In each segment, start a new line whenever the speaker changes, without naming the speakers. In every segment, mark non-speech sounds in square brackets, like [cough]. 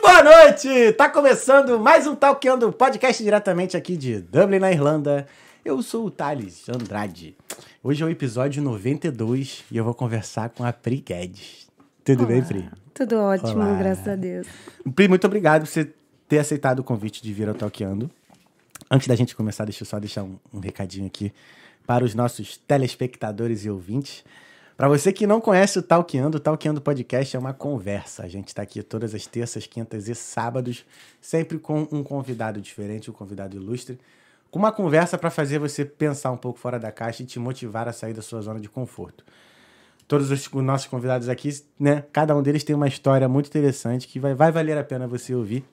boa noite! Tá começando mais um Talkando podcast diretamente aqui de Dublin, na Irlanda. Eu sou o Thales Andrade. Hoje é o episódio 92 e eu vou conversar com a Pri Guedes. Tudo bem, Pri?
Tudo ótimo,
Olá.
graças a Deus.
Pri, muito obrigado por você ter aceitado o convite de vir ao Talkando. Antes da gente começar, deixa eu só deixar um, um recadinho aqui para os nossos telespectadores e ouvintes. Para você que não conhece o Talkando, o Talkando Podcast é uma conversa. A gente está aqui todas as terças, quintas e sábados, sempre com um convidado diferente, um convidado ilustre, com uma conversa para fazer você pensar um pouco fora da caixa e te motivar a sair da sua zona de conforto todos os co- nossos convidados aqui, né? Cada um deles tem uma história muito interessante que vai, vai valer a pena você ouvir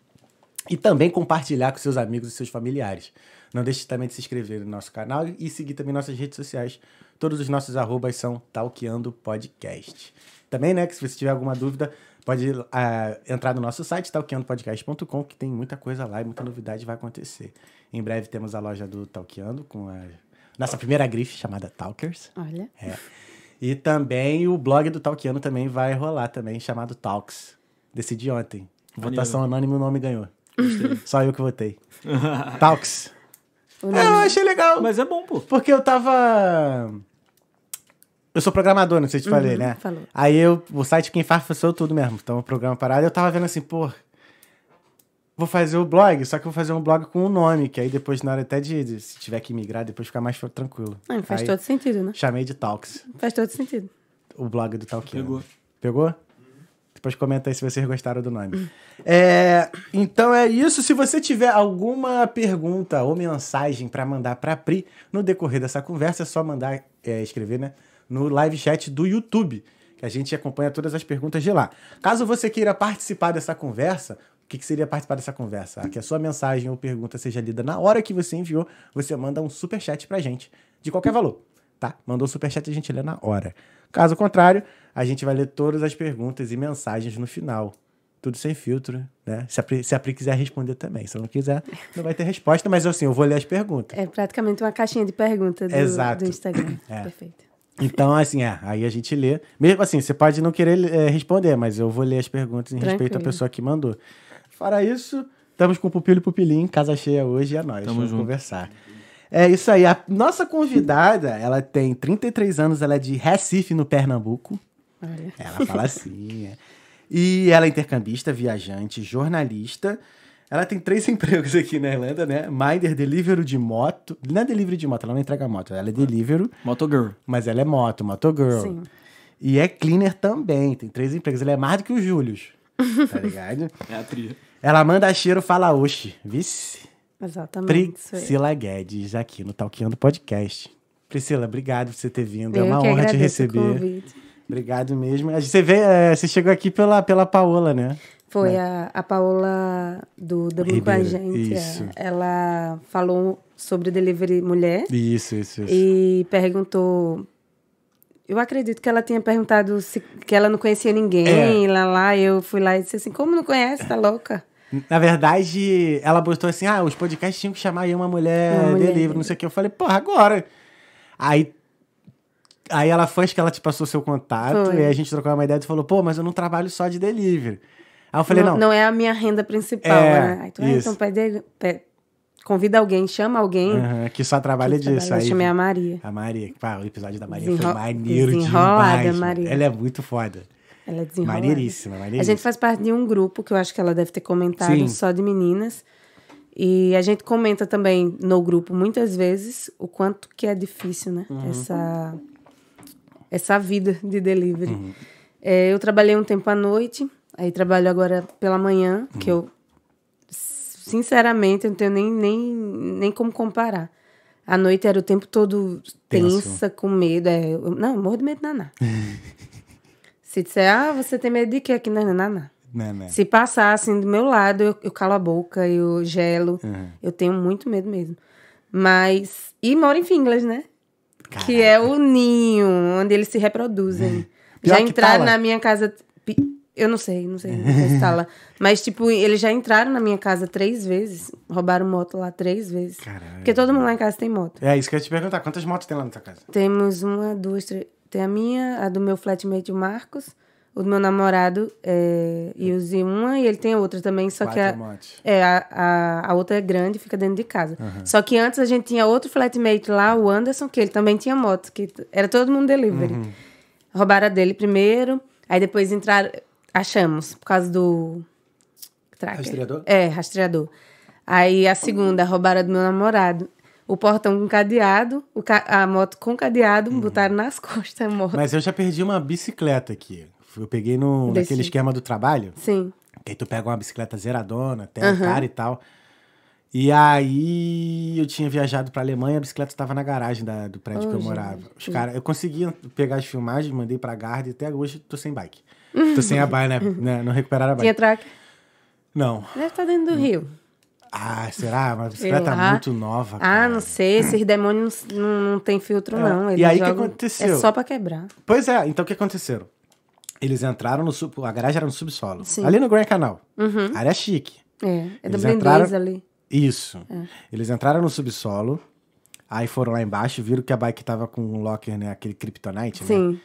e também compartilhar com seus amigos e seus familiares. Não deixe também de se inscrever no nosso canal e seguir também nossas redes sociais. Todos os nossos arrobas são Talqueando Podcast. Também, né, que se você tiver alguma dúvida, pode ah, entrar no nosso site, talqueandopodcast.com, que tem muita coisa lá e muita novidade vai acontecer. Em breve temos a loja do Talqueando com a nossa primeira grife chamada Talkers.
Olha.
É. E também o blog do Talkiano também vai rolar também, chamado Talks. Decidi ontem. Votação anônima, o nome ganhou. [laughs] Só eu que votei. Talks.
O
Ah, eu achei legal.
Mas é bom, pô.
Porque eu tava... Eu sou programador, não sei se te falei, né?
falou.
Aí eu, o site quem faz sou eu tudo mesmo. Então o programa parado, eu tava vendo assim, pô, vou fazer o blog, só que eu vou fazer um blog com o nome, que aí depois na hora até de, de- se tiver que migrar, depois fica mais tranquilo.
Ah, faz
aí,
todo sentido, né?
Chamei de Talks
Faz todo sentido.
o blog do Talkiano.
Pegou.
Pegou? Depois comenta aí se vocês gostaram do nome. É, então é isso. Se você tiver alguma pergunta ou mensagem para mandar para Pri no decorrer dessa conversa, é só mandar é, escrever né, no live chat do YouTube, que a gente acompanha todas as perguntas de lá. Caso você queira participar dessa conversa, o que, que seria participar dessa conversa? Ah, Que a sua mensagem ou pergunta seja lida na hora que você enviou, você manda um superchat pra gente, de qualquer valor, tá? Mandou o superchat a gente lê na hora. Caso contrário, a gente vai ler todas as perguntas e mensagens no final. Tudo sem filtro, né? Se a Pri, se a Pri quiser responder também. Se ela não quiser, não vai ter resposta, mas assim, eu vou ler as perguntas.
É praticamente uma caixinha de pergunta do,
Exato.
do Instagram.
[clears throat] É.
Perfeito.
Então, assim, é, aí a gente lê. Mesmo assim, você pode não querer é, responder, mas eu vou ler as perguntas em respeito à
Tranquilo.
pessoa que mandou. Fora isso, estamos com o Pupilo e Pupilim, casa cheia hoje, é nóis.
Tamo
vamos
junto.
conversar. É isso aí. A nossa convidada, ela tem 33 anos, ela é de Recife, no Pernambuco.
Olha.
Ela fala assim, é. E ela é intercambista, viajante, jornalista. Ela tem três [laughs] empregos aqui na Irlanda, né? Minder, delivery de moto. Não é delivery de moto, ela não entrega moto. Ela é delivery,
Motogirl.
mas ela é moto, motogirl.
Sim.
E é cleaner também, tem três empregos. Ela é mais do que o Július, tá
[laughs]
ligado?
É a trilha.
ela manda cheiro, fala oxi. Vice.
Exatamente. isso aí.
Priscila Guedes, aqui no Talqueando Podcast. Priscila, obrigado por você ter vindo. é
Eu
uma
que
honra te
agradeço o
receber.
convite.
Obrigado mesmo. A gente- Você, veio, é, você chegou aqui pela, pela Paola, né?
Foi a, a Paola do Double com a
Ribeiro,
gente. é.
isso.
Ela falou sobre delivery mulher
Isso, isso, isso.
e perguntou. Eu acredito que ela tinha perguntado se, que ela não conhecia
É.
ninguém, lá lá. Eu fui lá e disse assim: como não conhece? Tá louca?
Na verdade, ela botou assim: ah, os podcasts tinham que chamar aí uma mulher,
Uma mulher. né?
delivery, não sei o que. Eu falei, porra, agora. Aí. Aí ela foi, acho que ela te passou seu contato,
Foi.
e aí a gente trocou uma ideia e falou, pô, mas eu não trabalho só de delivery. Aí eu falei, não.
é a minha renda principal,
É,
né? Aí tu, ah,
isso.
então pede, pe- convida alguém, chama alguém.
Aham, que só trabalha
que
é disso.
trabalha. Eu
aí,
chamei a Maria.
a Maria. Pá, o episódio da Maria foi
Desenro-
maneiro
desenrolada,
demais.
Maria.
Ela é muito foda.
Ela é desenrolada.
Maneiríssima,
A
maneiríssima.
gente faz parte de um grupo que eu acho que ela deve ter comentado,
Sim.
só de meninas. E a gente comenta também no grupo muitas vezes o quanto que é difícil, né?
Uhum.
Essa, essa vida de delivery.
Uhum.
É, eu trabalhei um tempo à noite, aí trabalho agora pela manhã, que eu, s- sinceramente, eu não tenho nem, nem, nem como comparar. À noite era o tempo todo
Tenso.
tensa, com medo. É, eu- não, eu morro de medo de naná. Se disser, ah, você tem medo de quê? Que não, não, não, não.
Né, né?
Se passar assim do meu lado, eu, eu calo a boca, eu gelo.
É.
Eu tenho muito medo mesmo. Mas. E moro em Finglas, né? Que é o ninho, onde eles se reproduzem.
Pior
já
que
entraram
fala.
na minha casa. pi- Eu não sei, não sei, não sei se
[laughs]
fala. Mas, tipo, eles já entraram na minha casa três vezes. Roubaram moto lá três vezes.
Caralho.
Porque todo mundo lá em casa tem moto.
É isso que eu ia te perguntar. Quantas motos tem lá na tua casa?
Temos uma, duas, três. Tem a minha, a do meu flatmate, o Marcos, O meu namorado é, e use uma e ele tem outra também, só que a,
Quadrimonte.
é, a, a, a outra é grande e fica dentro de casa. Só que antes a gente tinha outro flatmate lá, o Anderson, que ele também tinha moto, que t- era todo mundo delivery. Roubaram a dele primeiro, aí depois entraram. Achamos, por causa do. Tracker.
Rastreador?
É, rastreador. Aí a segunda, roubaram a do meu namorado. O portão com cadeado, o ca- a moto com cadeado, botaram nas [laughs] costas a moto.
Mas eu já perdi uma bicicleta aqui. Eu peguei no,
Desse-
naquele esquema do trabalho.
Sim.
Que aí tu pega uma bicicleta zeradona, até a cara e tal. E aí eu tinha viajado pra Alemanha, a bicicleta tava na garagem da- do prédio
Oh,
que eu morava. Os cara, eu consegui pegar as filmagens, mandei pra Garda e até hoje tô sem bike.
[laughs]
Tô sem a bike, né? né? Não recuperaram a
Tinha
bike.
tracker. é-
Não.
Deve estar dentro do rio.
Ah, será? Mas a bicicleta
lá.
é muito nova,
Ah,
cara.
não sei, esses demônios não, não, não tem filtro, não.
É. E
Eles
aí, o que
jogam-
aconteceu?
É só pra quebrar.
Pois é, então o que aconteceram? Eles entraram no... sub- A garagem era no subsolo.
Sim. Uhum.
Ali no Grand Canal. Área chique.
É, é da
Eles
blindez
entraram-
ali.
Isso.
É.
Eles entraram no subsolo, aí foram lá embaixo, viram que a bike tava com um locker, né? Aquele kryptonite, né?
Sim.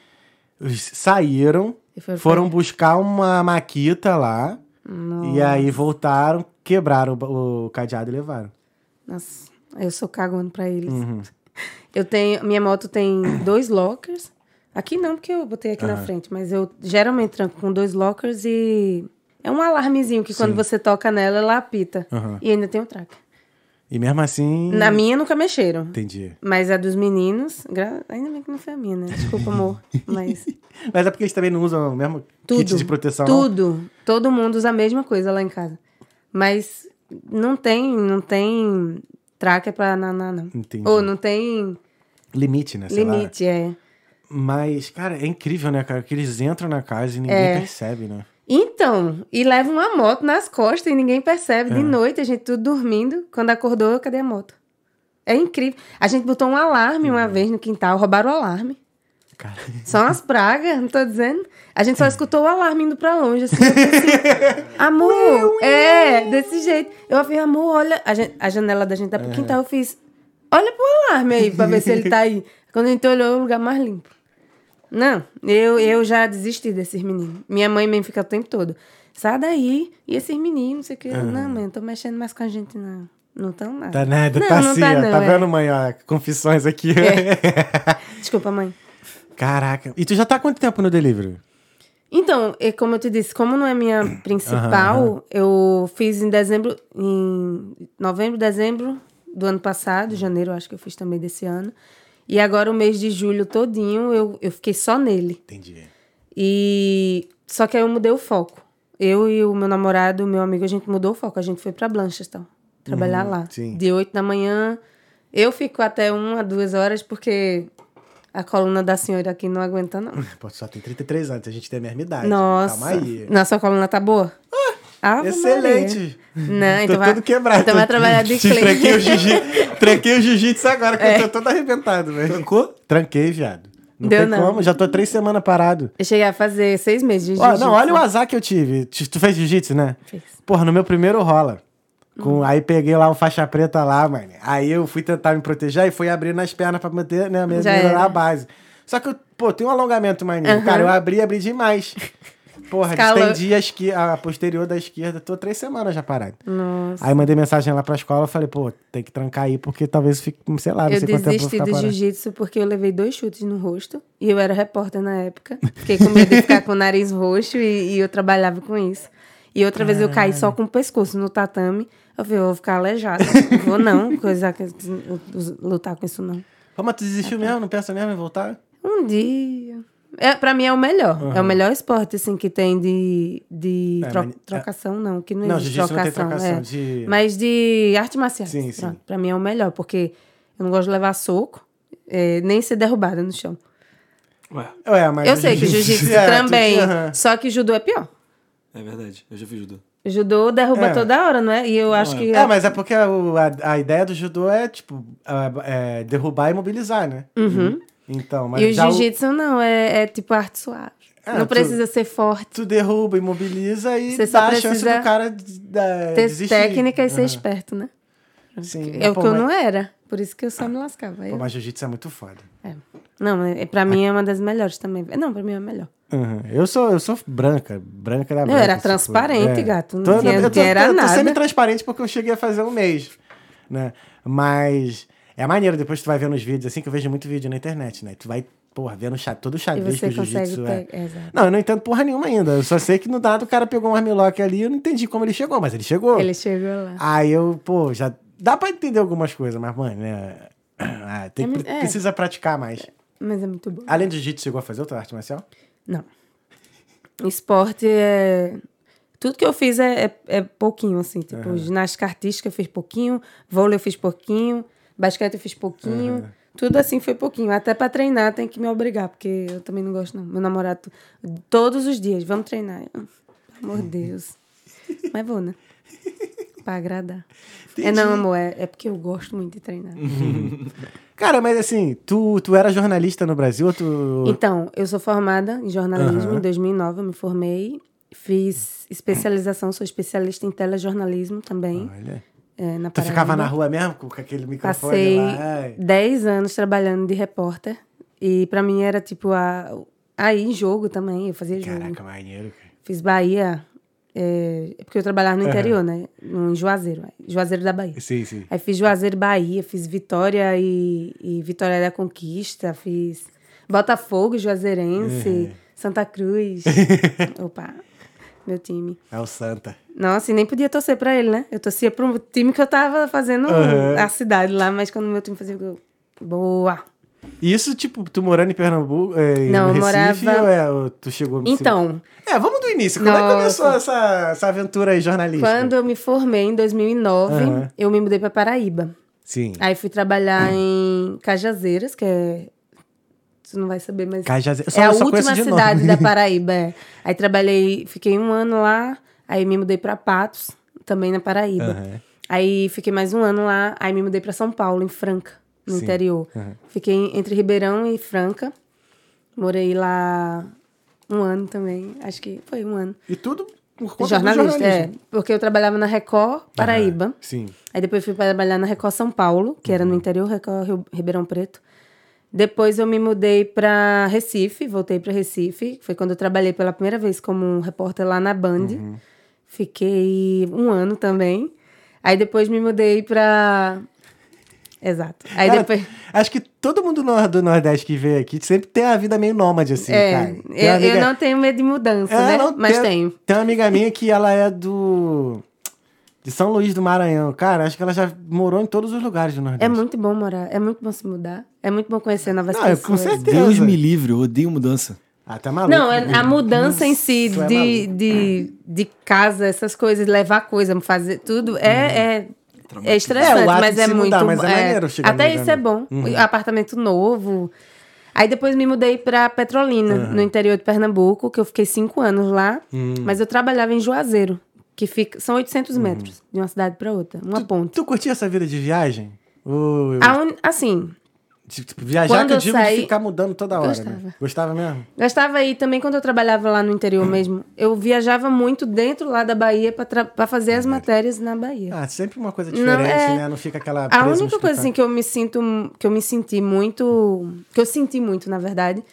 Eles saíram,
E foram
foram buscar uma maquita lá, e aí voltaram, quebraram o ba- o, cadeado e levaram.
Nossa, eu sou cagando pra eles.
Uhum.
[laughs] Eu tenho. Minha moto tem dois lockers. Aqui não, porque eu botei aqui na frente, mas eu geralmente tranco com dois lockers e. É um alarmezinho que quando você toca nela, ela apita.
Aham.
E ainda tem o tracker.
E mesmo assim.
Na minha nunca mexeram.
Entendi.
Mas a dos meninos, gra- ainda bem que não foi a minha, né?
[laughs]
Desculpa, amor. Mas
Mas é porque eles também não usam o mesmo
Tudo.
kit de proteção. não?
Tudo. Todo mundo usa a mesma coisa lá em casa. Mas não tem, não tem tracker pra naná, não.
Entendi.
Ou não tem
Limite, né? Sei Lá.
limite, é.
Mas, cara, é incrível, né, cara? Que eles entram na casa e ninguém
É.
percebe, né?
Então, e leva uma moto nas costas e ninguém percebe.
É.
De noite, a gente tudo dormindo. Quando acordou, cadê a moto? É incrível. A gente botou um alarme
é.
uma vez no quintal, roubaram o alarme. [laughs]
Cara.
São as pragas, não tô dizendo. A gente só escutou o alarme indo pra longe, assim. eu pensei, amor, é, desse jeito. Eu falei, amor, olha, a, gen- a janela da gente dá pro quintal, eu fiz, olha pro alarme aí, pra ver se ele tá aí. Quando a gente olhou, o lugar mais limpo. Não, eu, eu já desisti desses meninos. Minha mãe mesmo fica o tempo todo. Sai daí, e esses meninos, não sei o que. Não, mãe, não tô mexendo mais com a gente, não. Não tão nada.
Tá nada,
não,
tá
não
assim,
tá,
ó.
não,
tá
é.
vendo, mãe? Ó, confissões aqui.
Desculpa, mãe.
[laughs] Caraca. E tu já tá há quanto tempo no delivery?
Então, é como eu te disse, como não é minha principal, eu fiz em dezembro, em novembro, dezembro do ano passado, janeiro acho que eu fiz também desse ano. E agora o mês de julho todinho eu, eu fiquei só nele.
Entendi.
E só que aí eu mudei o foco. Eu e o meu namorado, meu amigo, a gente mudou o foco. A gente foi pra Blanchardstown trabalhar lá.
sim.
De 8 da manhã. Eu fico até uma, duas horas, porque a coluna da senhora aqui não aguenta, não.
Pô, só tem 33 anos, a gente tem a mesma idade. né?
Nossa.
Calma aí.
Nossa coluna tá boa? Ah,
Excelente.
Não, então
tô
vai,
todo quebrado.
Então vai
[laughs]
trabalhar de
Tranquei o,
cliente.
jiu tranquei o jiu-jitsu agora, que eu tô todo arrebentado. Mas... Trancou? Tranquei, viado. Não
Deu
tem
não.
como, já tô três semanas parado.
[laughs] Eu cheguei a fazer seis meses de
Ó,
jiu-jitsu.
não, olha o azar que eu tive. Tu tu fez jiu-jitsu, né?
Fiz. Uhum.
Porra, no meu primeiro rola. Com, Aí peguei lá um faixa preta lá, mano. Aí eu fui tentar me proteger e fui abrindo as pernas pra manter né, a minha
Já
menina
era. Uhum.
na base. Só que, eu, pô, tem um alongamento maneiro.
Aham.
Cara, eu abri, abri
[laughs]
demais. Porra,
Escalou.
estendi a, esqui- a posterior da esquerda. Tô três semanas já parado.
Nossa.
Aí mandei mensagem lá pra escola e falei, pô, tem que trancar aí porque talvez fique, sei lá, não
Eu
sei quanto tempo eu vou
desisti
ficar
do
parado.
jiu-jitsu porque eu levei dois chutes no rosto e eu era repórter na época. Fiquei com medo de ficar com o nariz roxo e, e eu trabalhava com isso. E outra vez eu caí só com o pescoço no tatame. Eu falei, eu vou ficar aleijada. Não vou não, coisa, que- lutar com isso não.
Pô, mas tu
Ah, tá.
desistiu mesmo? Não pensa mesmo em voltar?
Um dia. É, pra mim é o melhor. É o melhor esporte, assim, que tem de, de
É,
tro-
mas-
trocação, não. Que não,
Não,
existe
jiu-jitsu não tem
trocação.
trocação,
é.
de-
Mas de arte marcial.
Sim, sim.
Pra mim é o melhor, porque eu não gosto de levar soco, é, nem ser derrubada no chão.
Ué,
Ué, mas
eu
o
sei que o
[laughs]
jiu-jitsu
É, tu-
também.
aham.
Só que judô é pior.
é verdade. Eu já fiz judô.
Judô derruba
É.
toda hora, não é? E eu acho
é.
que.
É, mas é porque o- a, a ideia do judô é, tipo, a- é, derrubar e mobilizar, né?
Uhum.
Então, mas
E o
já
jiu-jitsu não, é, é tipo arte suave.
É,
não
tu-
precisa ser forte,
tu derruba, imobiliza e
Você só
dá a chance
precisa
do cara de- da-
ter
É, desistir.
técnica e ser
Aham.
esperto, né?
Sim.
É o
Pô,
que eu
mas-
não era. Por isso que eu só me lascava.
Pô,
Eu-
mas jiu-jitsu é muito foda.
É. Não, é- pra mim é uma das melhores também. Não, pra mim é a melhor.
Uhum. Eu, sou, eu sou branca, branca da
Não,
branca,
era
essas coisas.
transparente, gato, não
Tô-
tinha-
eu tô-
não era
eu tô
nada.
semi-transparente porque eu cheguei a fazer um mês, né? Mas é maneiro, depois tu vai vendo os vídeos, assim, que eu vejo muito vídeo na internet, né? Tu vai, porra, vendo o cha- todo o
E
xadrez que
você
o
consegue
jiu-jitsu é.
pegar. Exato.
Não, eu não entendo porra nenhuma ainda. Eu só sei que no dado o cara pegou um armlock ali, eu não entendi como ele chegou, mas ele chegou.
Ele chegou lá.
Aí eu, pô, já dá pra entender algumas coisas, mas, mano, né? [clears throat] ah, tem que-
É, é.
precisa praticar mais.
Mas é muito bom.
Além do jiu-jitsu, chegou a fazer outra arte marcial?
Não. Esporte é. Tudo que eu fiz é, é, é pouquinho, assim. Tipo, ginástica artística eu fiz pouquinho, vôlei eu fiz pouquinho, basquete eu fiz pouquinho. Tudo assim foi pouquinho. Até pra treinar tem que me obrigar, porque eu também não gosto, não. Meu namorado, todos os dias, vamos treinar. Eu, Pelo amor de Deus. Mas vou, né? Pra agradar. É, não, amor, é, é porque eu gosto muito de treinar.
Cara, mas assim, tu, tu era jornalista no Brasil ou tu.
Então, eu sou formada em jornalismo
Aham.
em 2009, eu me formei, fiz especialização, sou especialista em telejornalismo também,
Olha.
é, na
Tu ficava
Paraíba.
na rua mesmo com com aquele microfone
Passei
lá? Ai.
10 anos trabalhando de repórter e pra mim era tipo a aí em jogo também, eu fazia jogo.
Caraca, maneiro, cara.
Fiz Bahia, é, é porque eu trabalhava no interior, né, no em Juazeiro, Juazeiro da Bahia.
Sim, sim.
Aí fiz Juazeiro e Bahia, fiz Vitória e, e Vitória da Conquista, fiz Botafogo e Juazeirense,
Uhum. [laughs]
Santa Cruz. Opa, meu time.
É o Santa.
Nossa, e nem podia torcer pra ele, né? Eu torcia pro time que eu tava fazendo
Uhum.
a cidade lá, mas quando meu time fazia gol. Boa!
E isso, tipo, tu morando em Pernambuco, é, em
Não, eu
Recife,
morava-
ou é, ou tu chegou...
Então,
É, vamos do início. Como é que
Nossa.
começou essa, essa aventura aí jornalística?
quando eu me formei em 2009,
Uhum.
eu me mudei pra Paraíba.
Sim.
Aí fui trabalhar
Uhum.
em Cajazeiras, que é. Tu não vai saber, mas.
Cajazeiras. Eu só-
é a
eu só
última
conheço de
cidade
[laughs] nome.
da Paraíba. é. Aí trabalhei, fiquei um ano lá, aí me mudei pra Patos, também na Paraíba.
Aham.
Aí fiquei mais um ano lá, aí me mudei pra São Paulo, em Franca, no
Sim.
interior.
Aham.
Fiquei entre Ribeirão e Franca. Morei lá um ano também, acho que foi um ano.
E tudo por conta do
jornalista, é.
jornalismo.
Porque eu trabalhava na Record Paraíba.
Aham, Sim.
Aí depois fui trabalhar na Record São Paulo, que era no
Uhum.
interior, Record Rio- Ribeirão Preto. Depois eu me mudei para Recife, voltei para Recife. Foi quando eu trabalhei pela primeira vez como um repórter lá na Band.
Uhum.
Fiquei um ano também. Aí depois me mudei para. Exato. Aí
Cara,
depois.
Acho que todo mundo no- do Nordeste que veio aqui sempre tem a vida meio nômade, assim,
É,
cara. Tem
eu,
uma amiga-
eu não tenho medo de mudança,
É,
né?
não,
Mas
tem-
tenho.
Tem uma amiga minha que ela é do... De São Luís do Maranhão. Cara, acho que ela já morou em todos os lugares do Nordeste.
É muito bom morar, é muito bom se mudar, é muito bom conhecer novas
Não, é
pessoas.
com certeza.
Deus me livre, eu odeio mudança.
Ah, tá maluco.
Não, é- a mudança em si
tu é
de, de, de casa, essas coisas, levar coisa, fazer tudo, é, é, é estressante,
Uhum. É, o ato
mas
de
é
se
muito
mudar, mas é
bom,
maneiro chegar
Até
no lugar
isso é bom.
novo. Uhum.
Apartamento novo. Aí depois me mudei pra Petrolina,
Uhum.
no interior de Pernambuco, que eu fiquei cinco anos lá,
Hum.
mas eu trabalhava em Juazeiro, que fica, são 800
Uhum.
metros de uma cidade pra outra, uma ponte.
Tu curtia essa vida de viagem? Ou eu-
A un- Assim,
tipo, viajar
Quando
que eu
eu
digo
saí-
de ficar mudando toda hora, né?
Gostava.
Gostava mesmo?
Gastava aí também quando eu trabalhava lá no interior
Hum.
mesmo. Eu viajava muito dentro lá da Bahia pra tra- pra fazer
Uhum.
as matérias na Bahia.
Ah, sempre uma coisa
Não,
diferente,
é.
né? Não fica aquela
A
presa no
única coisa assim
escritório.
que eu me sinto que eu me senti muito, que eu senti muito, na verdade,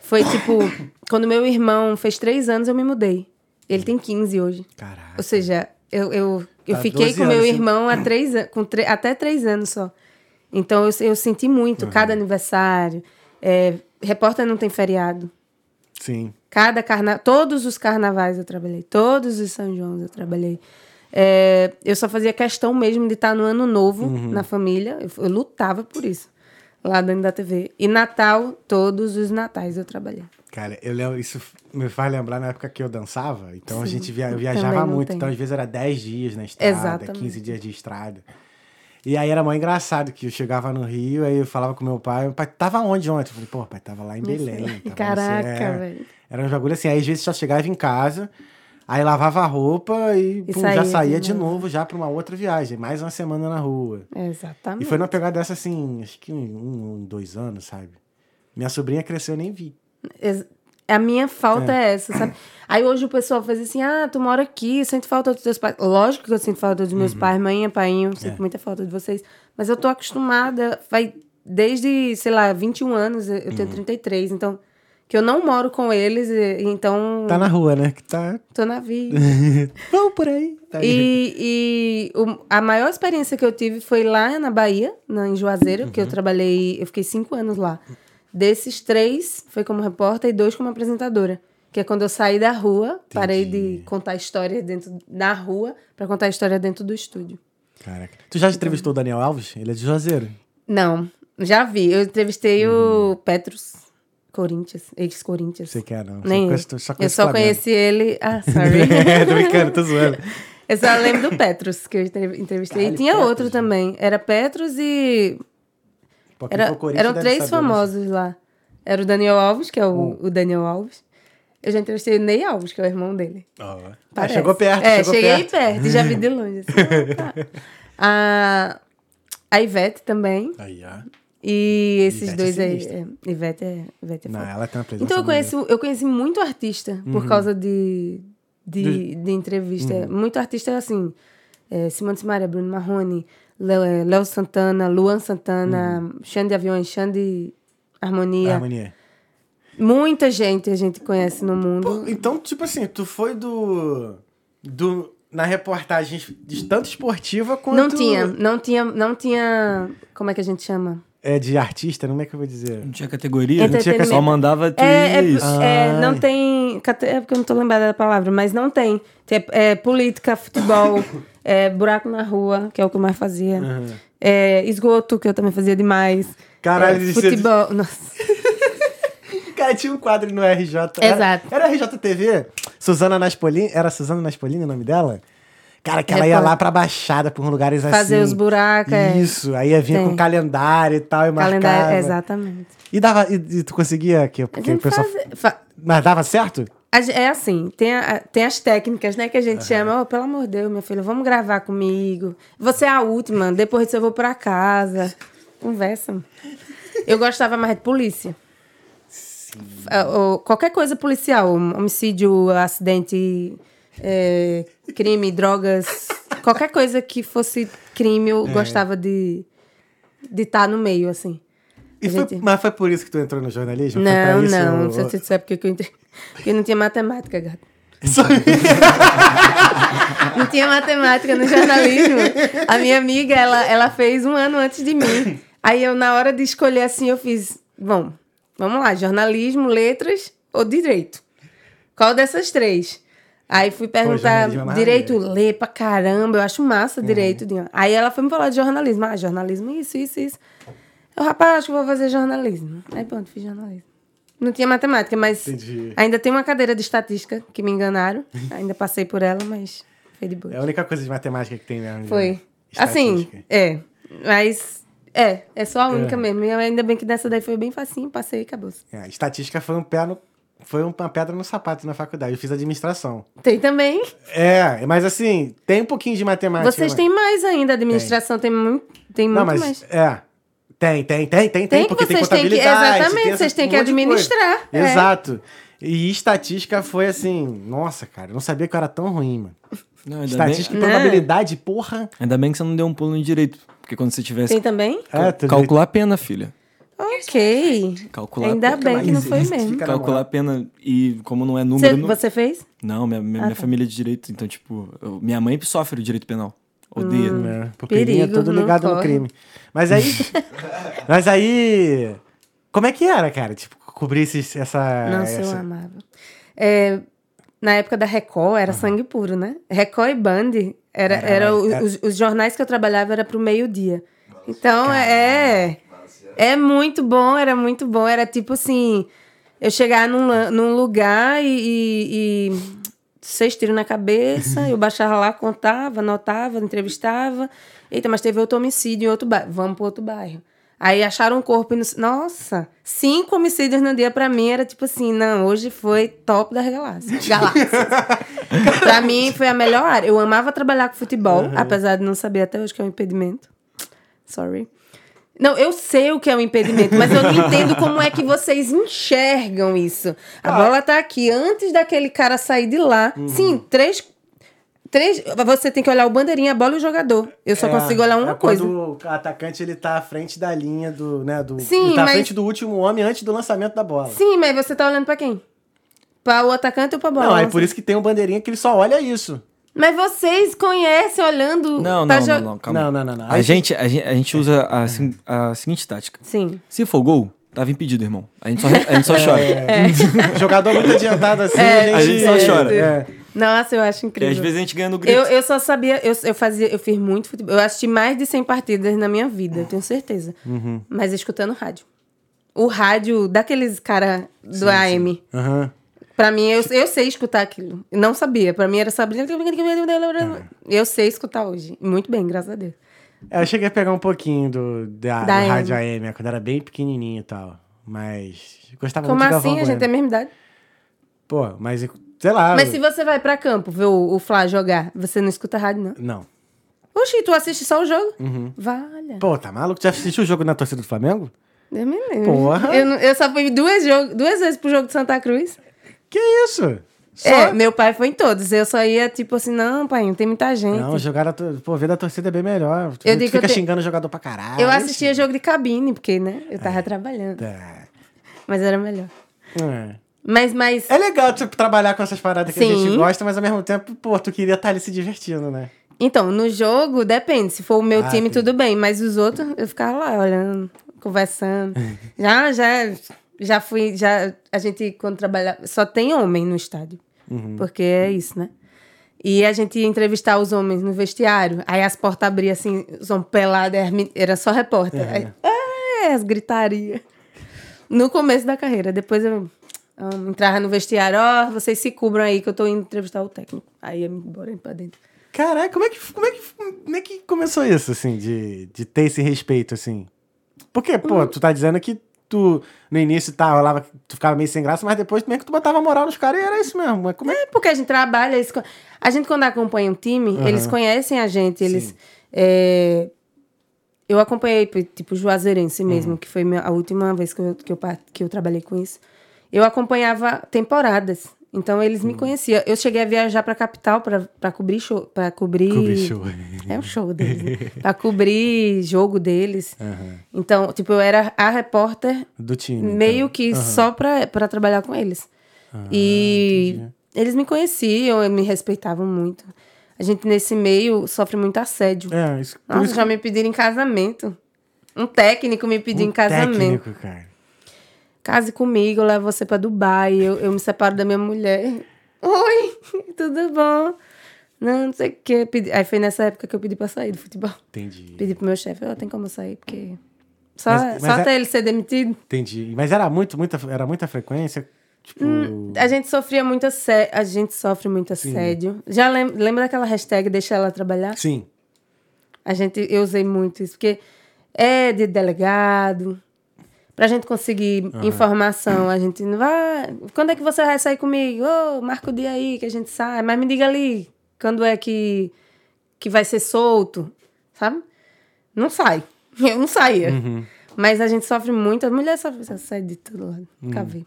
foi
[coughs]
tipo quando meu irmão fez três anos eu me mudei. Ele tem 15 hoje.
Caraca.
Ou seja, eu, eu, eu
Ah, Tá,
fiquei
12
com meu
anos, hein?
irmão há três, an- com tre- até três anos só. Então eu, eu senti muito
Uhum.
cada aniversário. É, repórter não tem feriado.
Sim.
Cada carna... Todos os carnavais eu trabalhei. Todos os São João eu trabalhei. É, eu só fazia questão mesmo de estar no ano novo
Uhum.
na família. Eu, eu lutava por isso. Lá dentro da TV. E Natal, todos os natais eu trabalhei.
Cara, eu lembro, isso me faz lembrar na época que eu dançava, então a
Sim,
gente via, eu
também
viajava
não
muito,
tem.
então às vezes era 10 dias na estrada,
Exatamente.
15 dias de estrada. E aí era mó engraçado que eu chegava no Rio, aí eu falava com meu pai, meu pai, tava onde ontem? Eu falei, pô, pai, tava lá em Belém. tava não sei-
[laughs] Caraca,
é.
velho.
Era um bagulho assim, aí às vezes só chegava em casa, aí lavava a roupa e,
E
pum, já
saía de
saía de
novo.
novo já pra uma outra viagem, mais uma semana na rua. E
Exatamente.
foi numa pegada dessa assim, acho que um, um, dois anos, sabe? Minha sobrinha cresceu, eu nem vi.
Ex- A minha falta é. essa, sabe? Aí hoje o pessoal faz assim: ah, tu mora aqui, sente falta dos teus pais. Lógico que eu sinto falta dos meus pais, mãe, painho, sinto muita falta de vocês. Mas eu tô um acostumada, vai desde, sei lá, 21 anos, eu eu tenho 33, então Que eu não moro com eles, e- então
Tá na rua, né? Que tá.
tô na vida.
Vão por aí. Tá aí. [laughs]
E, e o- a maior experiência que eu tive foi lá na Bahia, na, em Juazeiro, que eu
Uhum.
trabalhei, eu fiquei cinco anos lá. Desses três, foi como repórter e dois como apresentadora. Que é quando eu saí da rua, parei de contar histórias dentro na rua para contar história dentro do estúdio.
Caraca. Tu já entrevistou o Daniel Alves? Ele é de Juazeiro.
Não, já vi. Eu entrevistei
Uhum.
o Petrus Corinthians, ex-Corinthians.
Você quer, é, não? Só
Nem
conhece-
eu.
só
eu
conhece
só
Flamengo.
conheci ele. Ah, sorry.
[laughs] É, [laughs] tô brincando, tô zoando.
Eu só lembro do Petrus que eu entre- entrevistei.
Caralho,
e tinha
Petrus,
outro
né?
também. Era Petrus e.
Pô, quem
Era,
for Corinthians
eram
deve
três
saber, né?
famosos lá. Era o Daniel Alves, que é o, o Daniel Alves. Eu já entrevistei o Ney Alves, que é o irmão dele.
Ó. Ah,
Parece.
chegou perto,
É,
chegou
cheguei
perto.
e já vi de longe. assim, ah,
[laughs]
tá. a, a Ivete também.
Aí, ó.
E esses
Ivete é
dois aí.
sinistra.
é, Ivete é, Ivete é
Não,
foda.
ela tem uma presença.
Então eu
maneira.
conheço, eu conheci muito artista por causa de, Uhum. de, Uhum. de entrevista. Muito artista assim. É, Simone Simaria, Bruno Marrone, Léo é, Léo Santana, Luan Santana, Xande Aviões, Xande Uhum. Harmonia.
Harmonia.
Muita gente a gente conhece no mundo.
Pô, então, tipo assim, tu foi do. do na reportagem de tanto esportiva quanto.
Não tinha, não tinha, não tinha. Como é que a gente chama?
É de artista, não é que eu vou dizer.
Não tinha categoria? Ah.
Não tinha categoria.
Só mandava tu
É, é,
isso.
é,
Ai.
não tem. cate- É porque eu não tô lembrada da palavra, mas não tem. Tem, é,
[laughs]
política, futebol, é, buraco na rua, que é o que eu mais fazia. É, esgoto, que eu também fazia demais.
Caralho,
é,
isso-
futebol. Nossa.
[laughs] Cara, tinha um quadro no RJ. era-
Exato.
Era, RJTV? Suzana Naspolini. Era Suzana Naspolini o nome dela? Cara, que ela ia
Repórter.
lá pra Baixada, por lugares assim.
Fazer os buracos, é.
Isso, aí ia vir
Tem.
com calendário e tal, e marcava.
Calendário, exatamente.
E dava. E, e tu conseguia que,
A
porque o
gente
pessoal.
fazia- fa-
Mas dava certo?
A ge- É assim, tem, a- tem as técnicas, né, que a gente chama, oh, pelo amor de Deus, minha filha, vamos gravar comigo. Você é a última, depois disso eu vou pra casa. Conversa. Eu gostava mais de polícia. Ah, ou qualquer coisa policial, hom- homicídio, acidente, é, crime, drogas, qualquer coisa que fosse crime,
É.
eu gostava de estar de tá no meio, assim.
E
A
foi-
gente-
mas foi por isso que tu entrou no jornalismo? Então Foi pra
Não,
isso,
não,
o-
se você disser porque que eu entrei. [laughs] Porque não tinha matemática, gato.
Só-
[laughs] Não tinha matemática no jornalismo. A minha amiga, ela, ela fez um ano antes de mim. Aí eu, na hora de escolher assim, eu fiz: bom, vamos lá, jornalismo, letras ou direito? Qual dessas três? Aí fui perguntar,
jornalismo é maneiro. Uhum.
direito, lê pra caramba, eu acho massa direito. Dinho. Aí ela foi me falar de jornalismo. Ah, jornalismo, isso, isso, isso. Eu, rapaz, acho que eu vou fazer jornalismo. Aí pronto, fiz jornalismo. Não tinha matemática, mas
Entendi.
ainda tem uma cadeira de estatística que me enganaram. Ainda passei por ela, mas foi de boa.
É a única coisa de matemática que tem mesmo. né?
Foi. Assim,
Estatística.
é. Mas é, é só a única
É.
mesmo. E ainda bem que dessa daí foi bem facinho, passei e acabou.
É, estatística foi um pé no- Foi um, uma pedra no sapato na faculdade. Eu fiz administração.
Tem também.
É, mas assim, tem um pouquinho de matemática.
Vocês
mas-
têm mais ainda, administração tem, muito, tem
Não,
muito
mas.
mais.
É. Tem, tem, tem, tem,
Tem que
porque tem
vocês têm que-
contabilidade.
exatamente,
tem essa-
vocês têm que
monte de coisa.
administrar, é.
Exato. E estatística foi assim, nossa, cara, eu não sabia que eu era tão ruim, mano.
Não, ainda, bem,
Estatística e
Né?
probabilidade, porra.
ainda bem que você não deu um pulo no direito. Porque quando você tivesse.
Tem também?
É, tu-
Calcular a pena, filha.
Ok.
Calcular
ainda
pena.
bem que não foi
existe,
mesmo.
fica-
Calcular a pena. E como não é número.
Você,
não-
você Ah, tá. fez?
Não, minha, minha, minha família é de direito. Então, tipo, eu- minha mãe sofre o direito penal. Odeia.
Hum.
É, pupilinha,
Perigo,
tudo
não
ligado no
corre.
crime. Mas
[laughs]
aí. mas aí. Como é que era, cara? Tipo, cobrir esses, essa.
Não,
Ah, essa...
eu amava. É, na época da Record era sangue puro, né? Record e Band era,
Era,
era,
né?
o-
Era-
Os, os jornais que eu trabalhava era pro meio-dia. Então é é muito bom, era muito bom, era tipo assim, eu chegar num, lan- num lugar e, e, e seis tiros na
Uhum.
cabeça, eu baixava lá, contava, anotava, entrevistava. Eita, mas teve outro homicídio em outro bairro. Vamos pro outro bairro. Aí acharam um corpo e não... Nossa, cinco homicídios no dia pra mim era tipo assim, não, hoje foi top das galáxias. Galáxias. pra mim foi a melhor área. Eu amava trabalhar com futebol, apesar de não saber até hoje que é um impedimento. Sorry. Não, eu sei o que é um impedimento, mas eu não entendo como é que vocês enxergam isso. A bola tá aqui. Antes daquele cara sair de lá, sim, três. Três, você tem que olhar o bandeirinha, a bola e o jogador. Eu só
É,
consigo olhar uma
é
coisa.
Quando o atacante ele tá à frente da linha do, né, do
Sim,
ele tá à
mas-
frente do último homem antes do lançamento da bola.
Sim, mas você tá olhando pra quem? Pra o atacante ou pra bola?
Não, é
sei.
por isso que tem um bandeirinha que ele só olha
[laughs]
isso.
Mas vocês conhecem olhando.
Não,
pra
não,
Tá jo-
não, não, calma.
Não, não, não, não.
A
Aí-
gente, a gente, a gente usa a, sin- a seguinte tática.
Sim.
Se for gol, tava impedido, irmão. A gente só, a [laughs] gente só chora. é.
Jogador muito adiantado assim, a
a
gente,
gente só chora.
É.
Nossa, eu acho
E
incrível.
às vezes a gente ganha no grito.
Eu, eu só sabia, eu, eu fazia, eu fiz muito futebol. Eu assisti mais de 100 partidas na minha vida, eu tenho certeza.
Uhum.
Mas escutando rádio. O rádio daqueles cara do AM.
Aham.
Pra mim, eu, eu sei escutar aquilo. Não sabia. Pra mim era Sabrina. Eu sei escutar hoje. Muito bem, graças a Deus.
É, Eu cheguei a pegar um pouquinho do, da,
Da
do
AM.
rádio AM, quando era bem pequenininho e tal. Mas gostava
Como
muito de
assim?
Galvão
A gente
Bueno.
tem a mesma idade.
Pô, mas sei lá.
Mas se você vai pra campo ver o, o Flá jogar, você não escuta rádio, não?
Não.
Oxi, tu assiste só o jogo? Valha.
Uhum. Pô, tá maluco? Já assistiu o jogo na torcida do Flamengo?
Deus me livre.
Porra.
Eu, não- eu só fui duas, jogo, duas vezes pro jogo de Santa Cruz.
Que isso? Só...
É, meu pai foi em todos. Eu só ia, tipo assim, não, pai, não tem muita gente.
Não, jogar na tor- Pô, ver da torcida é bem melhor. Tu
Eu digo que
fica
eu te-
xingando o jogador pra caralho.
eu assistia jogo de cabine, porque, né, eu tava trabalhando.
É.
Mas era melhor.
É.
Mas, mas...
É legal tipo, trabalhar com essas paradas que a gente
Sim.
gosta, mas ao mesmo tempo, pô, tu queria estar ali se divertindo, né?
Então, no jogo, depende. Se for o meu
Ah,
time,
sim.
tudo bem. Mas os outros, eu ficava lá olhando, conversando.
[laughs]
já, já, já fui. Já, a gente, quando trabalhava. Só tem homem no estádio.
Uhum.
Porque é isso, né? E a gente ia entrevistar os homens no vestiário. Aí as portas abriam assim, os homens pelados. as men- Era só repórter.
É.
Aí, "Ah", as gritarias. No começo da carreira. Depois eu ah, entrava no vestiário. Ó, vocês se cubram aí que eu tô indo entrevistar o técnico. Aí eu me embora pra dentro.
Caraca, como é que, como é que, como é que começou isso, assim, de, de ter esse respeito, assim? Porque, pô,
Hum.
tu tá dizendo que tu, no início, tá, rolava, que tu ficava meio sem graça, mas depois também que tu botava moral nos caras e era isso mesmo. Mas como é
É porque a gente trabalha. eles co- a gente, quando acompanha um time, eles conhecem a gente. Eles. é, eu acompanhei, p- tipo, Juazeirense mesmo, que foi minha- a última vez que eu, que, eu, par- que eu trabalhei com isso. Eu acompanhava temporadas. Então eles me conheciam. Eu cheguei a viajar pra capital pra pra cobrir show. Pra cobrir. É um show deles. [laughs] Né? pra cobrir jogo deles. Então, tipo, eu era a repórter
do time? então.
meio que só pra, pra trabalhar com eles. Ah, e eles me conheciam, e me respeitavam muito. A gente nesse meio sofre muito assédio.
É, isso, por
Nossa,
isso
já me pediram em casamento. Um técnico me
que-
pediu
um
em casamento.
técnico, cara.
Case comigo, eu levo você pra Dubai, eu, eu me separo da minha mulher. Oi, [laughs] tudo bom? Não, não sei o quê. Pedi- Aí foi nessa época que eu pedi pra sair do futebol.
Entendi,
Pedi pro meu chefe, ó, tem como eu sair, porque. Só,
Mas-
só
mas é-
até ele ser demitido.
entendi. Mas era muito, muita, era muita frequência, tipo...
A gente sofria muito assédio. A gente sofre muito assédio. Já lem- lembra daquela hashtag Deixa ela trabalhar?
Sim.
A gente, eu usei muito isso, porque é de delegado. Pra gente conseguir informação, a gente não vai. Quando é que você vai sair comigo? Ô, marca o dia aí que a gente sai. Mas me diga ali, quando é que, que vai ser solto? Sabe? Não sai. [laughs] Eu não saía.
Uhum.
Mas a gente sofre muito. A mulher sofre assédio de todo lado.
Hum.
Nunca vi.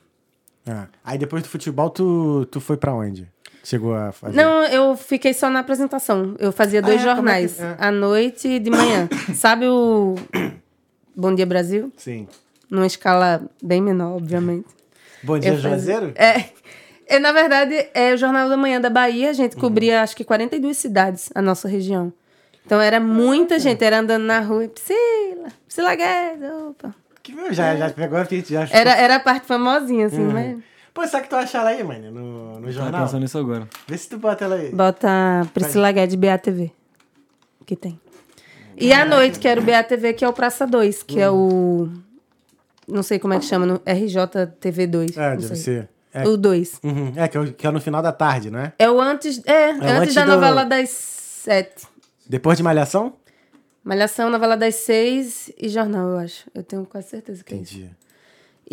Ah, Aí depois do futebol, tu, tu foi pra onde? Chegou a fazer...
Não, eu fiquei só na apresentação. Eu fazia dois
é? Como é que-
jornais,
é.
à noite e
[coughs]
de manhã. Sabe o Bom Dia Brasil?
Sim.
Numa escala bem menor, obviamente.
Bom dia,
Eu fazia-
Juazeiro?
É. É, na verdade, é o Jornal da Manhã da Bahia, a gente cobria acho que 42 cidades, a nossa região. Então era muita gente, era andando na rua, Priscila, Priscila Guedes, opa.
Que meu, já, já pegou a gente, já
Era, era a parte famosinha, assim,
Uhum.
mas...
Pô, sabe o que tu achar ela aí, mano, no, no
Tava
jornal?
pensando nisso agora.
Vê se tu bota ela aí.
Bota Priscila Guedes BATV. Que tem. E à noite, que era o BATV, que é o Praça 2, que é o. Não sei como é que chama, no RJTV 2.
É,
não
deve
sei.
ser. É,
O 2.
Uhum, é, que, é o- que é no final da tarde, né?
É o antes. É, é antes,
antes
da
do-
novela das 7.
Depois de Malhação?
Malhação, novela das 6 e jornal, eu acho. Eu tenho quase certeza que é isso.
Entendi.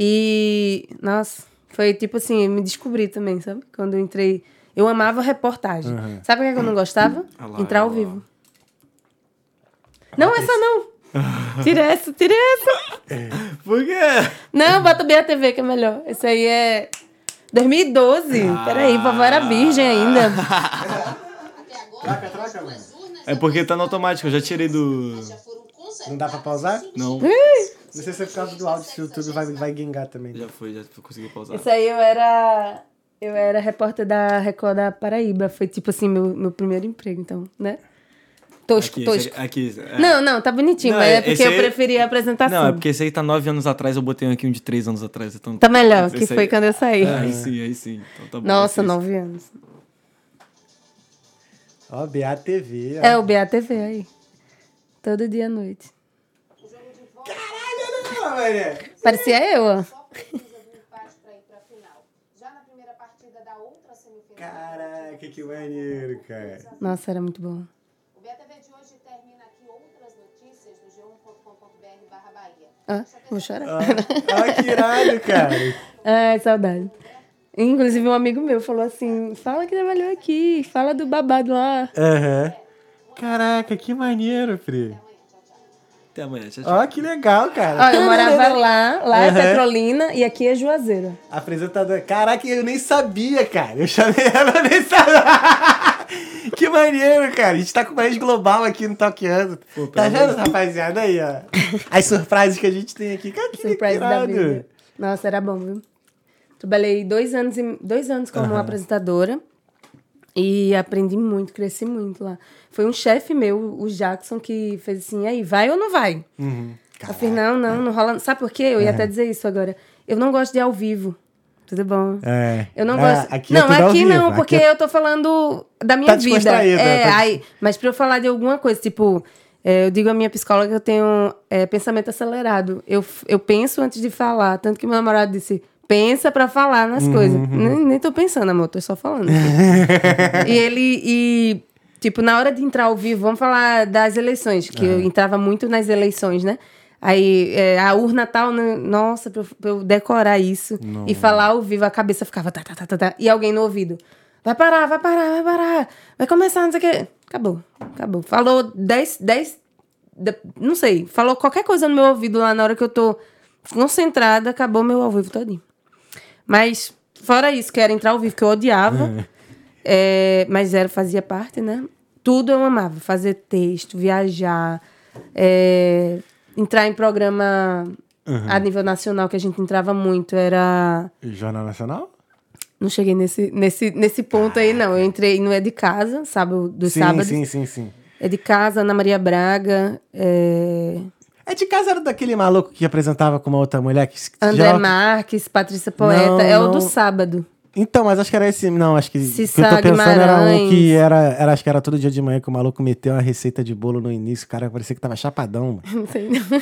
E, nossa, foi tipo assim, eu me descobri também, sabe? Quando eu entrei. Eu amava reportagem. Sabe o que, é que eu não gostava?
Ah lá,
Entrar ao
ah lá.
vivo. Não, essa
[laughs]
não! Tira essa, tira essa!
Por quê?
Não, bota bem a TV que é melhor. Esse aí
Ah.
é. 2012. Peraí, vovó era virgem ainda.
Traca, traca, mano.
É porque tá no automático, eu já tirei do. Hum?
Não dá pra pausar?
Não.
Não sei se é por causa do áudio se o YouTube vai, vai guingar também.
Já foi, já consegui pausar.
Isso aí eu era. Eu era repórter da Record da Paraíba. Foi tipo assim, meu, meu primeiro emprego, então, né? Tosco,
Aqui,
tosco.
esse aqui, aqui, é.
Não, não, tá bonitinho,
Não,
mas é
é-
porque
esse
eu
aí-
preferia a apresentação.
Não, é porque esse aí tá nove anos atrás, eu botei um aqui um de três anos atrás. Então...
Tá melhor, que
Esse aí-
foi quando eu saí. É.
É, aí sim, aí sim. Então tá bom,
Nossa,
esse-
nove anos.
Ó, BATV. ó.
É o BATV aí. Todo dia à noite.
Não, mané.
Parecia eu, ó.
Só precisa do empate para ir para a final. Já na primeira partida da outra semifinal.
Caraca, que maneiro, cara.
[laughs] Nossa, era muito bom.
O BTV de hoje termina aqui outras notícias no g1.com.br barra Bahia.
Ah, vou chorar.
Ó, ó, que irado, cara.
Ah.
[laughs] Ai, saudade. Inclusive, um amigo meu falou assim: fala que trabalhou aqui, fala do babado lá.
Aham. Caraca, que maneiro, Pri.
Até amanhã, tchau, tchau.
Ó, que legal, cara.
Ó, eu morava lá, lá é
Aham.
Petrolina e aqui é Juazeiro.
Apresentadora. Caraca, eu nem sabia, cara. Eu chamei ela, eu nem sabia. [laughs] que maneiro, cara. A gente tá com uma rede global aqui no Toqueando.
pelo
Tá
amor
vendo, rapaziada? Aí, ó. As surprises que a gente tem aqui. Cara, que
Surprise da
irado.
vida. Nossa, era bom, viu? Trabalhei dois anos, e- dois anos como apresentadora e aprendi muito, cresci muito lá. Foi um chefe meu, o Jackson, que fez assim, "E aí, vai ou não vai?
Uhum.
Eu fiz, não, não, não rola. Sabe por quê? Eu
É.
ia até dizer isso agora. Eu não gosto de ao vivo. Tudo bom?
É.
Eu não
É,
gosto.
aqui é
não,
tudo ao
aqui
vivo.
não,
Aqui
porque
é-
eu tô falando da minha
Tá
vida.
descontraída,
É,
tá des-
aí, mas pra eu falar de alguma coisa, tipo, é, eu digo à minha psicóloga que eu tenho é, pensamento acelerado. Eu, f- eu penso antes de falar. Tanto que meu namorado disse. Pensa pra falar nas
Uhum,
coisas. Nem, nem tô pensando, amor, tô só falando. e ele. E, tipo, na hora de entrar ao vivo, vamos falar das eleições, que eu entrava muito nas eleições, né? Aí, é, a urna tal, né? nossa, pra eu, pra eu decorar isso e falar ao vivo, a cabeça ficava tá, tá, tá, tá, tá, e alguém no ouvido. Vai parar, vai parar, vai parar. Vai começar, não sei o quê. Acabou, acabou. Falou 10, 10, de- não sei, falou qualquer coisa no meu ouvido lá na hora que eu tô concentrada, acabou meu ao vivo todinho. Mas, fora isso, que era entrar ao vivo, que eu odiava.
[laughs]
é, mas era, fazia parte, né? Tudo eu amava. Fazer texto, viajar, é, entrar em programa a nível nacional, que a gente entrava muito. Era.
é Jornal Nacional?
Não cheguei nesse, nesse, nesse ponto aí, não. Eu entrei no É de Casa, sabe? o- Dos
sim,
sábados.
sim, sim, sim.
É de Casa, Ana Maria Braga. é,
É de casa era daquele maluco que apresentava com uma outra mulher que se-
André
já-
Marques, Patrícia Poeta.
Não,
é o
não.
do sábado. [laughs]
Então, mas acho que era esse. Não, acho que. que
Cissa
eu tô pensando era um
Guimarães.
que era, era. Acho que era todo dia de manhã que o maluco meteu uma receita de bolo no início. O cara parecia que tava chapadão, mano.
[laughs] Não sei, não.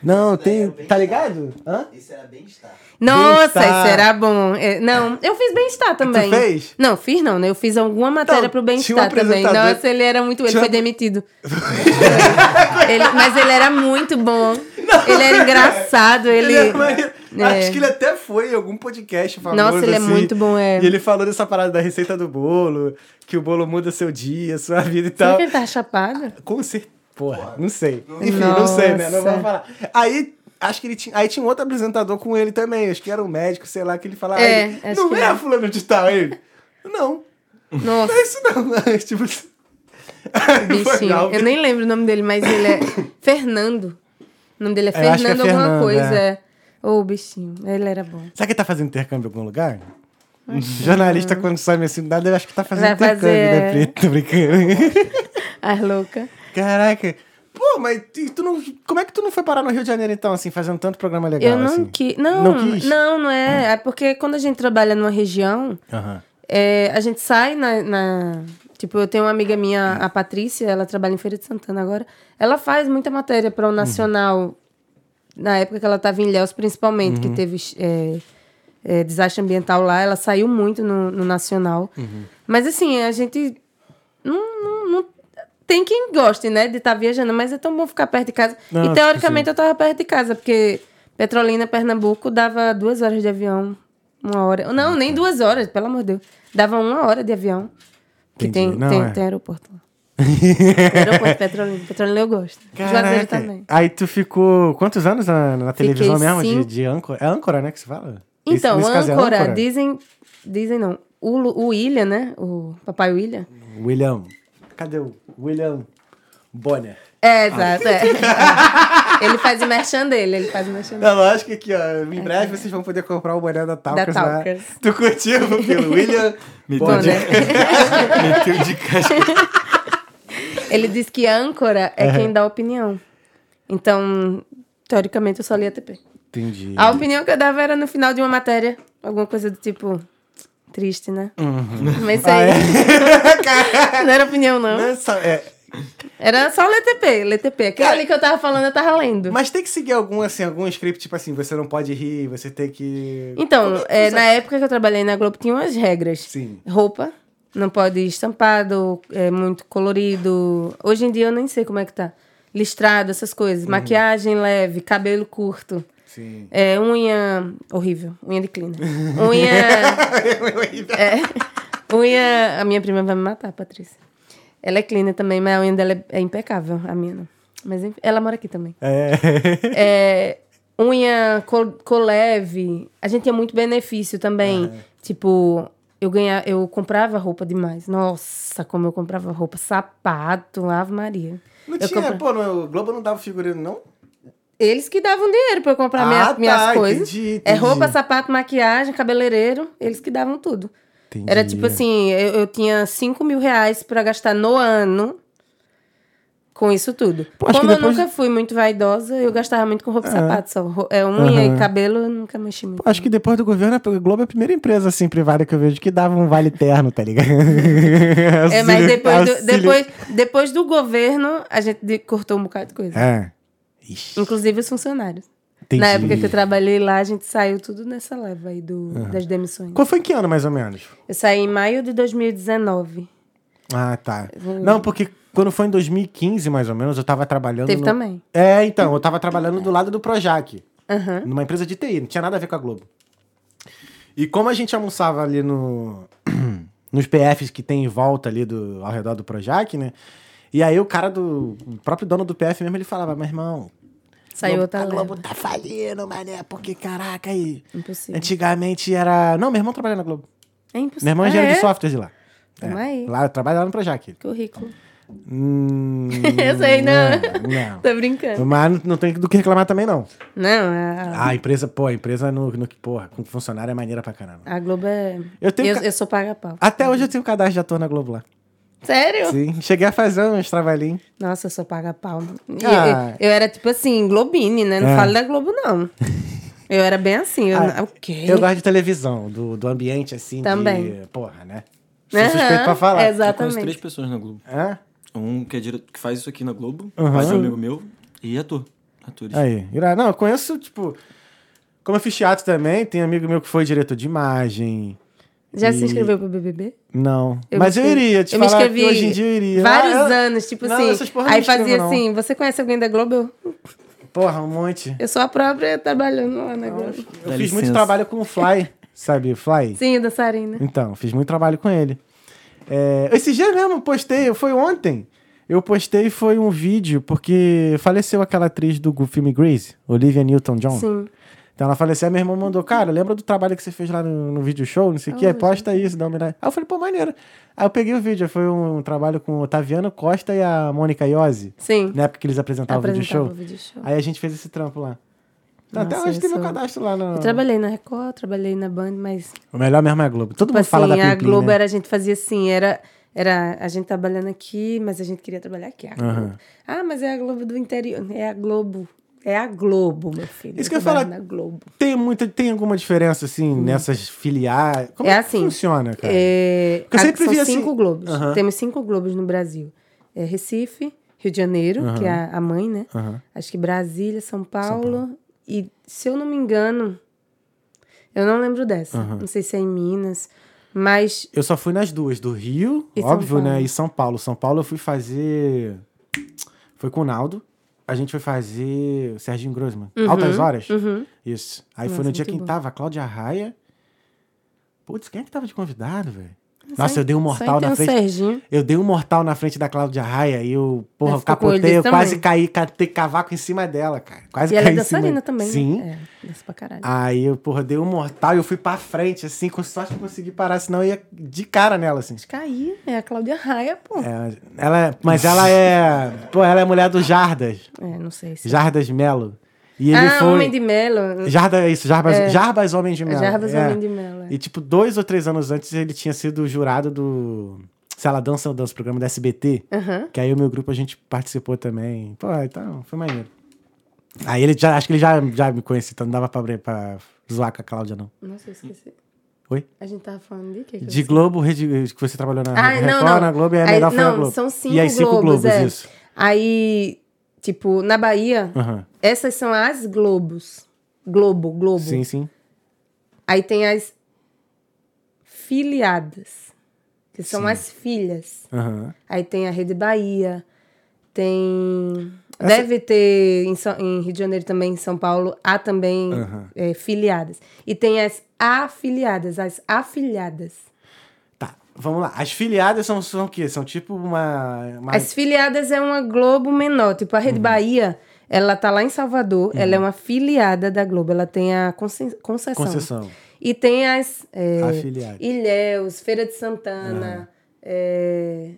Não, tem. Tá ligado? Hã?
Isso era bem-estar.
Nossa,
Bem-estar.
isso era bom. É, não, eu fiz bem-estar também.
fez?
Não, fiz não, né? Eu fiz alguma matéria
Então,
pro
tinha um
bem-estar também.
apresentador-
Nossa, ele era muito. Ele
Tinha
foi
um- [laughs]
demitido. Ele- mas ele era muito bom. ele era engraçado. Ele.
é maneiro.
[laughs] É.
Acho que ele até foi em algum podcast famoso.
Nossa, ele é
assim,
muito bom, é.
E ele falou dessa parada da receita do bolo, que o bolo muda seu dia, sua vida e
Será
tal.
que ele tá chapado?
Com certeza. Porra, não sei. Enfim, não
Nossa.
sei, né? Não vou falar. Aí. Acho que ele tinha. Aí tinha um outro apresentador com ele também. Acho que era um médico, sei lá, que ele falava.
É,
ele,
acho
não
que
é
era.
fulano de tal, aí. ele, Não.
Nossa,
Não é isso não. tipo. assim. [laughs] Foi
bichinho.
mal.
Eu nem lembro o nome dele, mas
[coughs]
ele é. Fernando. O nome dele é
Eu acho que é
Fernando alguma
Fernando,
coisa.
é.
É. Ô, bichinho. Ele era bom.
Será que ele tá fazendo intercâmbio em algum lugar? Jornalista, quando sai minha cidade, eu acho que tá fazendo
Vai fazer,
intercâmbio, né,
é.
Pri? Tô brincando. [laughs]
As louca.
Caraca. Pô, mas e tu não, como é que tu não foi parar no Rio de Janeiro, então, assim, fazendo tanto programa legal?
Eu não
assim?
quis. Não,
Não quis?
não, não é. É porque quando a gente trabalha numa região,
Aham.
é, a gente sai na, na- Tipo, eu tenho uma amiga minha, a Patrícia, ela trabalha em Feira de Santana agora. Ela faz muita matéria para o Nacional, na época que ela estava em Ilhéus, principalmente, que teve é, é, desastre ambiental lá. Ela saiu muito no, no Nacional. Mas assim, a gente. Não, não- não- tem quem goste, né, de estar viajando, mas é tão bom ficar perto de casa.
Não,
e
acho que
teoricamente Então, eu tava perto de casa, porque Petrolina, Pernambuco, dava duas horas de avião, uma hora. Não, nem duas horas, pelo amor de Deus. Dava uma hora de avião. Que
Entendi.
tem,
Não,
tem,
é.
tem aeroporto
[laughs]
lá. Tem aeroporto, Petrolina. Petrolina eu gosto. Juazeiro também.
Aí tu ficou quantos anos na, na televisão mesmo?
cinco-
De, de âncora? É âncora, né, que se fala?
Então,
Nesse- nesse caso é
âncora, dizem. Dizem não. O, Lu- o William, né? O papai William.
William. Cadê o William Bonner?
É, exato.
[laughs]
é. ele faz o merchan dele, ele faz o merchan dele.
É lógico que ó, em breve vocês vão poder comprar o boné da Talkers. né? lá.
Talkers.
Tu curtiu,
[laughs]
filho? William
Me deu, de...
Bonner.
Bonner.
[laughs]
Ah.
Meteu de casca.
Ele diz que âncora é quem dá opinião. Então, teoricamente, eu só li ATP.
Entendi.
A opinião que eu dava era no final de uma matéria. Alguma coisa do tipo. Triste, né? Mas
Ah,
isso aí.
é?
[laughs] não era opinião, não.
Nessa- é,
Era só LTP, LTP. Aquilo ali que eu tava falando, eu tava lendo.
mas tem que seguir algum, assim, algum script, tipo assim, você não pode rir, você tem que.
Então, é, na época que eu trabalhei na Globo, tinha umas regras.
Sim.
Roupa, não pode estampado, é muito colorido. Hoje em dia eu nem sei como é que tá. Listrado, essas coisas.
Uhum.
Maquiagem leve, cabelo curto.
Sim.
É, unha. Horrível. Unha de clina.
[laughs]
Unha. é, unha. A minha prima vai me matar, Patrícia. Ela é clina também, mas a unha dela é, é impecável, a minha não. Mas enfim, ela mora aqui também.
É.
É, unha co- coleve. A gente tinha muito benefício também.
É.
Tipo, eu ganha, eu comprava roupa demais. Nossa, como eu comprava roupa. Sapato, Ave Maria.
Não
eu
tinha,
compra-
pô, não, o Globo não dava figurino, não?
Eles que davam dinheiro pra eu comprar
Ah,
minha-
tá,
minhas coisas.
entendi,
É
entendi.
roupa, sapato, maquiagem, cabeleireiro. Eles que davam tudo.
Entendi.
Era tipo assim, eu, eu tinha 5 mil reais pra gastar no ano com isso tudo.
Pô, acho que
Como eu
depois-
nunca fui muito vaidosa, eu gastava muito com roupa e sapato só. Ro- É, unha
Aham.
e cabelo eu nunca mexi muito.
Acho que depois do governo, a Globo é a primeira empresa, assim, privada que eu vejo que dava um vale terno, tá ligado?
[laughs] É, mas depois do,
Auxílio-
depois, depois do governo, a gente de- cortou um bocado de coisa.
É. Ixi,
Inclusive os funcionários.
entendi.
Na época que eu trabalhei lá, a gente saiu tudo nessa leva aí do, das demissões.
Qual foi em que ano, mais ou menos?
Eu saí em maio de 2019.
Ah, tá. Não, porque quando foi em 2015, mais ou menos, eu tava trabalhando.
Teve
no-
também.
É, então, eu tava trabalhando do lado do Projac,
Aham.
numa empresa de TI, não tinha nada a ver com a Globo. E como a gente almoçava ali no [clears throat] nos PFs que tem em volta ali do ao redor do Projac, né? E aí o cara do o próprio dono do PF mesmo, ele falava: "Meu irmão,
Saiu
Globo-
outra
a Globo
leva.
tá falindo, mané, porque caraca aí.
Impossível.
Antigamente era, não, meu irmão trabalha na Globo.
É impossível.
Meu irmão é
Ah,
engenheiro
é?
de É. software de lá.
Tamo aí.
Lá eu trabalho lá no Projac.
Currículo.
Hum,
[laughs] Eu sei, não.
Não.
[laughs] Tô brincando.
Mas não- não tem do que reclamar também, não.
Não, a,
Ah, a empresa, pô, a empresa no, no porra, com funcionário é maneira pra caramba.
a Globo é.
Eu
Eu,
tenho
eu,
ca-
sou paga-pau.
Até hoje eu tenho cadastro de ator na Globo lá.
Sério?
Sim. Cheguei a fazer uns trabalhinhos.
Nossa, eu sou paga-pau. E
Ah.
Eu, eu era tipo assim, Globine, né? Não
É.
falo da
[laughs]
Globo, não. Eu era bem assim. Eu,
Ah,
o quê?
Eu gosto de televisão, do, do ambiente assim de.
Também.
Porra, né? Sou
Aham,
suspeito pra falar.
Eu conheço três
Exatamente.
pessoas na Globo.
Hã?
Um que, é dire... que faz isso aqui na Globo,
Aham.
faz um amigo meu e ator. Atores.
Aí, irado. Não, eu conheço, tipo. Como eu fiz teatro também, tem amigo meu que foi diretor de imagem.
Já se
E-
inscreveu pro BBB?
Não.
Eu me
Mas eu
inscrevi-
iria, te
eu me
falar que
inscrevi
hoje em dia eu iria.
Vários
Ah, eu-
anos, tipo
Não, essas
assim.
porra eu não
Aí
me inscrevo,
fazia
não.
assim: você conhece alguém da Globo? Eu,
Porra, um monte.
eu sou a própria trabalhando lá na Globo.
Eu
Dá
fiz muito
licença.
trabalho com o
[laughs]
Fly, sabe? Fly.
Sim, dançarina.
Então, fiz muito trabalho com ele. É, esse dia mesmo, postei, foi ontem. Eu postei, foi um vídeo, porque faleceu aquela atriz do gu- filme Grace, Olivia Newton-John.
Sim.
Então ela faleceu, aí meu irmão mandou, cara, lembra do trabalho que você fez lá no, no vídeo show, não sei o que, posta isso, dá uma homenagem. Aí eu falei, pô, maneiro. Aí eu peguei o vídeo, foi um trabalho com o Otaviano Costa e a Mônica Iose,
Sim.
na época que eles apresentavam o vídeo show.
Apresentava
Ah.
Tá o vídeo show.
Aí a gente fez esse trampo lá. Então,
Nossa,
até hoje
eu
tem meu
sou-
cadastro lá no...
Eu trabalhei na Record, trabalhei na Band, mas
O melhor mesmo é a Globo. Todo
Tipo
mundo
assim,
fala da
a
Plim Plim,
Globo
né?
era, a gente fazia assim, era, era a gente trabalhando aqui, mas a gente queria trabalhar aqui. a Globo.
Aham.
Ah, mas é a Globo do interior. É a Globo. É a Globo, meu filho.
Isso que eu ia
trabalho
falar.
Na Globo.
Tem, muita, tem alguma diferença, assim, nessas filiais? Como
Hum. É
que
assim,
funciona, cara?
É,
Porque eu
a-
sempre
são
vi assim-
cinco Globos.
Aham.
Temos cinco Globos no Brasil. É Recife, Rio de Janeiro, que é a, a mãe, né?
Aham.
Acho que Brasília, São Paulo, E se eu não me engano, eu não lembro dessa. Não sei se é em Minas, mas
Eu só fui nas duas, do Rio,
E São
óbvio, né?
Paulo.
E São Paulo. São Paulo eu fui fazer... Foi com o Naldo. A gente foi fazer o Serginho Grossman. Altas Horas? Isso. Aí foi
Uhum. Nossa,
no dia
muito
quem
bom.
tava, a Cláudia Raia. Putz, quem é que tava de convidado, velho? Nossa, eu dei um mortal
Só tem
na
um
frente.
Serginho.
Eu dei um mortal na frente da Cláudia Raia e eu, porra,
Ela
eu
ficou com o olho
capotei, eu
desse
quase
tamanho.
caí, catei cavaco em cima dela, cara. Quase
E ela
caí
é
em cima-
dançarina também, né?
Sim.
É, dança pra caralho.
Aí eu, porra, dei um mortal e eu fui pra frente, assim, com sorte que eu consegui parar, senão eu ia de cara nela, assim.
Caí, é a Cláudia Raia, pô. É,
É, ela, mas ela é. Pô, ela é mulher do Jardas.
É, não sei se...
Jardas Melo. E ele
ah,
foi.
Homem de Melo.
Jardas, é isso, Jarbas, Jarbas Homem de Melo.
Jarbas
é.
Homem de Melo. é.
E, tipo, dois ou três anos antes, ele tinha sido jurado do. Sei lá, dança ou dança, programa da SBT.
Aham.
Que aí o meu grupo a gente participou também. Pô, então, foi maneiro. Aí ele já, acho que ele já, já me conhecia, então não dava pra, abrir- pra zoar com a Cláudia, não.
Nossa, eu esqueci.
Oi?
A gente tava falando de quê? que eu
De
esqueci?
Globo, Rede, que você trabalhou na
Ah,
Record,
não, não.
na Globo, e a
Aí-
melhor foi na
não,
Globo.
são cinco
e aí, cinco
Globos,
Globos,
é.
isso.
Aí, tipo, na Bahia,
Aham.
essas são as Globos. Globo, Globo.
Sim, sim.
Aí tem as filiadas, que são
Sim.
as filhas.
Aham.
Aí tem a Rede Bahia, tem.
Essa-
Deve ter em, São- em Rio de Janeiro também, em São Paulo, há também
Aham.
eh, filiadas. E tem as afiliadas, as afiliadas.
Tá, vamos lá. As filiadas são, são o quê? São tipo uma. uma-
As filiadas é uma Globo menor. Tipo, a Rede
Uhum.
Bahia, ela tá lá em Salvador, ela é uma filiada da Globo, ela tem a conce- concessão.
Concessão.
E tem as. eh,
Afiliadas.
Ilhéus, Feira de Santana.
Ah.
eh,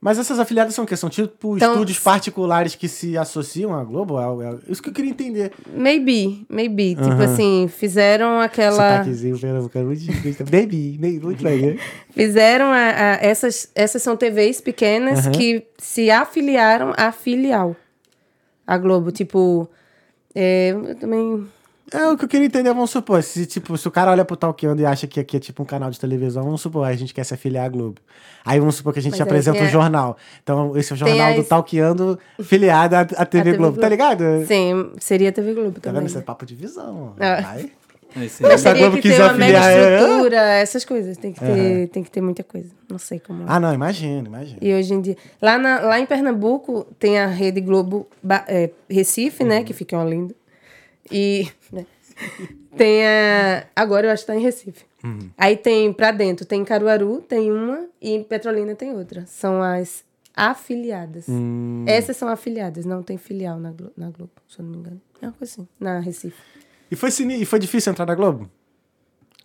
Mas essas afiliadas são o quê? São tipo
Então,
estúdios
s-
particulares que se associam à Globo? É- é- Isso que eu queria entender.
Maybe, maybe. Tipo
Aham. tá
assim, fizeram aquela.
Sotaquezinho pernambucano muito difícil. Baby, baby, muito legal.
Fizeram a, a- essas, essas são TVs pequenas
Aham.
que se afiliaram à filial. A Globo, tipo. é, eu também.
É o que eu queria entender, vamos supor. Se, tipo, se o cara olha pro Talkando e acha que aqui é tipo um canal de televisão, vamos supor, a gente quer se afiliar à Globo. Aí vamos supor que a gente
Mas aí
apresenta
tem
um
a-
jornal. Então, esse é o
Tem
jornal do
as-
Talkando filiado à,
[laughs]
à TV,
TV
Globo, tá
Globo.
ligado?
Sim, seria a TV Globo
Tá
também.
vendo? Isso é
né?
papo de visão. ó.
Ah.
Vai.
É isso
Mas
aí.
se a
Teria
Globo
que ter
quiser
uma mega
afiliar, é-
estrutura, essas coisas. Tem que, ter, tem que ter muita coisa. Não sei como. é.
Ah, não, imagina, imagina.
E hoje em dia. Lá, na- lá em Pernambuco tem a Rede Globo Ba- é, Recife, né? Que fica em Olinda. E né, tem a. Agora eu acho que tá em Recife. Aí tem pra dentro, tem em Caruaru, tem uma, e em Petrolina tem outra. São as afiliadas. Essas são afiliadas, não tem filial na Globo, na Globo se eu não me engano. É uma coisa assim, na Recife.
E foi, sini- e foi difícil entrar na Globo?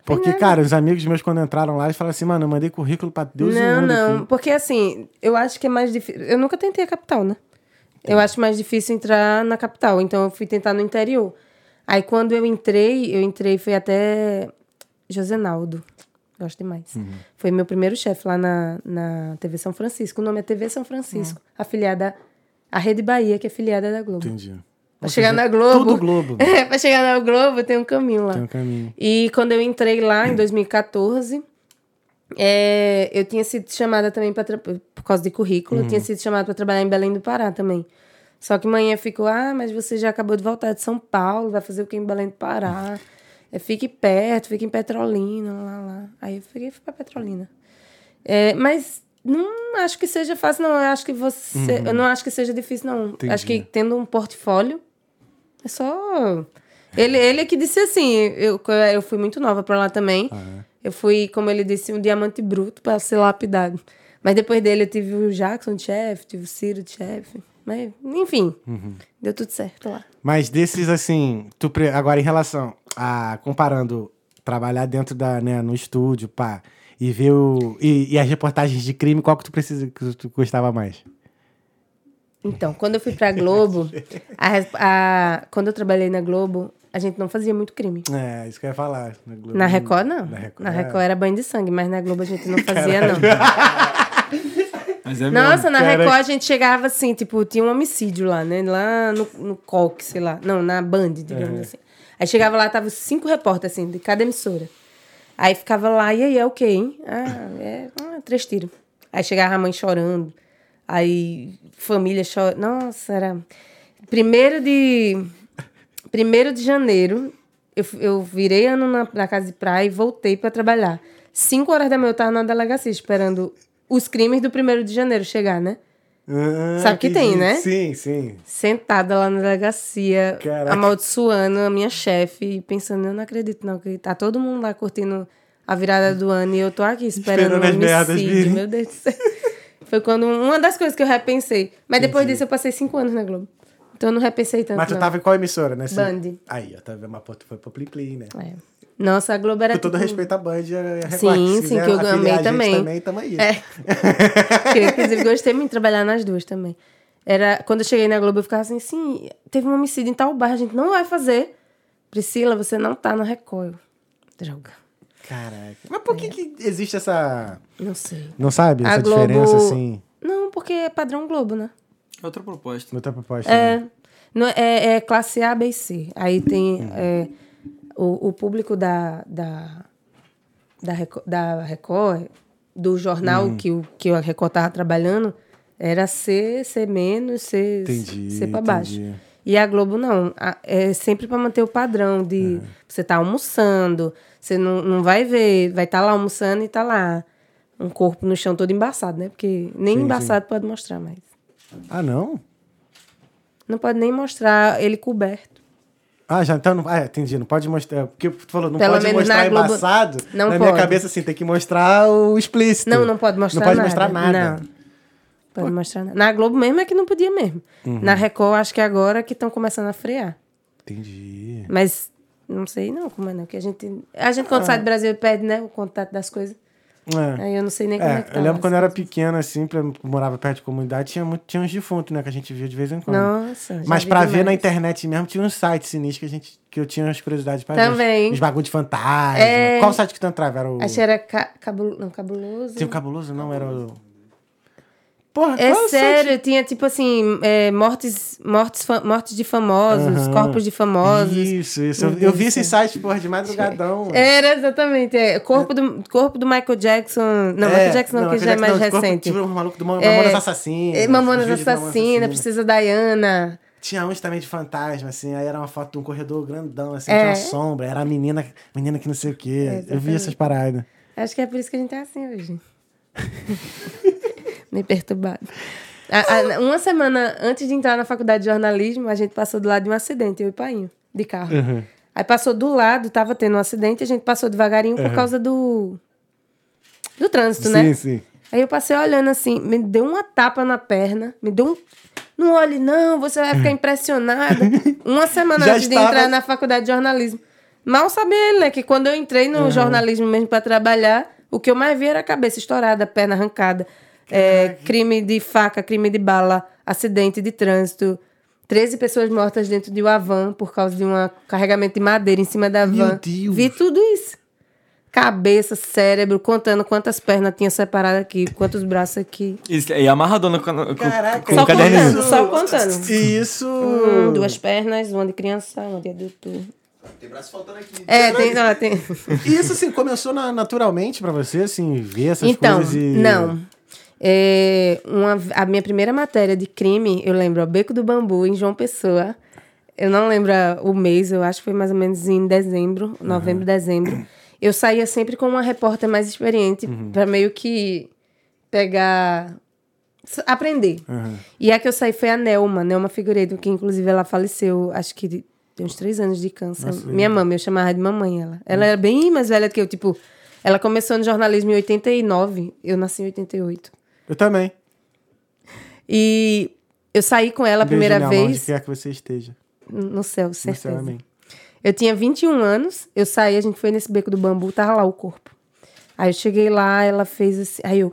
Porque, cara, os amigos meus quando entraram lá, eles falaram assim, mano, eu mandei currículo pra Deus e
não,
mundo aqui.
não, porque assim, eu acho que é mais difícil. Eu nunca tentei a capital, né?
É.
Eu acho mais difícil entrar na capital, então eu fui tentar no interior. Aí quando eu entrei, eu entrei, foi até Josenaldo. Gosto demais.
Uhum.
Foi meu primeiro chefe lá na, na TV São Francisco. O nome é TV São Francisco,
É.
afiliada à Rede Bahia, que é afiliada da Globo.
Entendi.
Pra
Ou
chegar
seja,
na Globo.
Tudo Globo.
[laughs] É, pra chegar na Globo tem um caminho lá.
Tem um caminho.
E quando eu entrei lá, em 2014, é, eu tinha sido chamada também para por causa de currículo, eu
Hum.
tinha sido chamada para trabalhar em Belém do Pará também. Só que manhã ficou, ah, mas você já acabou de voltar de São Paulo, vai fazer o que em Belém do Pará? É, fique perto, fique em Petrolina, lá, lá. Aí eu fiquei fui pra Petrolina. É, mas não acho que seja fácil, não. Eu acho que você. Eu não acho que seja difícil, não.
Entendi.
Acho que tendo um portfólio, é só. Ele, ele é que disse assim, eu, eu fui muito nova pra lá também. Eu fui, como ele disse, um diamante bruto pra ser lapidado. Mas depois dele eu tive o Jackson de chefe, tive o Ciro de chefe. Mas, enfim, deu tudo certo lá.
Mas desses, assim, tu pre- agora em relação a. Comparando trabalhar dentro da. Né, no estúdio, pá, e ver o. E, e as reportagens de crime, qual que tu precisa que tu gostava mais?
Então, quando eu fui pra Globo, a res- a- quando eu trabalhei na Globo, a gente não fazia muito crime.
É, isso que eu ia falar. Na, Globo,
Na Record, não.
Na Record, Ah.
era banho de sangue, mas na Globo a gente não fazia,
Mas é
não. Nossa, na
Cara.
Record a gente chegava assim, tipo, tinha um homicídio lá, né? Lá no, no Coque, sei lá. Não, na Band, digamos assim. Aí chegava lá, tava os cinco repórteres, assim, de cada emissora. Aí ficava lá, e aí, é o quê, hein? Ah, é ah, três tiros. Aí chegava a mãe chorando. Aí família chorando. Nossa, era... Primeiro de... Primeiro de janeiro, eu, f- eu virei ano na, na casa de praia e voltei pra trabalhar. Cinco horas da manhã eu tava na delegacia esperando os crimes do primeiro de janeiro chegar, né?
Ah,
Sabe que tem,
entendi.
né?
Sim, sim.
Sentada lá na delegacia,
Caraca.
amaldiçoando a minha chefe e pensando, eu não acredito não, que tá todo mundo lá curtindo a virada do ano e eu tô aqui esperando,
Esperando as
um
merdas
homicídio.
virem.
Meu Deus do céu. [laughs] Foi quando um, uma das coisas que eu repensei. Mas depois disso eu passei cinco anos na Globo. Então eu não repensei tanto.
Mas tu
não.
tava em qual emissora, né?
Band.
Aí, ó, tá vendo? Mas pô, tu foi pro Plim Plim, né?
É. Nossa, a Globo era.
Com todo
tipo-
respeito à Band e a Record.
Sim,
Se
sim,
quiser
que eu
afiliar
amei
a gente
também.
também tamo aí.
É. [laughs] Que eu, inclusive, gostei muito de trabalhar nas duas também. Era, quando eu cheguei na Globo, eu ficava assim, sim, teve um homicídio em tal bairro, a gente não vai fazer. Priscila, você não tá no Record. Droga.
Caraca. Mas por que, que existe essa.
Não sei.
Não sabe?
A
essa
Globo-
diferença, assim?
Não, porque é padrão Globo, né?
É outra proposta.
Outra proposta.
É,
né?
não, é, é classe A, B e C. Aí tem
Hum.
é, o, o público da, da, da, Record, da Record, do jornal
Hum.
que, o, que a Record estava trabalhando, era C, C menos, C,
Entendi,
C para baixo.
entendi.
E a Globo não. A- É sempre para manter o padrão
É.
de você tá almoçando, você não, não vai ver, vai estar lá almoçando e tá lá um corpo no chão todo embaçado, né? Porque nem
Sim, sim.
embaçado pode mostrar mais.
Ah, não?
Não pode nem mostrar ele coberto.
Ah, já então. Não... Ah, entendi. Não pode mostrar. Porque tu falou, não
Pelo
pode
menos
mostrar
na Globo-
embaçado.
Não
na minha
pode.
cabeça, assim, tem que mostrar o explícito.
Não, não pode mostrar
Tipo, Não pode mostrar
nada.
nada.
Não. Pode mostrar nada. Na Globo mesmo é que não podia mesmo.
Uhum.
Na Record, acho que é agora que estão começando a frear.
Entendi.
Mas não sei não como é não. Que a gente, a gente quando sai do Brasil perde, né, o contato das coisas.
Ah. É.
Aí eu não sei nem como é, que
É,
tá.
eu lembro
lá.
quando eu era pequeno, assim, pra, morava perto de comunidade, tinha, muito, tinha uns defuntos, né? Que a gente via de vez em quando.
Nossa, já
Mas
vi
pra ver na
demais.
internet mesmo, tinha um site sinistro que, a gente, que eu tinha umas curiosidades pra ver.
Também.
Os bagulho de fantasma.
É.
Qual site que tu entrava? Era o.
Acho que era ca cabulo- não, cabuloso.
Tinha o cabuloso? Não, era o. Porra,
É
qual o
sério, tinha tipo assim, é, mortes, mortes, fa- mortes de famosos,
Aham.
corpos de famosos.
Site? Isso, isso. Eu,
Meu
eu
Deus
vi
do É,
esse site, porra, de madrugadão.
Era exatamente. é, corpo, do, corpo do Michael Jackson. Não, Michael Jackson não, que já é mais recente.
Tipo, o maluco do Mam-
É,
Mamonas Assassinas.
É, Mamonas
os vídeos do
Assassina, Princesa Diana.
Tinha uns também de fantasma, assim, aí era uma foto de um corredor grandão, assim,
É.
tinha uma sombra, era a menina, menina que não sei o quê. eu vi essas paradas.
Acho que é por isso que a gente tá assim [laughs] hoje. Meio perturbado. A- a- uma semana antes de entrar na faculdade de jornalismo, a gente passou do lado de um acidente, eu e o Painho, de carro. Aí passou do lado, tava tendo um acidente, a gente passou devagarinho por causa do. do trânsito,
Sim,
né?
sim.
Aí eu passei olhando assim, me deu uma tapa na perna, me deu um. Não olhe, não, você vai ficar impressionada.
[laughs]
Uma semana
Já
antes de
estava-
entrar na faculdade de jornalismo. Mal sabia ele, né? Que quando eu entrei no
Uhum.
jornalismo mesmo para trabalhar, o que eu mais vi era a cabeça estourada, a perna arrancada, é, crime de faca, crime de bala, acidente de trânsito. 13 pessoas mortas dentro de uma van por causa de um carregamento de madeira em cima da
Meu
van.
Deus.
Vi tudo isso cabeça, cérebro, contando quantas pernas tinha separado aqui, quantos braços aqui.
Isso, e amarradona com, com,
Caraca,
com
Só
o um caderninho.
contando, só contando.
E isso.
Hum, duas pernas, uma de criança, uma de adulto.
Tem braço faltando aqui.
É, tem, ó, tem.
E isso, assim, começou na- naturalmente pra você, assim, ver essas
Então,
coisas e...
não. É, uma, a minha primeira matéria de crime, eu lembro, ó, Beco do Bambu, em João Pessoa. Eu não lembro a- o mês, eu acho que foi mais ou menos em dezembro, novembro, dezembro. Eu saía sempre com uma repórter mais experiente
Uhum.
pra meio que pegar. s- aprender. E a que eu saí foi a Nelma, Nelma Figueiredo, que inclusive ela faleceu, acho que de- tem uns três anos de câncer. Minha mãe, eu chamava de mamãe ela. Ela era bem mais velha do que eu, tipo, ela começou no jornalismo em 89, eu nasci em 88.
Eu também.
E eu saí com ela a
Beijo,
primeira
Nelma, Onde
vez
quer que você esteja.
no céu,
No céu,
certeza.
amém.
Eu tinha 21 anos, eu saí, a gente foi nesse beco do bambu, tava lá o corpo. Aí eu cheguei lá, ela fez assim, aí eu,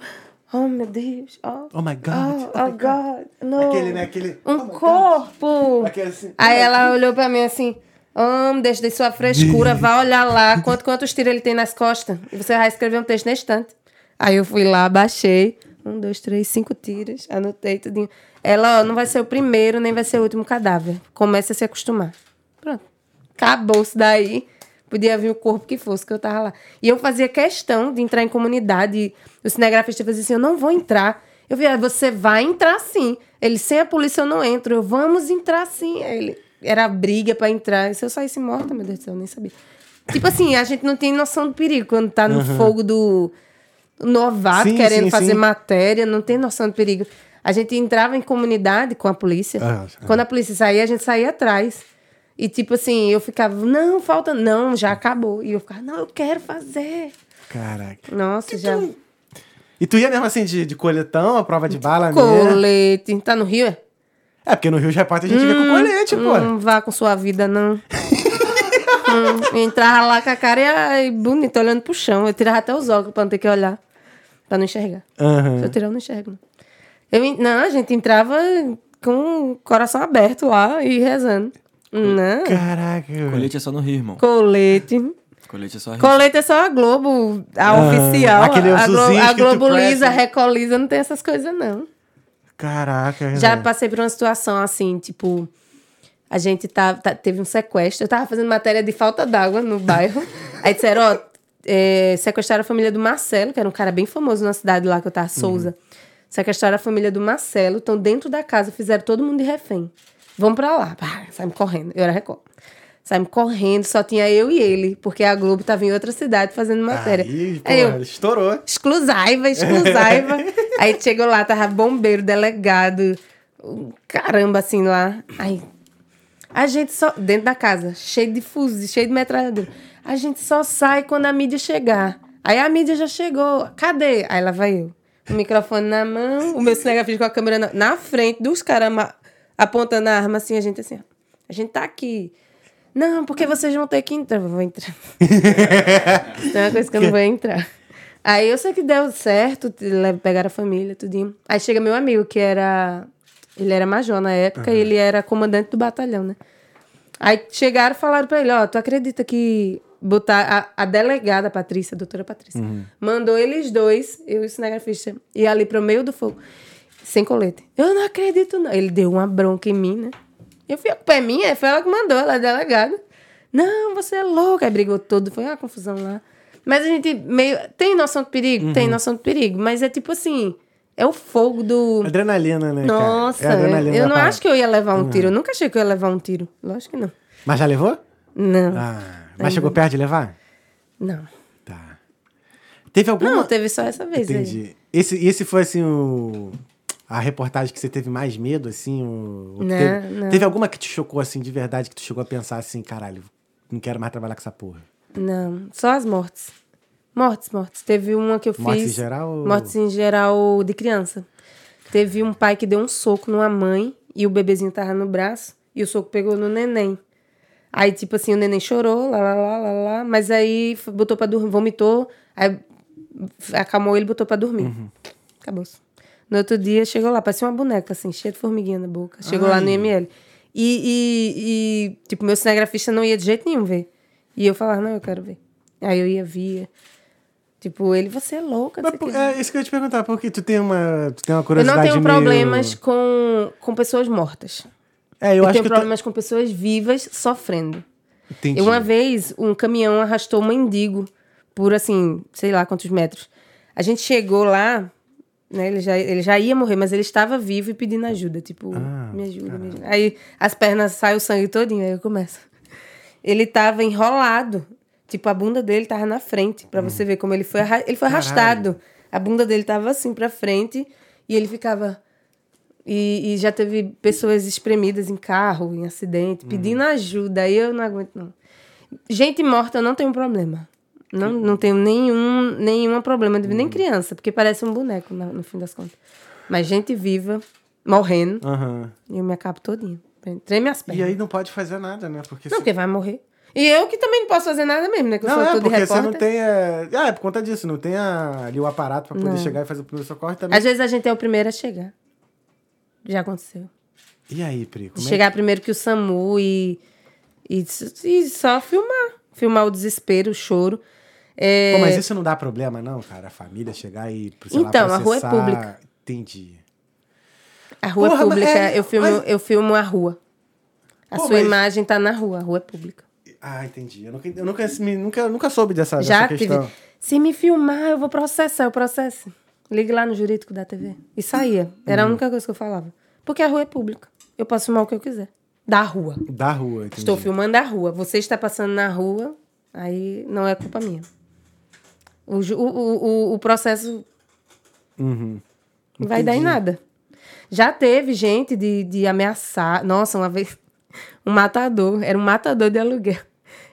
oh meu Deus, oh,
Oh my God.
oh, oh God, no.
Aquele, né? Aquele...
Um corpo!
Aquele assim,
Aí ela olhou pra mim assim: Hum, deixa de sua frescura, vá olhar lá quanto, quantos tiros ele tem nas costas. E você vai escrever um texto na estante. Aí eu fui lá, baixei. Um, dois, três, cinco tiros, anotei tudinho. Ela, ó, não vai ser o primeiro, nem vai ser o último cadáver. Comece a se acostumar. Pronto. Acabou-se daí. Podia vir o corpo que fosse, que eu tava lá. E eu fazia questão de entrar em comunidade. O cinegrafista fazia assim: eu não vou entrar. Eu via, você vai entrar sim. Ele, sem a polícia eu não entro. Eu, vamos entrar sim. Aí ele, era briga pra entrar. E se eu saísse morta, meu Deus do céu, eu nem sabia. Tipo assim, a gente não tem noção do perigo quando tá no fogo do novato
Sim,
querendo
sim,
fazer
sim.
matéria, não tem noção do perigo. A gente entrava em comunidade com a polícia.
Ah, ah.
Quando a polícia saía, a gente saía atrás. E tipo assim, eu ficava, não, falta, não, já acabou. E eu ficava, não, eu quero fazer.
Caraca.
Nossa, já.
E tu ia mesmo assim de, de coletão, a prova de bala mesmo?
Colete. Tá no Rio? É?
É, porque no Rio de Repórter a gente vê
Hum,
com colete, pô.
Não vá com sua vida, não. hum, eu entrava lá com a cara e a- e bonita, olhando pro chão. Eu tirava até os óculos pra não ter que olhar. Pra não enxergar.
Aham.
Se eu tirar, eu não enxergo. não. Eu, en- não, a gente entrava com o coração aberto lá e rezando. Não.
Caraca, velho.
Colete é só no Rio, irmão.
Colete.
Colete é só Rio.
Colete é só a Globo, a
Ah,
oficial.
aquele
a, Glo
azulzinho
a
escrito
Globo
press,
lisa,
né?
recolisa, não tem essas coisas, não.
Caraca,
Já
velho.
passei por uma situação assim, tipo. A gente tá, tá- teve um sequestro. Eu tava fazendo matéria de falta d'água
[laughs]
no bairro. Aí disseram, ó, é, sequestraram a família do Marcelo, que era um cara bem famoso na cidade lá que eu tava,
Uhum.
Souza. Sequestraram a família do Marcelo, estão dentro da casa, fizeram todo mundo de refém. Vamos pra lá. Pá, Saímos correndo. Eu era Record. Saímos correndo, só tinha eu e ele, porque a Globo tava em outra cidade fazendo matéria.
Aí, pô,
Aí eu,
estourou.
exclusiva, exclusiva. aí chegou lá, tava bombeiro, delegado, um caramba, assim, lá. Aí, a gente só, dentro da casa, cheio de fuzis, cheio de metralhadora. A gente só sai quando a mídia chegar. Aí a mídia já chegou, cadê? Aí lá vai eu. O microfone na mão, o meu cinegrafista com a câmera na, na frente dos caras ma- apontando a arma assim, a gente assim, ó. A gente tá aqui. Não, porque vocês vão ter que entrar. Eu vou entrar. Tem é uma coisa que eu não vou entrar. Aí eu sei que deu certo, te- le- pegaram a família, tudinho. Aí chega meu amigo, que era. Ele era major na época e ele era comandante do batalhão, né? Aí chegaram e falaram pra ele: Ó, tu acredita que botar a, a delegada Patrícia, a doutora Patrícia, mandou eles dois, eu e o cinegrafista, ir ali pro meio do fogo, sem colete. Eu não acredito, não. Ele deu uma bronca em mim, né? Eu fui, a culpa é minha, foi ela que mandou, ela é delegada. Não, você é louca. Aí brigou todo, foi uma confusão lá. Mas a gente meio. Tem noção de perigo?
Uhum.
Tem noção de perigo, mas é tipo assim: é o fogo do.
Adrenalina, né, cara?
Nossa,
É a adrenalina
eu não
da Uhum.
acho que eu ia levar um tiro. Eu nunca achei que eu ia levar um tiro. Lógico que não.
parada. Mas já levou?
Não,
Ah, mas chegou perto de levar?
não.
Tá. Teve alguma...
Não, teve só essa vez aí.
Entendi. Esse, esse foi, assim, o... A reportagem que você teve mais medo, assim? O... o que
Não,
teve...
não.
teve alguma que te chocou, assim, de verdade, que tu chegou a pensar assim, caralho, não quero mais trabalhar com essa porra?
Não, só as mortes. Mortes, mortes. Teve uma que eu
Mortes
fiz.
em geral ou-
Mortes em geral de criança. Teve um pai que deu um soco numa mãe e o bebezinho tava no braço e o soco pegou no neném. Aí, tipo assim, o neném chorou, lá, lá, lá, lá, lá. Mas aí f- botou pra dormir, vomitou. Aí f- acalmou ele e botou pra dormir.
Uhum.
Acabou-se. No outro dia, chegou lá, parecia uma boneca, assim, cheia de formiguinha na boca. Chegou lá no IML. E, e, e, tipo, meu cinegrafista não ia de jeito nenhum ver. E eu falava, não, eu quero ver. Aí eu ia, via. Tipo, ele, você é louca. não
Mas,
sei o
pô,
quê.
é isso que eu ia te perguntar, porque tu tem uma, tu tem uma
eu
curiosidade
não tenho
meio-
problemas com, com pessoas mortas.
É, eu,
Eu,
acho
tenho
que...
problemas com pessoas vivas sofrendo.
Tu... Entendi.
Eu, uma vez, um caminhão arrastou um mendigo por, assim, sei lá quantos metros. A gente chegou lá, né? Ele já, ele já ia morrer, mas ele estava vivo e pedindo ajuda. Tipo,
Ah,
me ajuda, me ajuda. Aí as pernas saem o sangue todinho, aí eu começo. Ele estava enrolado. Tipo, a bunda dele tava na frente, pra você ver como ele foi, arra- ele foi
Hum. Caralho.
arrastado. A bunda dele tava assim pra frente e ele ficava... E, e já teve pessoas espremidas em carro, em acidente, pedindo
Uhum.
ajuda. Aí eu não aguento, não. Gente morta, eu não tenho problema. Não, não tenho nenhum, nenhum problema, de-
Uhum.
nem criança, porque parece um boneco na- no, fim das contas. Mas gente viva, morrendo,
Aham.
eu me acabo todinha. Treme as
Ah. E
pernas.
aí não pode fazer nada, né? Porque
É. não,
se-
porque vai morrer. E eu que também não posso fazer nada mesmo, né? Que eu
Não,
sou
é,
tudo
porque
repórter.
você não tem. É, ah, é por conta disso, não tem a- ali o aparato pra poder
Não.
chegar e fazer o primeiro socorro e também.
Às vezes a gente é o primeiro a chegar. Já aconteceu.
E aí, Pri?
De
Como é?
chegar primeiro que o SAMU e, e, e só filmar. Filmar o desespero, o choro. É,
Pô, mas isso não dá problema, não, cara? A família chegar e. Sei lá,
Então, a rua é
processar.
pública.
Entendi.
A rua
Porra,
é pública,
mas é-
eu, filmo,
mas-
eu filmo a rua. A
Pô,
sua
mas-
imagem tá na rua, a rua é pública.
Ah, entendi. Eu nunca, eu nunca, me- nunca, nunca soube dessa,
Já
dessa questão.
tive. Se me filmar, eu vou processar, eu processo. Ligue lá no jurídico da TV. E saía. Era
Hum.
a única coisa que eu falava. Porque a rua é pública. Eu posso filmar o que eu quiser. Da rua.
Da rua, entendi. [laughs]
Estou filmando a rua. Você está passando na rua, aí não é culpa minha. O, ju- o, o, o- o processo
Uhum.
não vai dar em
Entendi.
nada. Já teve gente de, de ameaçar. Nossa, uma vez, um matador, era um matador de aluguel.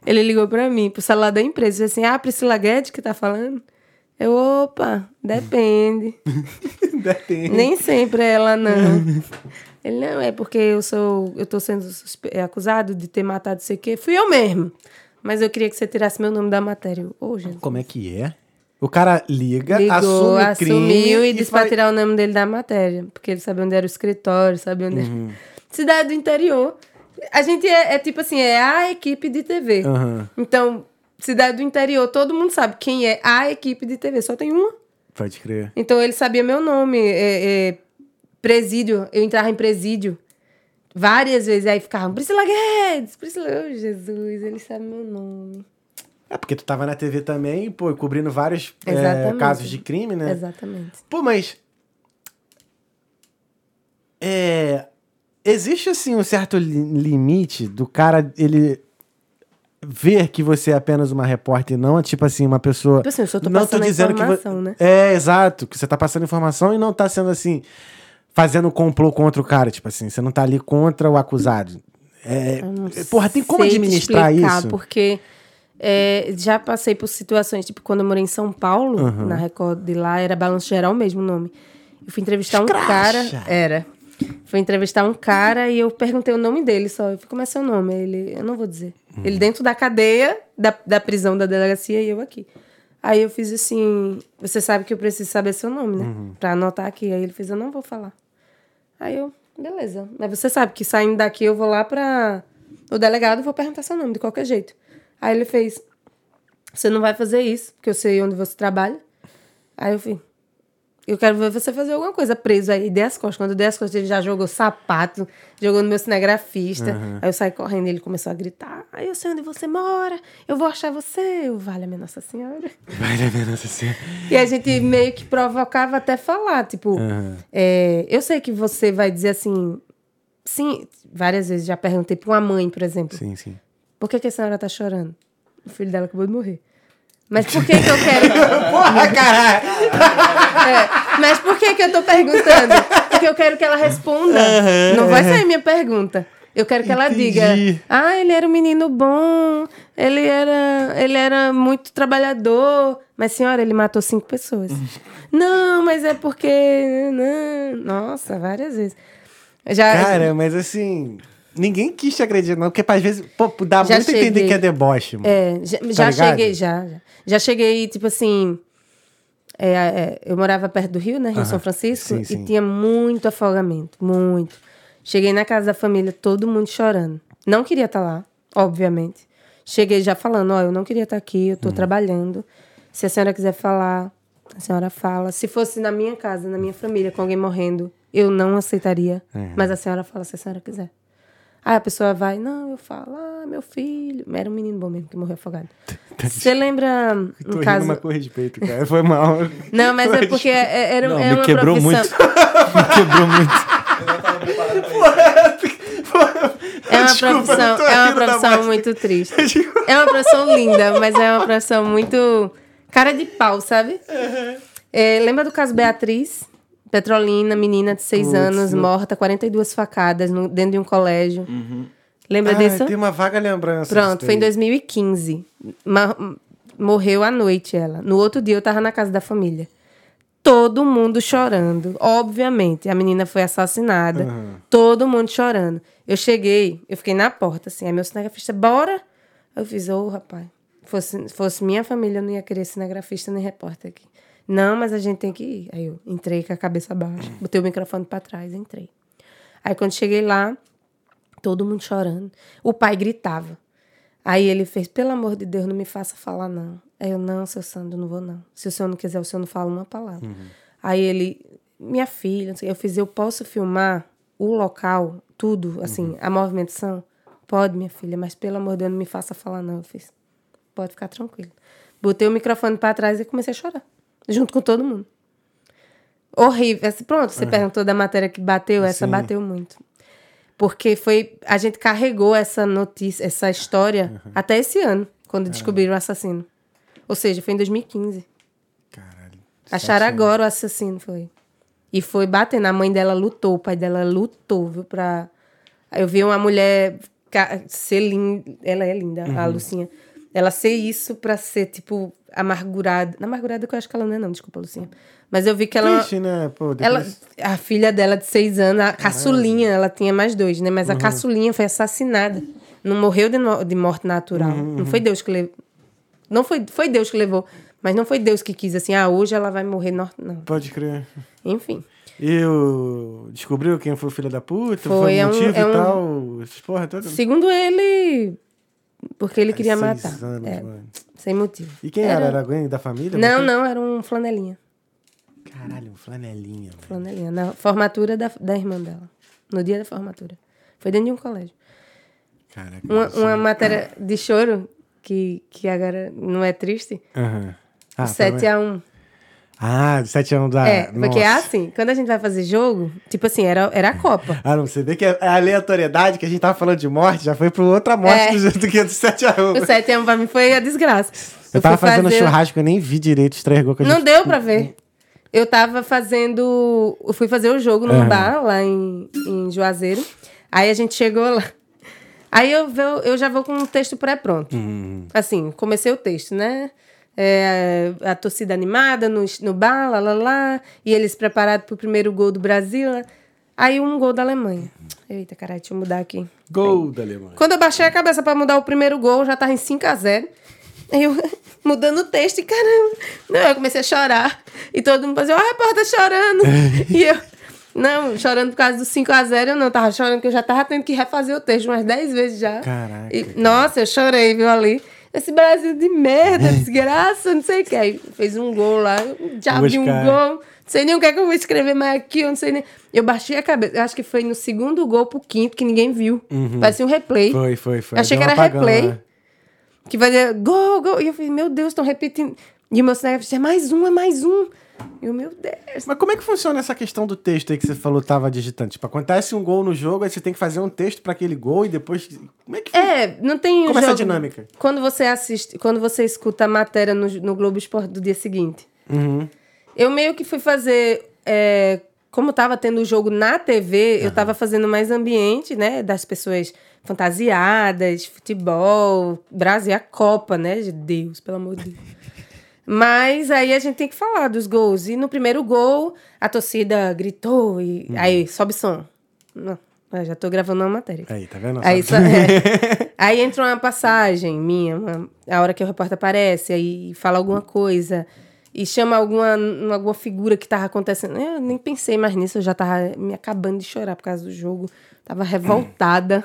Ele ligou pra mim, pro celular da empresa. Disse assim, ah, Priscila Guedes que tá falando? Eu, opa, depende.
Depende. [laughs]
Nem sempre é ela, não. Ele, não, é porque eu sou. Eu tô sendo suspe- é, acusado de ter matado sei o quê. Fui eu mesmo. Mas eu queria que você tirasse meu nome da matéria. Eu, Ô, gente.
Como é que é? O cara liga,
Ligou,
assume o crime.
assumiu e, disse
fala-
pra tirar o nome dele da matéria. Porque ele sabia onde era o escritório, sabia onde
Uhum.
era... Cidade do interior. A gente é, é tipo assim, é a equipe de TV.
Aham.
Então, cidade do interior, todo mundo sabe quem é a equipe de TV. Só tem uma.
Pode crer.
Então ele sabia meu nome. é, é, presídio, eu entrava em presídio várias vezes. Aí ficavam, Priscila Guedes, Priscila, oh, Jesus, ele sabe meu nome.
É porque tu tava na TV também, pô, cobrindo vários é,
Exatamente.
casos de crime, né?
Exatamente.
Pô, mas. É. Existe, assim, um certo li- limite do cara, ele. Ver que você é apenas uma repórter e não, tipo assim, uma pessoa.
Tipo assim, eu só tô
não tô
passando a
dizendo que.
informação,
vo-
né?
É, exato. Que você tá passando informação e não tá sendo assim. Fazendo complô contra o cara, tipo assim. Você não tá ali contra o acusado. É, porra, tem como
sei te
administrar
explicar,
isso?
Porque é, já passei por situações, tipo, quando eu morei em São Paulo,
Uhum.
na Record de lá, era Balanço Geral mesmo o nome. Eu fui entrevistar um
Escracha.
cara. Era. Fui entrevistar um cara e eu perguntei o nome dele só. Eu falei, como é seu nome? Aí Ele, eu não vou dizer.
Uhum.
Ele dentro da cadeia, da, da prisão da delegacia e eu aqui. Aí eu fiz assim, você sabe que eu preciso saber seu nome, né?
Uhum.
Pra anotar aqui. Aí ele fez, eu não vou falar. Aí eu, beleza. Mas você sabe que saindo daqui eu vou lá pra o delegado e vou perguntar seu nome, de qualquer jeito. Aí ele fez, você não vai fazer isso, porque eu sei onde você trabalha. Aí eu fui, eu quero ver você fazer alguma coisa preso. Aí dei as costas. Quando eu dei as costas, ele já jogou sapato, jogou no meu cinegrafista. Aí eu saí correndo e ele começou a gritar. Aí eu sei onde você mora, eu vou achar você. Eu, vale a minha Nossa Senhora.
Vai, né, meu Deus do céu.
E a gente
Uhum.
meio que provocava até falar, tipo, é, eu sei que você vai dizer assim, sim, várias vezes já perguntei pra uma mãe, por exemplo,
Sim, sim.
por que, que a senhora tá chorando? O filho dela acabou de morrer. Mas por que que eu [laughs] quero...
[laughs] Porra, caralho!
É, mas por que que eu tô perguntando? Porque eu quero que ela responda. Não vai sair minha pergunta. Eu quero que ela
Entendi.
diga, ah, ele era um menino bom, ele era, ele era muito trabalhador, mas senhora, ele matou cinco
[laughs]
pessoas. não, mas é porque, não. nossa, várias vezes. Já,
Cara, mas assim, ninguém quis te agredir, não, porque às vezes pô, dá
Já
muito a entender
cheguei.
que é deboche, mano.
É, já, já
Tá ligado?
cheguei, já. já. Já cheguei, tipo assim. é, é, eu morava perto do Rio, né? Rio São Francisco.
Sim,
e
sim.
tinha muito afogamento, muito. Cheguei na casa da família, todo mundo chorando. Não queria estar lá, obviamente. Cheguei já falando, ó, eu não queria estar aqui, eu tô
Uhum.
trabalhando. Se a senhora quiser falar, a senhora fala. Se fosse na minha casa, na minha família, com alguém morrendo, eu não aceitaria.
É.
Mas a senhora fala se a senhora quiser. Aí a pessoa vai, não, eu falo, ah, meu filho. Era um menino bom mesmo que morreu afogado. Você lembra
Tô
um
rindo,
caso.
mas com respeito, cara. Foi mal.
[laughs]
[laughs]
Não, mas é porque é- é- era
Não,
é
me
uma
quebrou
profissão.
Me quebrou muito.
É uma
Desculpa, eu tô
profissão,
rindo
é uma
da
profissão
máscara. [laughs]
muito triste. É uma profissão linda, mas é uma profissão muito cara de pau, sabe?
Uhum.
É, lembra do caso Beatriz? Petrolina, menina de 6
Putz,
anos,
não-
morta, 42 facadas no- dentro de um colégio.
Uhum. Ah,
Lembra disso?
tem uma vaga lembrança.
Pronto,
disso
foi em
daí.
2015. Ma- morreu à noite ela. No outro dia eu tava na casa da família. Todo mundo chorando, obviamente. A menina foi assassinada. Todo mundo chorando. Eu cheguei, eu fiquei na porta, assim. Aí meu cinegrafista, bora! Eu fiz, ô rapaz, fosse, fosse minha família, eu não ia querer cinegrafista nem repórter aqui. Não, mas a gente tem que ir. Aí eu entrei com a cabeça baixa, botei o microfone pra trás, e entrei. Aí quando cheguei lá, Todo mundo chorando. O pai gritava. Aí ele fez: pelo amor de Deus, não me faça falar, não. Aí eu: não, seu Sandro, não vou, não. Se o senhor não quiser, o senhor não fala uma palavra. Aí ele: minha filha, não sei, eu fiz: eu posso filmar o local, tudo, assim, a movimentação? Pode, minha filha, mas pelo amor de Deus, não me faça falar, não. Eu fiz: pode ficar tranquilo. Botei o microfone pra trás e comecei a chorar, junto com todo mundo. Horrível. Essa- Pronto, você perguntou da matéria que bateu, essa
Sim.
bateu muito. Porque foi. A gente carregou essa notícia, essa história até esse ano, quando descobriram o assassino. Ou seja, foi em 2015.
Caralho. é
Acharam
Sete
agora o assassino, foi. E foi batendo. A mãe dela lutou, o pai dela lutou, viu? Pra... Aí Eu vi uma mulher ca- ser linda. Ela é linda, a Lucinha. Ela ser isso pra ser, tipo, amargurada. Não, amargurada que eu acho que ela não é, não, desculpa, Lucinha. Mas eu vi que ela.
Triste, né? Pô, depois...
Ela, a filha dela de seis anos, a caçulinha, ela tinha mais dois, né?
Uhum.
Mas a caçulinha foi assassinada. Não morreu de, no- de morte natural.
Uhum,
Não foi Deus que levou. Não foi, foi Deus que levou. Mas não foi Deus que quis assim, ah, hoje ela vai morrer. Não. não.
Pode crer.
Enfim.
E o... descobriu quem foi o filho da puta? Foi,
Foi,
o
é um-
motivo
é
e
um-
tal? Essas porra toda.
Segundo ele. Porque ele queria
Uhum. Seis
matar.
anos,
É,
mano.
sem motivo. um
E quem era? Era alguém da família?
Não,
Você-
não, era um flanelinha.
Caralho, um flanelinha, mano.
Flanelinha. Na formatura da, da irmã dela. No dia da formatura. Foi dentro de um colégio.
Caraca.
Uma,
isso-
uma matéria de choro, que, que agora não é triste.
Aham. Ah, pelo
7
menos-
a 1
Ah, do 7 a 1 da...
é, porque é
Nossa.
assim, quando a gente vai fazer jogo, tipo assim, era, era a
[laughs]
Copa.
Ah, não, você vê que a aleatoriedade que a gente tava falando de morte já foi pra outra morte
É.
do jeito que é do 7 a 1
O 7 a 1 pra mim foi a desgraça.
Eu tava
fui
fazendo
fazer-
churrasco, eu nem vi direito os três gols que a
Não
gente-
deu pra ver. Eu tava fazendo. Eu fui fazer o jogo num
Aham.
bar lá em, em Juazeiro. Aí a gente chegou lá. Aí eu, vou- eu já vou com um texto pré-pronto. Assim, comecei o texto, né? É, a torcida animada no, no bar, lá, lá, lá. E eles preparados pro primeiro gol do Brasil. né? Aí um gol da Alemanha. Eita, caralho, deixa eu mudar aqui.
Gol da Alemanha.
Quando eu baixei a cabeça pra mudar o primeiro gol, já tava em 5x0. Eu [laughs] mudando o texto e caramba. Não, eu comecei a chorar. E todo mundo fazia, ó, a repórter chorando.
[laughs]
e eu, não, chorando por causa do 5x0, eu não tava chorando, porque eu já tava tendo que refazer o texto umas 10 vezes já.
Caraca,
E,
cara.
nossa, eu chorei, viu, ali. Esse Brasil
[laughs]
de merda, desgraça, não sei o que. Aí fez um gol lá, eu já
Duas
vi um
caras.
gol. Não sei nem o que é que eu vou escrever mais aqui, eu não sei nem. Eu baixei a cabeça, eu acho que foi no segundo gol pro quinto, que ninguém viu. Parecia um replay.
Foi, foi, foi.
Achei
Deu um
que era
apagão,
replay.
né?
Que fazia gol, gol. E eu falei, meu Deus, estão repetindo. E o meu sinal é mais um, é mais um. E o meu Deus.
Mas como é que funciona essa questão do texto aí que você falou tava digitando? Tipo, acontece um gol no jogo, aí você tem que fazer um texto pra aquele gol e depois... Como é que...
É, não tem.
Como é essa
jogo-
dinâmica?
Quando você assiste, quando você escuta a matéria no, no Globo Esporte do dia seguinte.
Uhum.
Eu meio que fui fazer. é, como tava tendo o jogo na TV, eu tava fazendo mais ambiente, né? Das pessoas fantasiadas, futebol, Brasil, a Copa, né? de Deus, pelo amor de Deus. Mas aí a gente tem que falar dos gols. E no primeiro gol, a torcida gritou e.
Uhum.
Aí, sobe som. Não, eu já tô gravando uma matéria.
Aí, tá vendo?
Aí,
Só-
só- é.
[laughs]
Aí entra uma passagem minha, uma- a hora que o repórter aparece, aí fala alguma coisa e chama alguma, alguma figura que tava acontecendo. Eu nem pensei mais nisso, eu já tava me acabando de chorar por causa do jogo. Tava revoltada.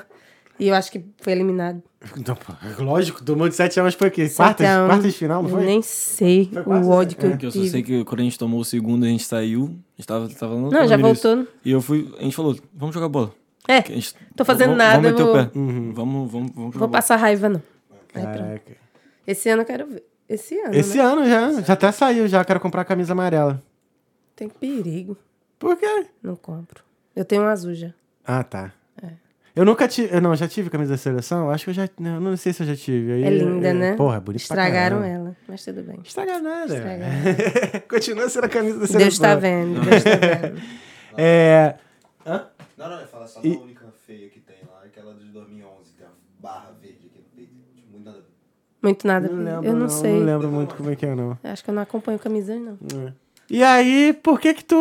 e eu acho que foi eliminado.
Não, Então, pô, Lógico, do mundo de 7 anos foi o quê?
Sete
Quartas,
a um.
quartas de final, não
Eu
foi?
nem sei
Foi quartas,
o ódio que
é.
eu
Porque
Porque eu só
tive.
sei que quando a gente tomou o segundo, a gente saiu. A gente tava, tava lá no
Não, já
condomínio isso.
voltou.
E eu fui. A gente falou, vamos jogar bola.
É,
Que a gente-
tô fazendo
vamos-
nada,
Vamos meter
eu
o
vou-
pé. Uhum. Vamos, vamos, vamos jogar
vou
bola.
passar raiva não. Aí pronto.
Caraca.
Esse ano eu quero ver. Esse ano,
Esse
né?
ano já, já até saiu, já quero comprar a camisa amarela.
Tem perigo.
Por quê?
Não compro. Eu tenho um azul já.
Ah, tá.
É.
Eu nunca tive. Eu não, já tive camisa da seleção? Eu Acho que eu já. Não, eu não sei se eu já tive. Aí,
É linda,
eu-
né?
Porra, é bonita. pra
Estragaram
caramba.
ela, mas tudo bem.
Estragaram nada.
Estragaram.
[laughs] Continua sendo a camisa da seleção.
Deus tá vendo, Deus tá vendo.
É.
Não, não, eu ia falar só da única feia que tem lá, é aquela de 2011, tem uma é barra verde aqui no peito. Tipo, muito nada a ver.
Muito nada.
Não lembro,
eu não,
não
sei.
Não lembro muito como é que é, não. É.
Acho que eu não acompanho camisões, não.
E aí, por que que tu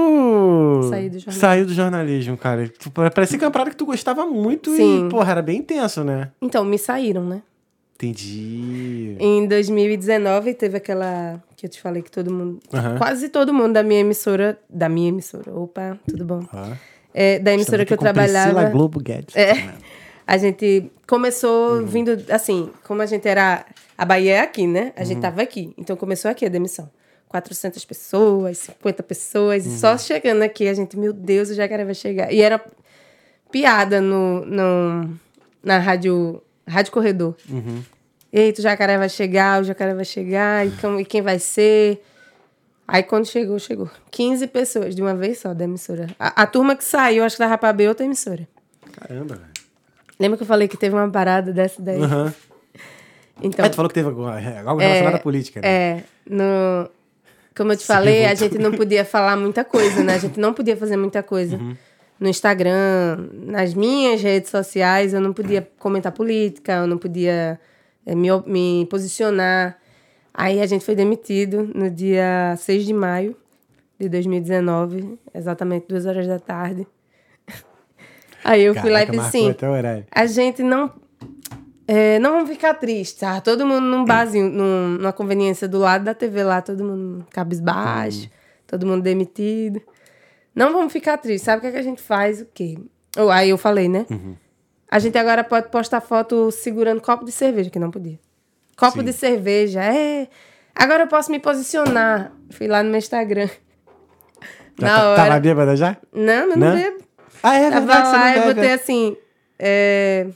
Saí do jornalismo.
saiu do jornalismo, cara? Tu- Parecia que é uma parada que tu gostava muito
Sim.
e, porra, era bem intenso, né?
Então, me saíram, né?
Entendi.
Em 2019 teve aquela que eu te falei que todo mundo,
Aham.
quase todo mundo da minha emissora, da minha emissora, opa, tudo bom?
Ah.
É, da emissora que eu
Estamos aqui com Priscila
trabalhava.
Globo Guedes.
É. A gente começou vindo, assim, como a gente era. A Bahia é aqui, né? A gente tava aqui. Então começou aqui a demissão. 400 pessoas, 50 pessoas, e só chegando aqui a gente, meu Deus, o Jacaré vai chegar. E era piada no, no, na rádio, rádio Corredor. Eita, o Jacaré vai chegar, o Jacaré vai chegar, e, como- e quem vai ser? Aí quando chegou, chegou. 15 pessoas de uma vez só da emissora. A, a turma que saiu, acho que dava pra abrir outra emissora.
Caramba, velho.
Lembra que eu falei que teve uma parada dessa daí?
Aham.
Então,
Aí tu falou que teve alguma- é, algo relacionado à política, né?
é, no,
Uhum.
como eu te falei, a gente não podia falar muita coisa, né? A gente não podia fazer muita coisa. no Instagram, nas minhas redes sociais, eu não podia comentar política, eu não podia eh, me, op- me posicionar. Aí a gente foi demitido no dia 6 de maio de 2019, exatamente duas horas da tarde. [laughs] Aí eu fui lá e
Caraca,
fiz
marcou
assim,
até o horário.
a gente não. é, não vamos ficar tristes. Ah, todo mundo num barzinho, num- numa conveniência do lado da TV lá, todo mundo cabisbaixo,
Uhum.
todo mundo demitido. Não vamos ficar tristes. Sabe o que, é que a gente faz? O quê? Ou, aí eu falei, né?
Uhum.
A gente agora pode postar foto segurando copo de cerveja, que não podia. Copo
Sim.
de cerveja, é. Agora eu posso me posicionar. Fui lá no meu Instagram.
Já
Na
tá-
hora.
Tava bêbada já?
Não, eu não
Não?
bebo.
Ah, é
Tava
verdade,
lá
você
e
não
botei
bebe.
assim. é,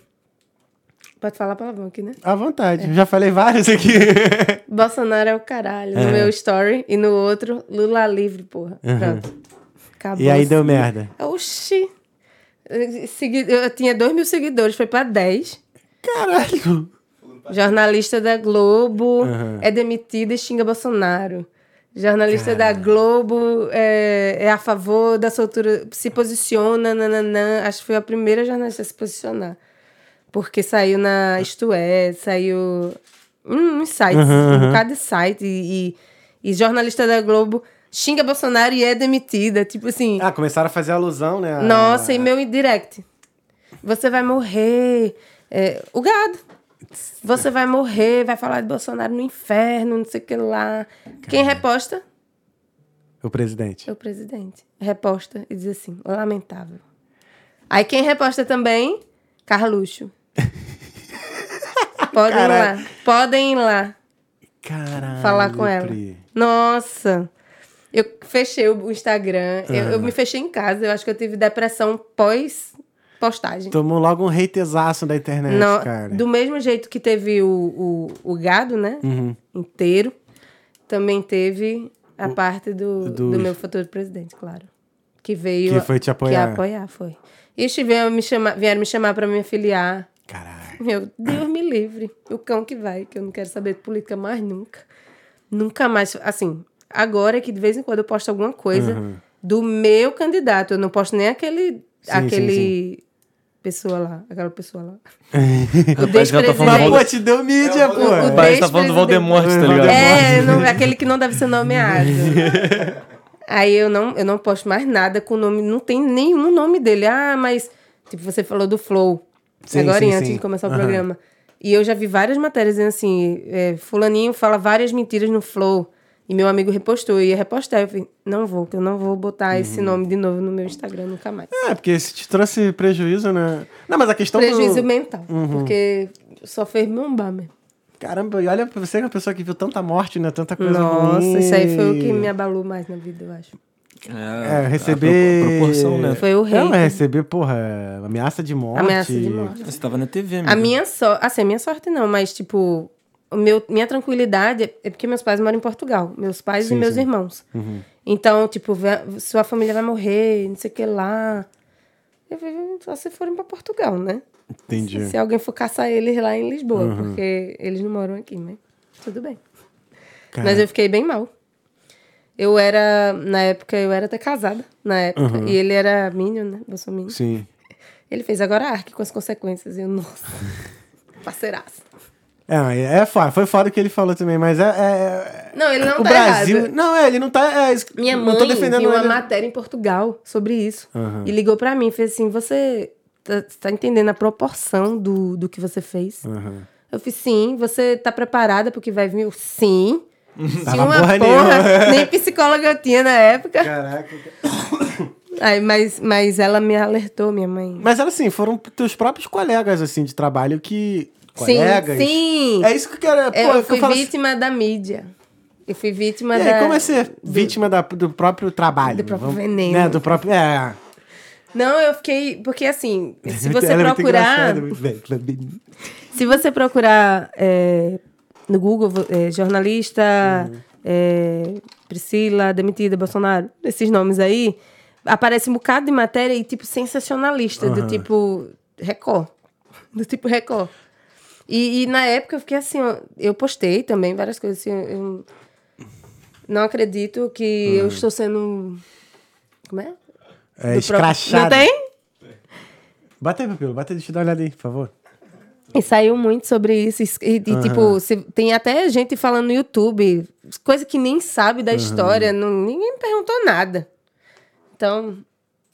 Pode falar palavrão aqui, né?
À vontade, já falei vários
[laughs]
aqui. Uhum.
Bolsonaro é o caralho. No meu story e no outro, Lula livre, porra. Pronto. Acabou.
Uhum. e aí deu merda.
Oxi. Eu segui- Eu tinha dois mil seguidores, foi pra 10.
Caralho.
Jornalista da Globo
Aham.
é demitida e xinga Bolsonaro. Jornalista da Globo é, é a favor da soltura, se posiciona, nananã. Acho que foi a primeira jornalista a se posicionar. Porque saiu na Isto É, saiu em uns sites,
Aham,
um
aham.
bocado de site. E, e- e jornalista da Globo xinga Bolsonaro e é demitida. Tipo assim,
Ah, começaram a fazer alusão, né? a-
nossa, e meu indirect. Você vai morrer. É, o gado. Você vai morrer, vai falar de Bolsonaro no inferno, não sei o que lá. Quem reposta?
O presidente.
É o presidente. Reposta e diz assim, lamentável. Aí quem reposta também? Carluxo. Podem ir lá.
Caralho.
Podem ir lá
Caralho.
falar com ela.
Pri.
Nossa! Eu fechei o Instagram, eu, eu me fechei em casa, eu acho que eu tive depressão pós-postagem.
Tomou logo um hatezaço da internet,
Não,
cara.
do mesmo jeito que teve o, o, o gado, né?
Uhum.
Inteiro, também teve a parte do,
dos-
do meu futuro presidente, claro. Que veio.
Que foi te apoiar.
Que apoiar, foi. E vieram me chamar, vieram me chamar para me afiliar.
Caralho.
Meu Deus me livre. O cão que vai, que eu não quero saber de política mais nunca. Nunca mais. Assim, agora que de vez em quando eu posto alguma coisa do meu candidato. Eu não posto nem aquele.
sim,
aquele. Pessoa lá. Aquela pessoa lá. o
Rapaz, já tá falando
Mas,
despresidente.
pô, te deu mídia,
o-
pô.
o- o-
Parece que tá falando do Voldemort, tá ligado?
É, não- aquele que não deve ser nomeado. Aí eu não, eu não posto mais nada com o nome, não tem nenhum nome dele. Ah, mas tipo, você falou do Flow
Sim,
agora
sim,
antes
sim.
de começar o
Aham.
programa. E eu já vi várias matérias dizendo assim: é, Fulaninho fala várias mentiras no Flow. E meu amigo repostou, eu ia repostar. Eu falei, não vou, que eu não vou
Uhum.
botar esse nome de novo no meu Instagram nunca mais.
É, porque isso te trouxe prejuízo, né? Não, mas a questão
Prejuízo
do...
mental, porque só fez me bombar mesmo.
Caramba, e olha pra você que é uma pessoa que viu tanta morte, né? Tanta coisa
Nossa,
ruim.
isso aí foi o que me abalou mais na vida, eu acho.
É,
É,
receber...
a pro- proporção, né?
Foi o
Não,
hate.
é receber, porra, ameaça de morte.
Ameaça de morte.
Você tava na TV, amigo.
A
Uhum.
minha sorte, assim, a minha sorte não, mas tipo, o meu, minha tranquilidade é- é porque meus pais moram em Portugal, meus pais
Sim,
e meus
sim. Uhum.
irmãos. Então, tipo, vê- sua família vai morrer, não sei o que lá. Eu falei, só se forem pra Portugal, né?
Entendi. Uhum.
Se alguém for caçar eles lá em Lisboa, porque eles não moram aqui, mas tudo bem.
Cara,
Mas eu fiquei bem mal. Eu era, na época, eu era até casada, na época.
Uhum.
E ele era minion, né? Bolsonaro.
Sim.
Ele fez agora arque com as consequências. E eu, nossa, [laughs] parceiraço.
É, é foda, foi foda o que ele falou também, mas é. é- é-
Não, ele não
o
tá
Brasil.
errado.
Não, é, ele não tá. é, isso-
Minha
não
mãe
tô defendendo
viu uma
ele.
matéria em Portugal sobre isso.
Aham.
E ligou pra mim e fez assim, você tá, tá entendendo a proporção do, do que você fez?
Aham.
Eu fiz, sim. Você tá preparada pro que vai vir? Eu, sim. Tinha
Uhum. Tava
uma
porra
porra,
nenhuma.
nem psicóloga eu tinha na época.
Caraca.
Aí, mas, mas ela me alertou, minha mãe.
Mas era assim, foram teus próprios colegas, assim, de trabalho que.
sim,
Colegas.
sim.
É isso que eu quero. Pô,
eu
que eu
fui
falo assim,
vítima da mídia. Eu fui vítima
e
da...
aí, como é ser vítima da- do próprio trabalho?
Do próprio
Vamos-
veneno.
Né, do próprio. É.
Não, eu fiquei.
[laughs]
Porque assim, se você
Ela é muito
procurar.
engraçada, muito bem.
Se você procurar é, no Google, vo- é, jornalista,
Uhum.
é, Priscila, demitida, Bolsonaro, esses nomes aí, aparece um bocado de matéria e tipo sensacionalista, do tipo Record. [laughs] Do tipo Record. E, e na época eu fiquei assim, ó, eu postei também várias coisas assim, eu- eu não acredito que eu estou sendo. Como é?
Uhum. É,
do próprio-
escrachado.
Não tem?
Bate aí, Pupilo. Bate aí, deixa eu dar uma olhada aí, por favor.
E saiu muito sobre isso. E, e, tipo, se- tem até gente falando no YouTube, coisa que nem sabe da história, não, ninguém perguntou nada. Então,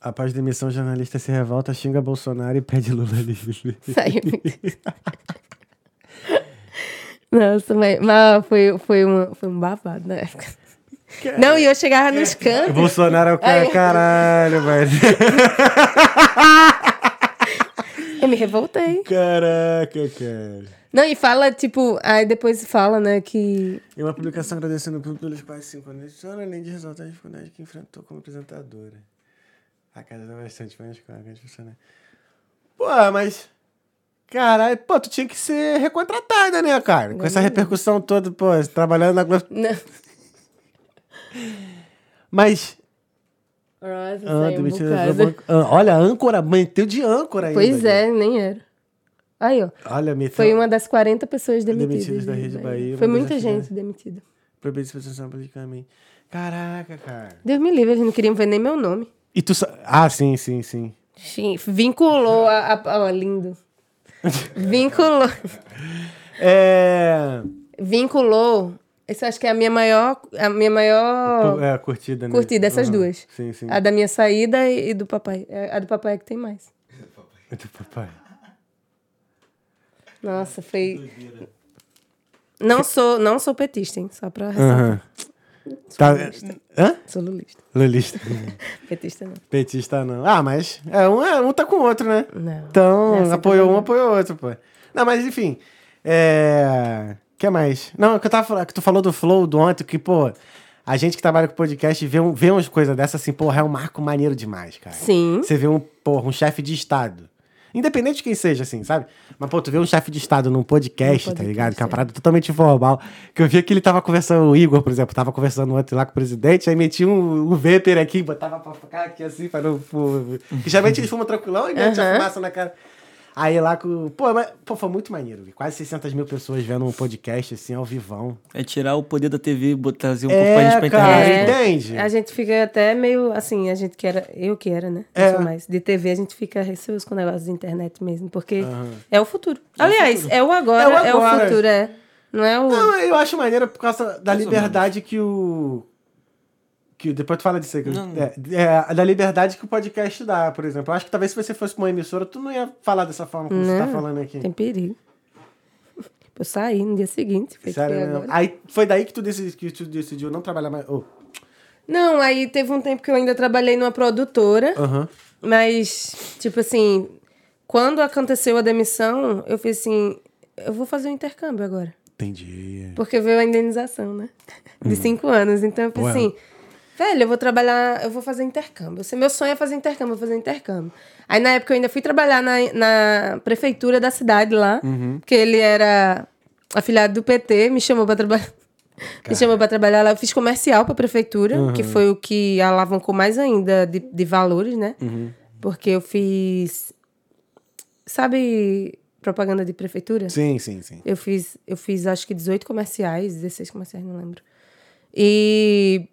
Após demissão, jornalista se revolta, xinga Bolsonaro e pede Lula livre. [laughs]
saiu muito. Nossa, mas, mas foi, foi, uma, foi um babado na época. Não, e eu chegava nos cantos.
Bolsonaro é o cara,
Ai.
caralho, mas... [laughs]
Eu me revoltei.
Caraca, cara.
Não, e fala, tipo, aí depois fala, né, que.
Em uma publicação agradecendo pelos quase cinco anos de sono, além de ressaltar as dificuldades que enfrentou como apresentadora. A casa da bastante mais cargas funcionários. é né? Pô, mas... Caralho, pô, tu tinha que ser recontratada, né, cara? Com
é
essa repercussão toda, pô, trabalhando na Globo.
Não.
Mas...
Nossa,
Ah,
saiu um
demitida
bocado.
pelo banco. Ah, olha, âncora, manteu de âncora ainda.
Pois é, nem era. Aí, ó.
Olha, me
Foi uma das 40 pessoas demitidas.
Demitidas da Rede Bahia,
Foi
uma das é.
muita
atividades.
gente demitida.
Proibido de expressão publicamente. Caraca, cara.
Deus me livre, eles não queriam ver nem meu nome.
E tu sa... Ah, sim, sim, sim.
Sim, Vinculou a. a-
[laughs]
ó, lindo. Vinculou.
É...
Vinculou. Isso acho que é a minha maior. A minha
cu-
maior.
é curtida, né?
Curtida, essas
Aham.
duas.
Sim, sim.
A da minha saída e e do papai. É, A do papai é que tem mais.
Do papai.
Nossa, foi. Não sou, não sou petista, hein? Só pra ressaltar.
Aham. Tá... Hã?
Sou lulista.
Lulista.
Petista não.
Petista não. Ah, mas é, um, é, um tá com o outro, né?
Não.
Então,
Nessa
apoiou
também
um,
não.
apoiou outro, pô. Não, mas enfim. É. O que mais? Não, o que eu tava falando, que tu falou do Flow do ontem, que, pô, a gente que trabalha com podcast vê, um, vê umas coisas dessas assim, porra, é um marco maneiro demais, cara.
Sim.
Você vê um, porra, um chefe de Estado. Independente de quem seja, assim, sabe? Mas, pô, tu vê um chefe de Estado num podcast,
Num
tá
podcast,
ligado? Que é uma
é.
parada totalmente informal. Que eu via que ele tava conversando, o Igor, por exemplo, tava conversando ontem lá com o presidente, aí metia um, um vapor aqui, botava pra ficar aqui assim, pra não. pro- Que geralmente eles fumam tranquilão e mete a
Aham.
fumaça na cara. Aí lá com. Pô, mas, pô, foi muito maneiro. vi Quase 600 mil pessoas vendo um podcast, assim, ao vivão.
É tirar o poder da TV e botar- trazer um pouco pra gente pra
É, cara,
internet. né?
É.
entende?
A gente fica até meio assim, a gente que era, eu que era, né?
É.
Não sou mais. De TV a gente fica receoso com negócios de internet mesmo, porque é o futuro. Aliás, é o agora,
É o
é o,
agora.
futuro, é. Não é o.
Não, eu acho maneiro por causa da
Mais ou
liberdade que o. Que, depois tu fala disso aí. que eu-
Não.
é, é, da liberdade que o podcast dá, por exemplo. Eu acho que talvez se você fosse pra uma emissora, tu não ia falar dessa forma como você tá
Não.
falando aqui.
Tem perigo. Eu saí no dia seguinte. Foi
Sério
que foi
mesmo.
agora.
Aí foi daí que tu, decidi, que tu decidiu não trabalhar mais. Ô,
Não, aí teve um tempo que eu ainda trabalhei numa produtora.
Aham.
Mas, tipo assim, quando aconteceu a demissão, eu fiz assim: eu vou fazer um intercâmbio agora.
Entendi.
Porque veio a indenização, né? De cinco anos. Então eu
Ué.
pensei assim, velho, eu vou trabalhar, eu vou fazer intercâmbio. Se meu sonho é fazer intercâmbio, eu vou fazer intercâmbio. Aí na época eu ainda fui trabalhar na, na prefeitura da cidade lá, que ele era afiliado do PT, me chamou pra trabalhar. [laughs] Me chamou pra trabalhar lá. Eu fiz comercial pra prefeitura, que foi o que alavancou mais ainda de, de valores, né? Porque eu fiz. Sabe propaganda de prefeitura?
Sim, sim, sim.
Eu fiz, eu fiz acho que 18 comerciais, 16 comerciais, não lembro. E.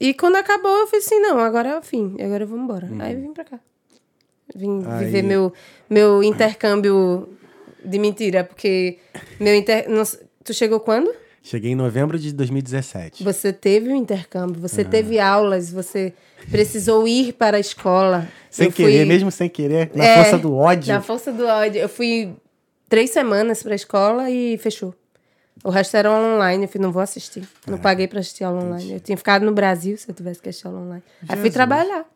E quando acabou, eu fiz assim: não, agora é o fim, agora eu vou embora. Aí eu vim pra cá. Vim
Uhum. Aí-
viver meu, meu intercâmbio de mentira, porque meu inter. não sei- tu chegou quando?
Cheguei em novembro de 2017.
Você teve um intercâmbio, você
Ah.
teve aulas, você precisou ir para a escola.
Sem
Eu fui-
querer, mesmo sem querer, na
É,
força do ódio.
na força do ódio. Eu fui três semanas pra escola e fechou. O resto era aula online. Eu falei, não vou assistir.
É.
Não paguei pra assistir aula online. Eu tinha ficado no Brasil se eu tivesse que assistir aula online. Aí fui trabalhar.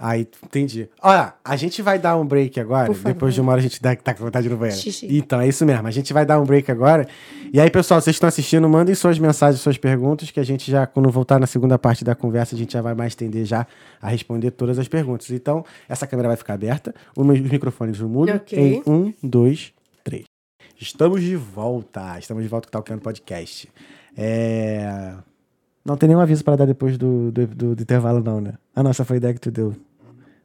Aí, entendi. Olha, a gente vai dar um break agora.
Por favor.
Depois de uma hora a gente dá, tá com vontade no banheiro.
Xixi.
Então, é isso mesmo. A gente vai dar um break agora. E aí, pessoal, vocês que estão assistindo, mandem suas mensagens, suas perguntas, que a gente já, quando voltar na segunda parte da conversa, a gente já vai mais tender já a responder todas as perguntas. Então, essa câmera vai ficar aberta, o mi- os microfones no mudo
Ok.
em um, dois, três. Estamos de volta. Estamos de volta com o Talkando Podcast. É... Não tem nenhum aviso para dar depois do, do, do- do intervalo, não, né? Ah, nossa, foi a ideia que tu deu.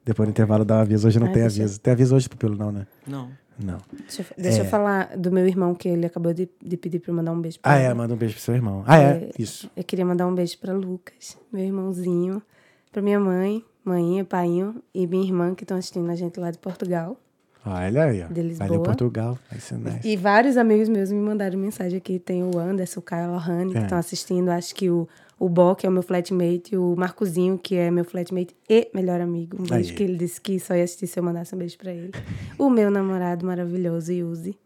Depois do intervalo dá um aviso. Hoje não
Ah,
tem
deixa eu-
aviso. Tem aviso hoje, pelo não, né?
É.
Não.
Não.
Deixa, eu, deixa
É.
eu falar do meu irmão que ele acabou de, de pedir pra eu mandar um beijo pra
Ah,
ele.
é, manda um beijo pro seu irmão. Ah, é,
É.
isso.
Eu queria mandar um beijo pra Lucas, meu irmãozinho, pra minha mãe, mainha, painho e minha irmã que estão assistindo a gente lá de Portugal.
Olha aí, ó.
De Lisboa.
Valeu Portugal. Vai ser nice.
E vários amigos meus me mandaram mensagem aqui. Tem o Anderson, o Caio, a Lohane, que
É.
estão assistindo. Acho que o, o Bo, que é o meu flatmate, o Marcozinho, que é meu flatmate e melhor amigo. Um beijo
Aí.
que ele disse que só ia assistir se eu mandasse um beijo pra ele. O meu namorado maravilhoso, Yuzi,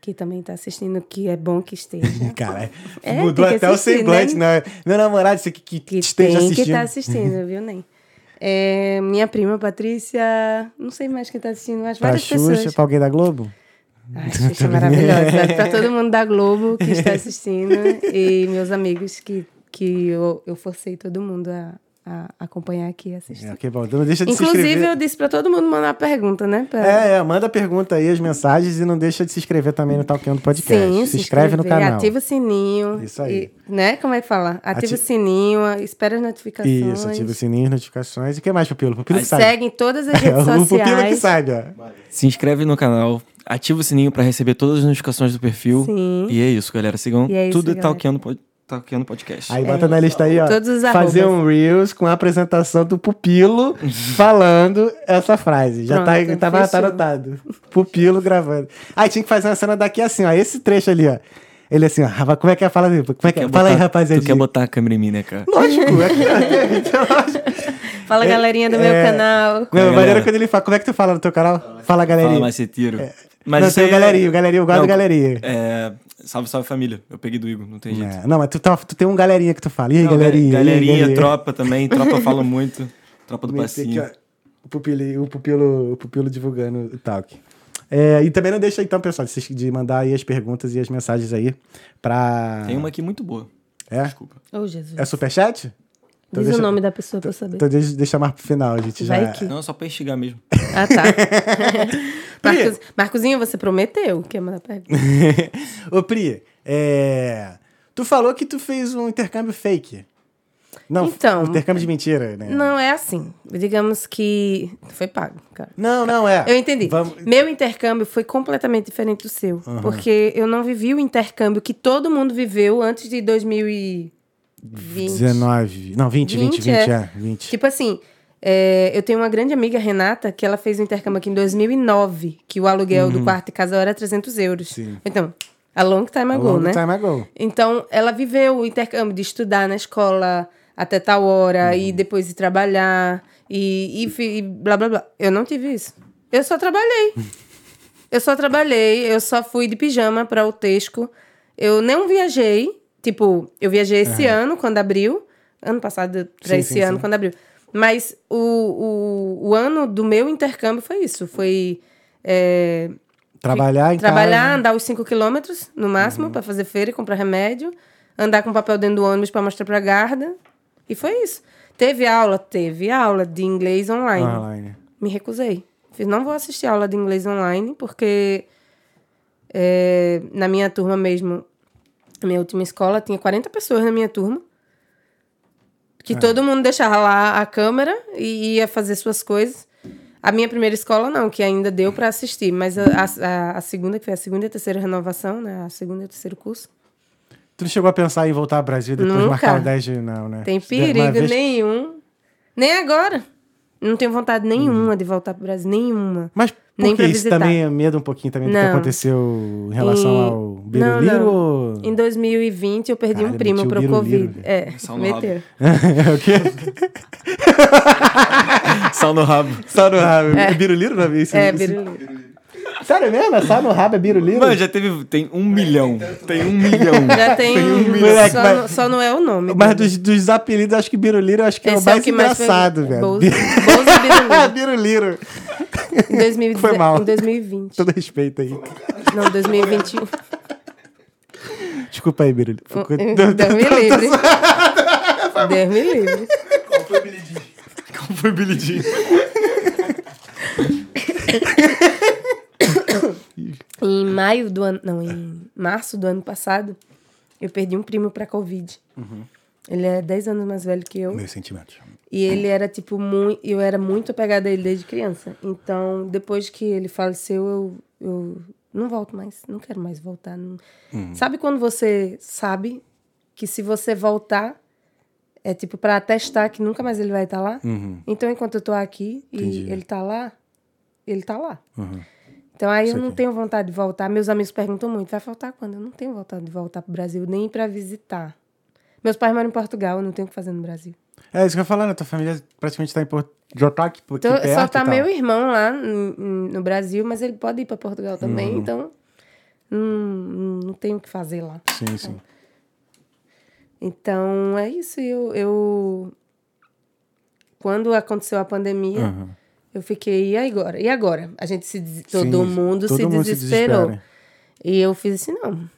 que também tá assistindo, que é bom
[laughs]
que esteja.
Caralho,
É,
mudou
tem que
até
assistir,
o semblante, né? Meu namorado, isso aqui que,
Que
esteja
tem
assistindo.
que tá assistindo, viu, Nem? É, minha prima Patrícia, não sei mais quem tá assistindo, mas
pra
várias
Xuxa,
pessoas.
pra alguém da Globo?
Ai, Xuxa é
[laughs]
maravilhosa. Para todo mundo da Globo que está assistindo e meus amigos que, que eu, eu forcei todo mundo a, a acompanhar aqui e assistir.
É, que bom. Então não deixa de se
Inclusive,
inscrever.
eu disse para todo mundo mandar pergunta, né? Pra-
É, é, manda pergunta aí, as mensagens e não deixa de se inscrever também no Talkando Podcast.
Sim,
se inscreve no
inscrever,
canal.
Ativa o sininho.
Isso aí.
e- né? Como é que fala? Ativa
Ati-
o sininho, a- espera as notificações.
Isso, ativa o sininho, as notificações. E o que mais, Pupilo? Pupilo que sabe.
Segue em todas as
[laughs] É,
redes
o Pupilo que
sociais.
sabe, ó.
Se inscreve no canal, ativa o sininho pra receber todas as notificações do perfil.
Sim.
E é isso, galera. Sigam
E é isso,
tudo
galera.
Talkeando Pod- Talkeando Podcast.
Aí bota na lista aí, ó.
é Todos os
fazer
arrobas.
um Reels com a apresentação do
[laughs]
Pupilo falando essa frase. Já tá,
Pronto,
tava, tá
fechou.
anotado. Pupilo gravando. Aí tinha que fazer uma cena daqui assim, ó. Esse trecho ali, ó. Ele assim, ó. rapaz, Como é que é? Fala, aí, como é que
Quer
é? Fala aí,
botar-
rapaziada.
Tu quer botar a câmera em mim, né, cara?
Lógico, é que é
[laughs]
lógico.
Fala, galerinha do meu
é-
canal.
Não,
Fala,
maneiro
galera.
quando ele fala. Como é que tu fala no teu canal? Fala,
Fala
galerinha.
mais tiro.
É. Não, tem o galeria, o galeria, eu guardo
é- Não,
o galeria.
É... Salve, salve família. Eu peguei do Igor, não tem jeito.
É, Não, mas tu, tá- tu tem um galerinha que tu fala. E aí,
Não,
galerinha? e aí,
galerinha, tropa também. Tropa
[laughs]
fala muito. Tropa do
Meti aqui,
passinho.
ó, o, pupilo, o, pupilo, o pupilo divulgando o talk. É, e também não deixa, então, pessoal, de se- de mandar aí as perguntas e as mensagens aí pra.
Tem um uma aqui muito boa.
É?
Desculpa.
Ô, Jesus.
É superchat?
Diz o nome da pessoa pra eu saber.
Então deixa, deixa mais pro final, gente. Já... é.
Vai que-
Não, só pra instigar
[laughs]
mesmo.
Ah, tá. Marcos, Marcozinho, você prometeu que ia
[laughs]
mandar pergunta.
Ô, Pri, é, tu falou que tu fez um intercâmbio fake. Não, um
Então-
intercâmbio de mentira, né?
Não, é assim. Digamos que. Foi pago, cara.
não, não, é.
Eu entendi.
Vamos-
Meu intercâmbio foi completamente diferente do seu. Porque eu não vivi o intercâmbio que todo mundo viveu antes de 2020.
19. Não, 20, 20, 20,
20, é.
é. 20.
Tipo assim, é, eu tenho uma grande amiga, Renata, que ela fez um intercâmbio aqui em 2009, que o aluguel do quarto e casa era 300 euros.
Uhum. Sim.
Então, a long time ago,
Long
né?
time é ago.
Então, ela viveu o intercâmbio de estudar na escola até tal hora
Uhum.
e depois ir trabalhar e, e fi- e blá blá blá. Eu não tive isso. Eu
[laughs]
só trabalhei. eu só trabalhei, eu só fui de pijama para o Tesco. Eu não viajei. Tipo, eu viajei esse ano, quando abriu. Ano passado, para
Sim,
esse
sim,
ano,
sim.
quando abriu. Mas o, o, o ano do meu intercâmbio foi isso. Foi. é,
Trabalhar em
Trabalhar,
casa. Uhum.
andar os 5 quilômetros, no máximo, pra fazer feira e comprar remédio. Andar com papel dentro do ônibus pra mostrar pra guarda. E foi isso. Teve aula? Teve aula de inglês online.
Online.
Me recusei. Fiz, não vou assistir aula de inglês online, porque é, na minha turma mesmo, na minha última escola, tinha 40 pessoas na minha turma. Que todo mundo deixava lá a câmera e ia fazer suas coisas. A minha primeira escola, não, que ainda deu para assistir, mas a, a- a segunda, que foi a segunda e a terceira renovação, né? A segunda e o terceiro curso.
Tu não chegou a pensar em voltar ao Brasil depois de
Nunca.
marcar o 10 de não, né?
Tem
Se der uma
perigo
vez-
nenhum. Nem agora. Não tenho vontade nenhuma de voltar pro Brasil, nenhuma.
Mas por
nem
que
pra
isso
visitar.
também é medo um pouquinho também do que
Não.
aconteceu em relação
Em-
ao
Não,
Biruliro?
não.
ou-
Em 2020 eu perdi
Caralho,
um primo
meti o
pro
biruliro,
Covid.
velho.
É,
Sal no
meteu.
o quê?
Sal no rabo.
Só no rabo. É, Biruliro não isso?
É,
isso-
biruliro.
Sério mesmo? Só no rabo é Biruliro?
Mano, já teve. Tem um milhão. Tem um milhão.
[laughs]
Já tem, um
Moleque,
só,
mas-
não- só não é o nome.
Mas
dele.
dos, dos apelidos, acho que Biruliro eu acho que é o
Esse
mais
que mais foi-
engraçado, velho. Ah,
Bozo,
[laughs]
Bozo e biruliro.
Biruliro.
Em
[laughs]
2010
Foi mal.
Em 2020.
Todo respeito aí.
Não, 2021.
Desculpa aí, Biruliro. Ficou-
[laughs] Deus me
tá
livre. Deus me livre.
Qual foi o apelidinho?
Como
um
foi
[laughs]
Billy Jean?
Em maio do ano. Não, em março do ano passado, eu perdi um primo pra Covid.
Uhum.
Ele é 10 anos mais velho que eu.
Meus sentimentos.
E ele era, tipo, muito. Eu era muito apegada a ele desde criança. Então, depois que ele faleceu, eu, eu não volto mais. Não quero mais
Uhum.
voltar. não- Sabe quando você sabe que se você voltar, É tipo pra atestar que nunca mais ele vai estar lá. Então, enquanto eu tô aqui
Uhum. Entendi.
e ele tá lá, ele tá lá.
Uhum.
Então aí
Isso
eu não
aqui.
tenho vontade de voltar. Meus amigos perguntam muito, vai faltar quando? Eu não tenho vontade de voltar pro Brasil, nem pra visitar. Meus pais moram em Portugal, eu não tenho o que fazer no Brasil.
É isso que eu ia falar, né? Tua família praticamente tá em Porto de Otaque, porque
Então,
perto
só
e
tá
tal.
meu irmão lá n- n- no Brasil, mas ele pode ir pra Portugal também, então hum, não tenho o que fazer lá.
Sim, sim.
Então é isso. Eu, eu... quando aconteceu a pandemia,
Aham.
eu fiquei e agora. E agora? A gente se des- todo
Sim,
mundo
todo
se
mundo se desespera.
desesperou.
né?
e eu fiz assim, não.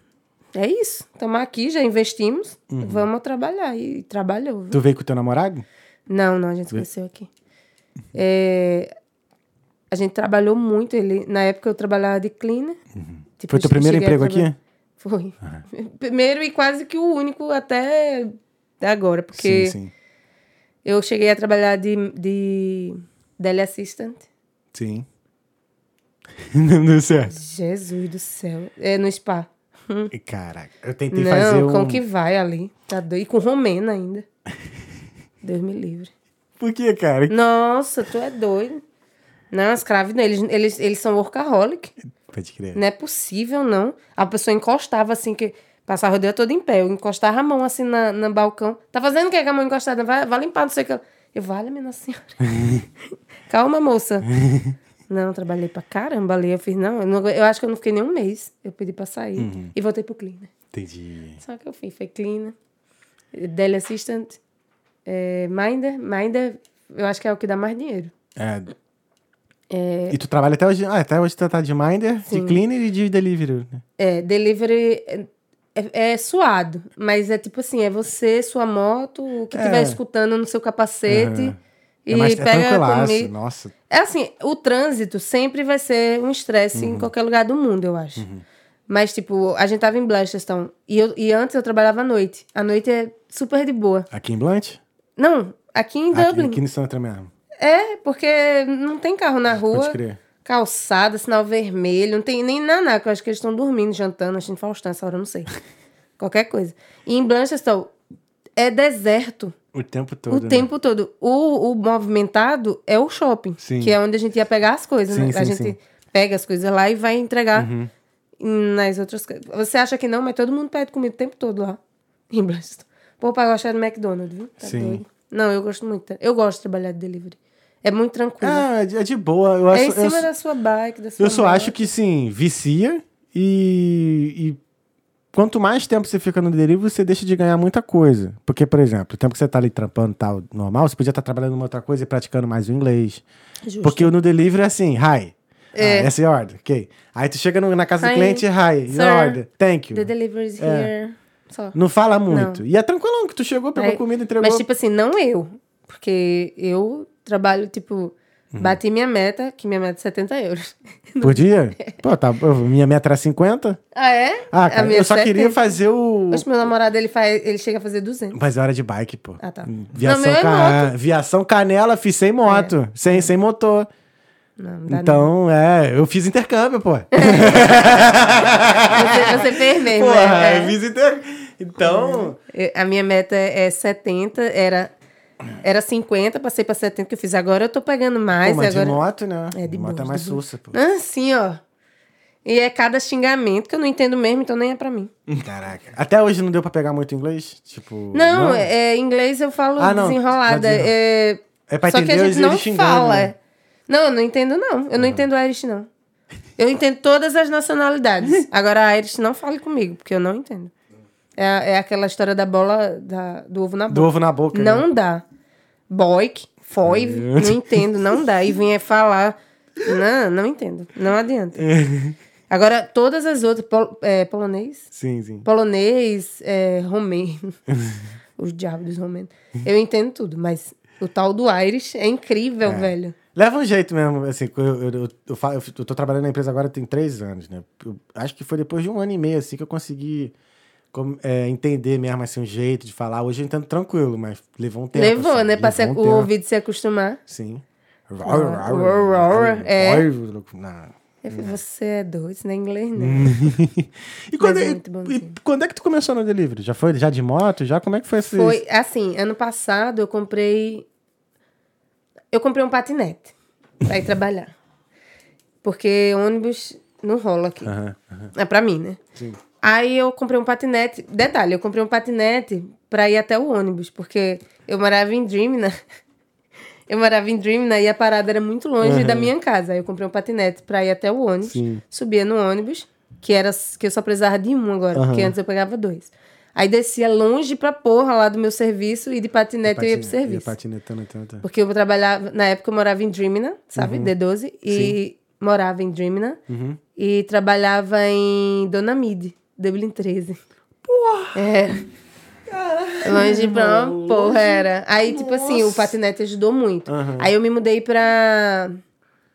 É isso. Estamos aqui, já investimos,
Uhum.
vamos trabalhar e trabalhou. viu?
Tu veio com o teu namorado?
Não, não, a gente se conheceu aqui. É, a gente trabalhou muito. Ele, na época eu trabalhava de cleaner. Tipo,
Uhum. Foi teu
eu
primeiro
cheguei a
emprego aqui? Uhum.
trabalhar- Foi. [laughs] Primeiro e quase que o único até agora, porque
Sim, sim.
eu cheguei a trabalhar de, de daily assistant.
Sim. [laughs] Não deu certo.
Jesus do céu. É no spa.
Caraca, eu tentei fazer
Hum. Não,
um...
com que vai ali. Tá doido. E com
[laughs]
romena ainda. Deus me livre.
Por que, cara?
Nossa, tu é doido. Não, escravidão. Eles, eles, eles são workaholic.
Pode crer.
Não é possível, não. A pessoa encostava assim, que passava o dia todo em pé. Eu encostava a mão assim na, no balcão. Tá fazendo o que com a mão encostada? Vai, vai limpar, não sei o que. Eu, vale, minha Nossa senhora. Calma, moça. Não, trabalhei pra caramba ali. Eu fiz, não, eu, não agu- eu acho que eu não fiquei nem um mês. Eu pedi pra sair e voltei pro cleaner.
Entendi.
Só que eu fiz, foi cleaner, daily assistant, eh, minder. Minder, eu acho que é o que dá mais dinheiro.
É.
É.
E tu trabalha até hoje. Ah, até hoje tu tá de minder, de cleaner e de delivery. né?
É, delivery é, é- é suado, mas é tipo assim, é você, sua moto, o que
É.
estiver escutando no seu capacete
Aham.
e
é mais é
pega a
tranquilaço.
comida.
Nossa.
É assim, o trânsito sempre vai ser um estresse
Uhum.
em qualquer lugar do mundo, eu acho. Mas, tipo, a gente tava em Blasterstone e, eu, e antes eu trabalhava à noite. A noite é super de boa.
Aqui em Blunt?
Não, aqui em
Aqui,
Dublin.
aqui no Sintra mesmo.
É, porque não tem carro na
Pode
rua.
crer.
Calçada, sinal vermelho, não tem nem naná, que eu acho que eles estão dormindo, jantando, assistindo Faustão, essa hora eu
[laughs]
não sei. Qualquer coisa. E em Blanchester é deserto
O tempo todo.
o
né?
tempo todo. O, o movimentado é o shopping,
Sim.
que é onde a gente ia pegar as coisas,
Sim,
né?
sim,
a gente
sim. Uhum.
pega as coisas lá e vai entregar nas outras coisas. Você acha que não, mas todo mundo pede comida o tempo todo lá [laughs] em Blaston. Pô, pra gostar do McDonald's, viu? Tá
Sim.
doido. Não, eu gosto muito. Eu gosto de trabalhar de delivery. É muito tranquilo.
Ah, é de- é de boa. Eu acho,
é em cima
eu, só-
da sua bike, da sua
eu só
moto.
acho que sim, vicia e. e Quanto mais tempo você fica no delivery, você deixa de ganhar muita coisa. Porque, por exemplo, o tempo que você tá ali trampando tal, normal, você podia estar trabalhando numa outra coisa e praticando mais o inglês.
Justo.
Porque no delivery é assim, hi. Ah, essa é a ordem, ok. Aí tu chega no- na casa do
Hi,
cliente, hi,
sir.
your order, thank
The
you.
delivery is here. Só.
É. Não fala muito. E é tranquilão que tu chegou, pegou
Aí-
comida, entregou.
Mas, tipo assim, não eu. Porque eu trabalho, tipo,
Uhum.
bati minha meta, que minha meta é 70 euros. [laughs]
Por dia? Pô, tá, eu- minha meta era 50.
Ah, é?
Ah,
A
cara,
minha é-
eu só
70.
queria fazer o...
Hoje meu namorado, ele, faz, ele chega a fazer 200.
Mas é hora de bike, pô.
Ah, tá.
Viação,
Não, meu é
ca- Viação canela, fiz sem moto, sem, sem motor.
Não, não dá
Então, é, eu fiz intercâmbio,
[laughs]
pô.
não. Você, você fez mesmo,
Porra,
é,
eu fiz intercâmbio. Então,
é. A minha meta é 70, era, era 50, passei pra 70 que eu fiz. Agora eu tô pegando mais.
pô, mas
e agora...
de moto, né?
É, de
moto
boa,
é
de
mais
boa.
sussa, pô.
Ah, sim, ó. E é cada xingamento que eu não entendo mesmo, então nem é pra mim.
Caraca. Até hoje não deu pra pegar muito inglês? Tipo.
Não, É, inglês eu falo
Ah, não,
desenrolada.
já desenrola.
É,
É pra
só que a
entender
gente
os
não
eles xingando,
fala.
né? Ah.
Não, eu não entendo, não. Eu não entendo Irish, não. Eu entendo todas
[laughs]
as nacionalidades. Agora, a Irish não fale comigo, porque eu não entendo. É, é aquela história da bola da- do ovo na boca.
Do ovo na boca. né?
Não dá. Boic, foive, não entendo, não dá. E vinha falar. Não, não entendo. Não
[laughs]
adianta. Agora, todas as outras. pol- é, polonês?
Sim, sim.
polonês, é, romeno, [laughs] os diabos dos romenos. Eu entendo tudo, mas o tal do Irish é incrível, velho.
Leva um jeito mesmo, assim, eu, eu, eu, eu, fa- eu tô trabalhando na empresa agora tem três anos, né? Eu acho que foi depois de um ano e meio, assim, que eu consegui com- é, entender mesmo, assim, um jeito de falar. Hoje eu entendo tranquilo, mas levou um tempo.
Levou,
assim,
né? Pra se,
levou um
o
tempo.
ouvido se acostumar.
Sim.
roar, roar, é.
Na-
Eu falei, você é doido, isso não é inglês, não.
E quando,
Mas é
é
muito bonzinho.
e quando é que tu começou no delivery? Já foi? Já de moto? Já? Como é que foi esse...
[laughs] Foi assim, ano passado eu comprei. Eu comprei um patinete pra ir trabalhar. Porque ônibus não rola aqui.
Aham, aham.
É pra mim, né?
Sim.
Aí eu comprei um patinete. Detalhe, eu comprei um patinete pra ir até o ônibus, porque eu morava em Dreamna. [laughs] Eu morava em Dreamna e a parada era muito longe da minha casa. Aí eu comprei um patinete pra ir até o ônibus.
Sim.
Subia no ônibus, que era que eu só precisava de um agora, porque
Aham.
antes eu pegava dois. Aí descia longe pra porra lá do meu serviço e de patinete eu ia pro
Patine-
serviço.
patinetando, tando, tando.
Porque eu trabalhava, na época eu morava em Dreamina, sabe? D12. E morava em Dreamina. E trabalhava em Dona Mid, Dublin 13. Porra! Era. Longe pra uma porra, era. Aí, tipo assim, o patinete ajudou muito.
Aham.
Aí eu me mudei pra,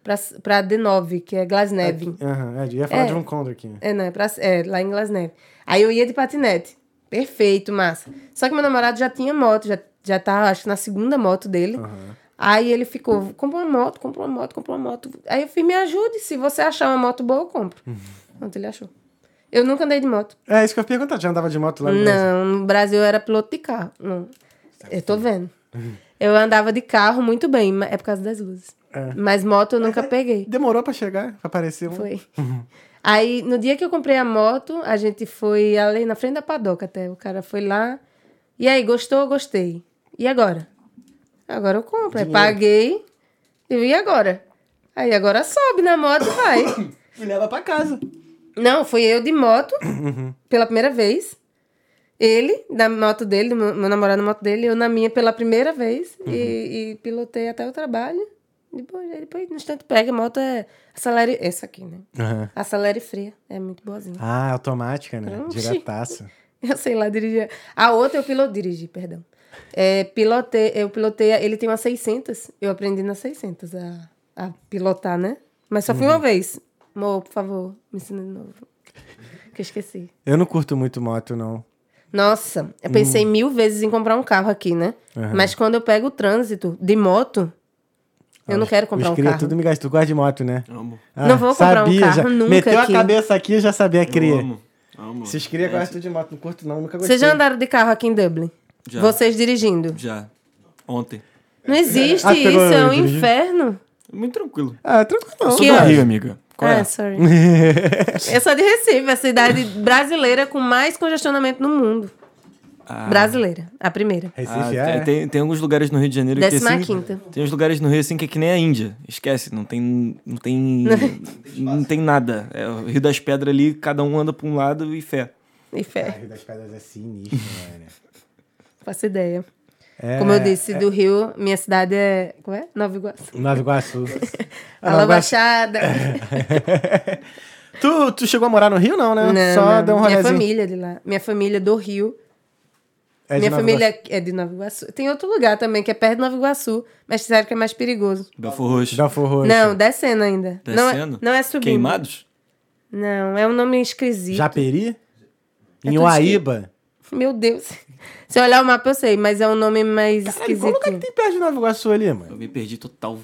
pra, pra D9, que é Glasnevin.
Aham, é, eu ia falar
É.
de John Condor aqui.
É, não, é, pra, é lá em Glasnevin. Aí eu ia de patinete. Perfeito, massa. Só que meu namorado já tinha moto, já, já tava, acho que na segunda moto dele.
Aham.
Aí ele ficou, compra uma moto, compra uma moto, compra uma moto. Aí eu fiz, me ajude, se você achar uma moto boa, eu compro.
Uhum.
Pronto, ele achou. Eu nunca andei de moto.
É isso que eu ia perguntar, já andava de moto lá no Brasil?
Não, no Brasil eu era piloto de carro. Não.
Tá
Eu
[laughs]
tô vendo. Eu andava de carro muito bem, mas é por causa das luzes.
É.
Mas moto eu nunca peguei.
Demorou pra chegar, pra aparecer um...
Foi. [laughs] Aí, no dia que eu comprei a moto, a gente foi ali na frente da padoca até. O cara foi lá. E aí, gostou? Gostei. E agora? Agora eu compro. Aí paguei. Eu, E agora? Aí agora sobe na moto e vai.
E leva pra casa.
Não, fui eu de moto pela primeira vez. Ele, da moto dele, do meu, meu namorado na moto dele, eu na minha pela primeira vez. E, e pilotei até o trabalho. Depois, aí depois, no instante, pega a moto, é acelere. Essa aqui, né?
Aham.
Acelere e freia. É muito boazinha. [laughs]
Ah, automática, né?
Oxi.
Diretaça.
Eu sei lá dirigir. A outra eu pilo... dirigi, perdão. É, pilotei, eu pilotei... a- Ele tem uma 600. Eu aprendi na 600 a, a pilotar, né? Mas só
Uhum.
fui uma vez. Amor, por favor, me ensina de novo. Que eu esqueci.
Eu não curto muito moto, não.
Nossa, eu pensei
Uhum.
mil vezes em comprar um carro aqui, né?
Aham.
Mas quando eu pego o trânsito de moto, eu não quero comprar
Os
um
cria
carro.
tudo me gasta. Tu gosta de moto, né?
Amo.
Não vou comprar um carro
já.
nunca
Meteu
aqui.
a cabeça aqui, eu já sabia
Eu
cria.
amo. Amo.
Vocês cria
É,
gostam de moto, não curto não, nunca gostei.
Vocês já andaram de carro aqui em Dublin?
Já.
Vocês dirigindo.
Já. Ontem.
Não existe
Ah, pegou
isso, é um
dirigir?
inferno.
Muito tranquilo.
Ah, tranquilo.
Eu
não.
sou
Que
do
horas?
Rio, amiga. Qual
ah,
é?
sorry. eu sou de Recife, a cidade brasileira com mais congestionamento no mundo.
Ah.
Brasileira, a primeira.
Ah,
Recife
tem-
é.
tem, tem alguns lugares no Rio de Janeiro que
Décima
assim,
quinta.
Tem uns lugares no Rio assim que é que nem a Índia. Esquece, não tem. Não tem. não tem nada. É o Rio das Pedras ali, cada um anda pra um lado e fé.
Inferno,
Rio das Pedras é sinistro, [laughs] velho.
faço ideia.
É,
Como eu disse, do Rio, minha cidade é. Como é? Nova Iguaçu.
Nova
[laughs]
Iguaçu. Ah,
Alô,
Nova Iguaçu. É.
Baixada. [laughs]
[laughs] tu, tu chegou a morar no Rio, não, né?
Não,
Só
não.
deu um
Minha
rolezinho.
família é de lá. Minha família do Rio.
É de
minha
Nova
família
Iguaçu.
é de Nova Iguaçu. Tem outro lugar também, que é perto de Nova Iguaçu, mas disseram que é mais perigoso.
Belfor Roxo. Tá
Belfor Roxo.
Não, descendo ainda. Não é-
Descendo?
Não é, subindo.
Queimados?
Não, é um nome esquisito.
Japeri? Em
tudo
Uaíba?
Meu Deus. [laughs] Se eu olhar o mapa, eu sei, mas é um nome mais
Caralho, qual lugar que
esquisito.
tem perto de Nova Iguaçu ali, mano?
Eu me perdi total.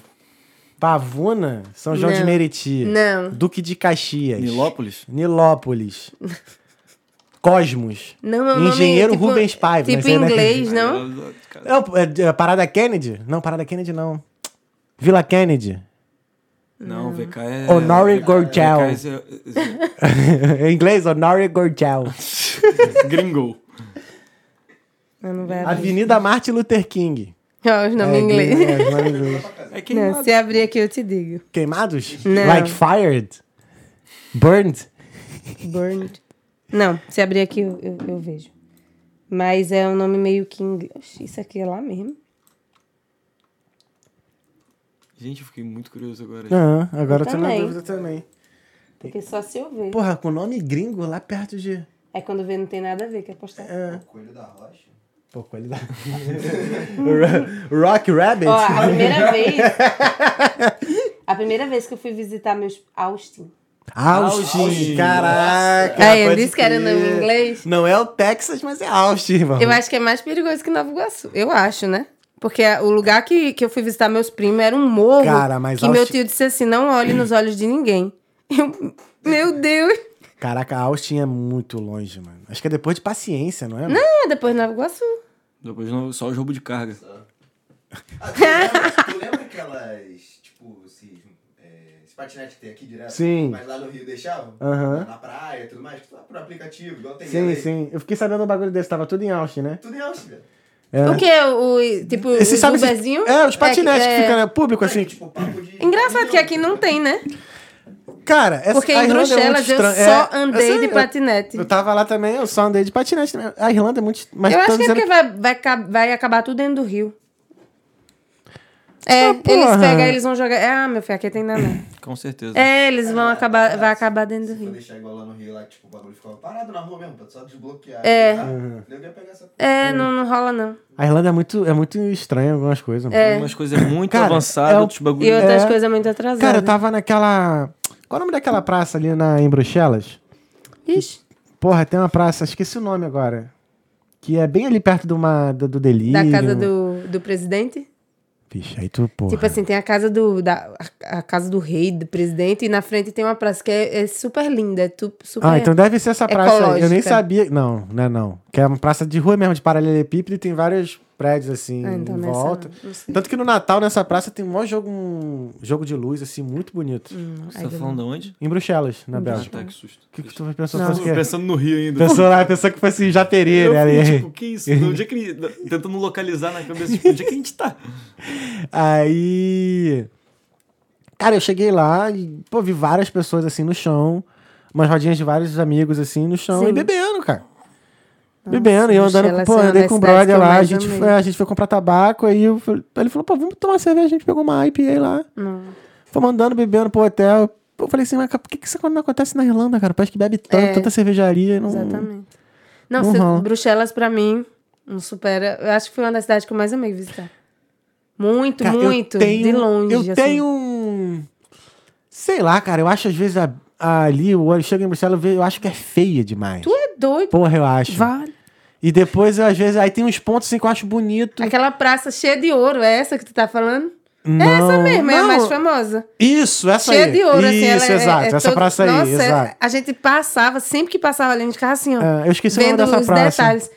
Pavuna? São João de
Não.
Meriti.
Não.
Duque de Caxias.
Nilópolis?
Nilópolis.
[laughs]
Cosmos.
Não, é um
Engenheiro
nome, tipo,
Rubens Paiva.
Tipo
mas aí não é-
inglês, não?
É, o- é, é Parada Kennedy? Não, Parada Kennedy não. Vila Kennedy. [laughs]
Não, VK é.
Honore Gorgel.
VK
em inglês, Honório
[laughs]
Gorgel.
é. Gringo.
Não, não vai abrir.
Avenida Martin Luther King.
Ó, os nomes
É,
em inglês.
é, os nomes em inglês.
É
[laughs]
queimado.
Não, se abrir aqui, eu te digo.
Queimados?
Não.
Like fired? Burned?
Burned. Não, se abrir aqui, eu, eu, eu vejo. Mas é um nome meio que inglês. Oxi, isso aqui é lá mesmo.
Gente, eu fiquei muito curioso agora.
Não, agora eu tô na
Também.
dúvida também.
Porque só se eu ver.
Porra, com nome gringo lá perto de.
É quando vê, não tem nada a ver, quer postar.
É.
O coelho da rocha.
Pô, qualidade. [laughs] Ro- Rock Rabbit?
Ó, a primeira vez. [laughs] A primeira vez que eu fui visitar meus Austin.
Austin,
Austin.
caraca.
Aí, É, eu
pode
disse que era
crer.
nome em inglês.
Não é o Texas, mas é Austin, irmão.
Eu acho que é mais perigoso que Nova Iguaçu. Eu acho, né? Porque a- o lugar que, que eu fui visitar meus primos era um morro.
Cara, mas
que
Austin-
meu tio disse assim: não olhe nos olhos de ninguém. [laughs] Eu- meu Deus!
Caraca, a Austin é muito longe, mano. Acho que é depois de paciência, não é? mano?
Ah, depois Nova Iguaçu.
Depois não- só o jogo de carga.
Ah, tu, lembra, tu lembra aquelas, tipo, esses, é, esses patinetes que tem aqui direto?
Sim.
Mas lá no Rio deixavam?
Aham.
Na praia e tudo mais, tudo lá por aplicativo, igual tem
Sim,
LA.
sim. Eu fiquei sabendo um bagulho desse, tava tudo em Austin, né?
Tudo em Áustria.
É.
O que é o. Tipo,
Esse
o
sabe esses-
Uberzinho?
É, os patinetes que ficam né, público, assim.
Tipo, papo de...
Engraçado que aqui não tem, né?
Cara, essa
Porque
a
em
Irlanda é
Bruxelas
muito
eu
estran- é,
só andei
eu sei,
de patinete.
Eu,
Eu,
eu tava lá também, eu só andei de patinete. também. A Irlanda é muito. Mas tô
acho que é
dizendo
porque vai, vai, ca- vai acabar tudo dentro do rio. É,
Ah,
eles
porra.
pegam, eles vão jogar. Ah, meu filho, aqui tem nada.
Com certeza.
É, eles vão acabar,
é,
vai acabar dentro do
Ah, tá, Se for
rio.
deixar igual lá no Rio, lá que tipo, o bagulho ficava parado na rua mesmo, pra só desbloquear.
É.
Ah, Eu ia pegar essa coisa.
É, não, não rola não.
A Irlanda é muito, é muito estranha algumas coisas. mano.
É,
Umas coisas muito
Cara,
avançadas, tipo,
é o-
outros bagulhos.
E outras
É.
coisas muito atrasadas.
Cara, eu tava naquela. Qual é o nome daquela praça ali na, em Bruxelas?
Ixi,
Porra, tem uma praça, esqueci o nome agora. Que é bem ali perto de uma, do, do delírio.
da casa do, do presidente.
Vixe, aí tu, porra.
Tipo assim, tem a casa do da, a, a casa do rei, do presidente, e na frente tem uma praça que é, é super linda, é tu- super...
Ah, então deve ser essa praça aí. Eu nem
ecológica.
sabia. Não, não é não. Que é uma praça de rua mesmo, de paralelepípedo, e tem vários prédios assim
Ah, então
em
nessa
volta.
não, não sei.
Tanto que no Natal, nessa praça, tem um maior jogo, um jogo de luz, assim, muito bonito.
Hum.
Você tá falando de onde?
Em Bruxelas, na
Ah,
Bélgica.
tá, que susto.
O que, que tu pensou
Não.
que fosse o quê?
pensando no Rio ainda.
Pensou lá, pensou que fosse Japeri,
Eu
né?
fui,
ali.
tipo, que isso? No dia que... tá Tentando localizar na cabeça, tipo, onde é que a gente tá?
Aí. Cara, eu cheguei lá e, pô, vi várias pessoas assim no chão, umas rodinhas de vários amigos assim no chão
Sim.
e bebendo, cara. bebendo, e eu andando,
Bruxelas
pô,
é uma
andei
das
com o
cidades que
brother
eu
lá, a
mais
gente,
amei.
foi, a gente foi comprar tabaco, aí eu falei- ele falou, pô, vamos tomar cerveja, a gente pegou uma IPA lá. Fomos andando, bebendo pro hotel. Eu falei assim, mas cara, por que, que isso não acontece na Irlanda, cara? Parece que bebe tanto,
É.
tanta cervejaria. Não...
Exatamente. Não,
Hum. Não
se-
rola.
Bruxelas pra mim não supera... Eu acho que foi uma das cidades que eu mais amei visitar. Muito,
Cara, eu
muito,
tenho-
de longe.
Eu
assim.
tenho um. Sei lá, cara, eu acho às vezes a- ali, o olho chega em Bruxelas, eu vejo- eu acho que é feia demais.
Tu é doido,
Porra, eu acho.
vale.
E depois, eu, às vezes, aí tem uns pontos assim que eu acho bonito.
Aquela praça cheia de ouro, é essa que tu tá falando?
Não,
É essa mesmo, é a
não.
mais famosa.
Isso, essa
cheia
aí.
de ouro,
Isso,
assim. Ela é-
exato.
é, é
essa
todo-
praça aí,
Nossa, é-
exato.
a gente passava, sempre que passava ali, a gente ficava assim, ó.
Ah, eu esqueci o nome
vendo
dessa
os
praça.
detalhes.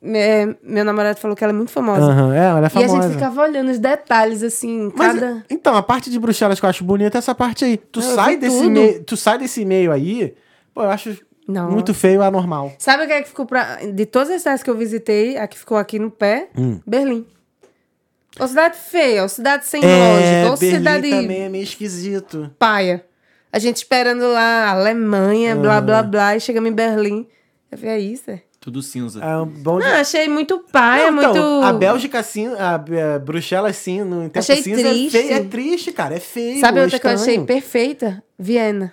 É, meu namorado falou que ela é muito famosa.
Aham, é, ela é
e a
famosa.
gente ficava olhando os detalhes, assim,
Mas,
cada.
Então, a parte de Bruxelas que eu acho bonita é essa parte aí. Tu,
Eu
sai
vi
desse,
tudo.
meio, tu sai desse meio aí, pô, eu acho
Não.
muito feio anormal.
Sabe o que é que ficou pra. De todas as cidades que eu visitei, a que ficou aqui no pé,
Hum.
Berlim. Ou cidade feia, ou cidade sem lógica,
é,
ou
Berlim
cidade
também é meio esquisito.
paia. A gente esperando lá, Alemanha,
Ah.
blá blá blá, e chegamos em Berlim. Eu falei, é isso? é?
Tudo cinza.
É um bom de-
Não, achei muito paia,
Não, então,
muito.
A Bélgica, sim, a eh, Bruxelas, sim, no em tempo
Achei
cinza,
triste.
É, feio, é triste, cara, é feio,
Sabe
é
outra que eu achei
estranho.
perfeita? Viena.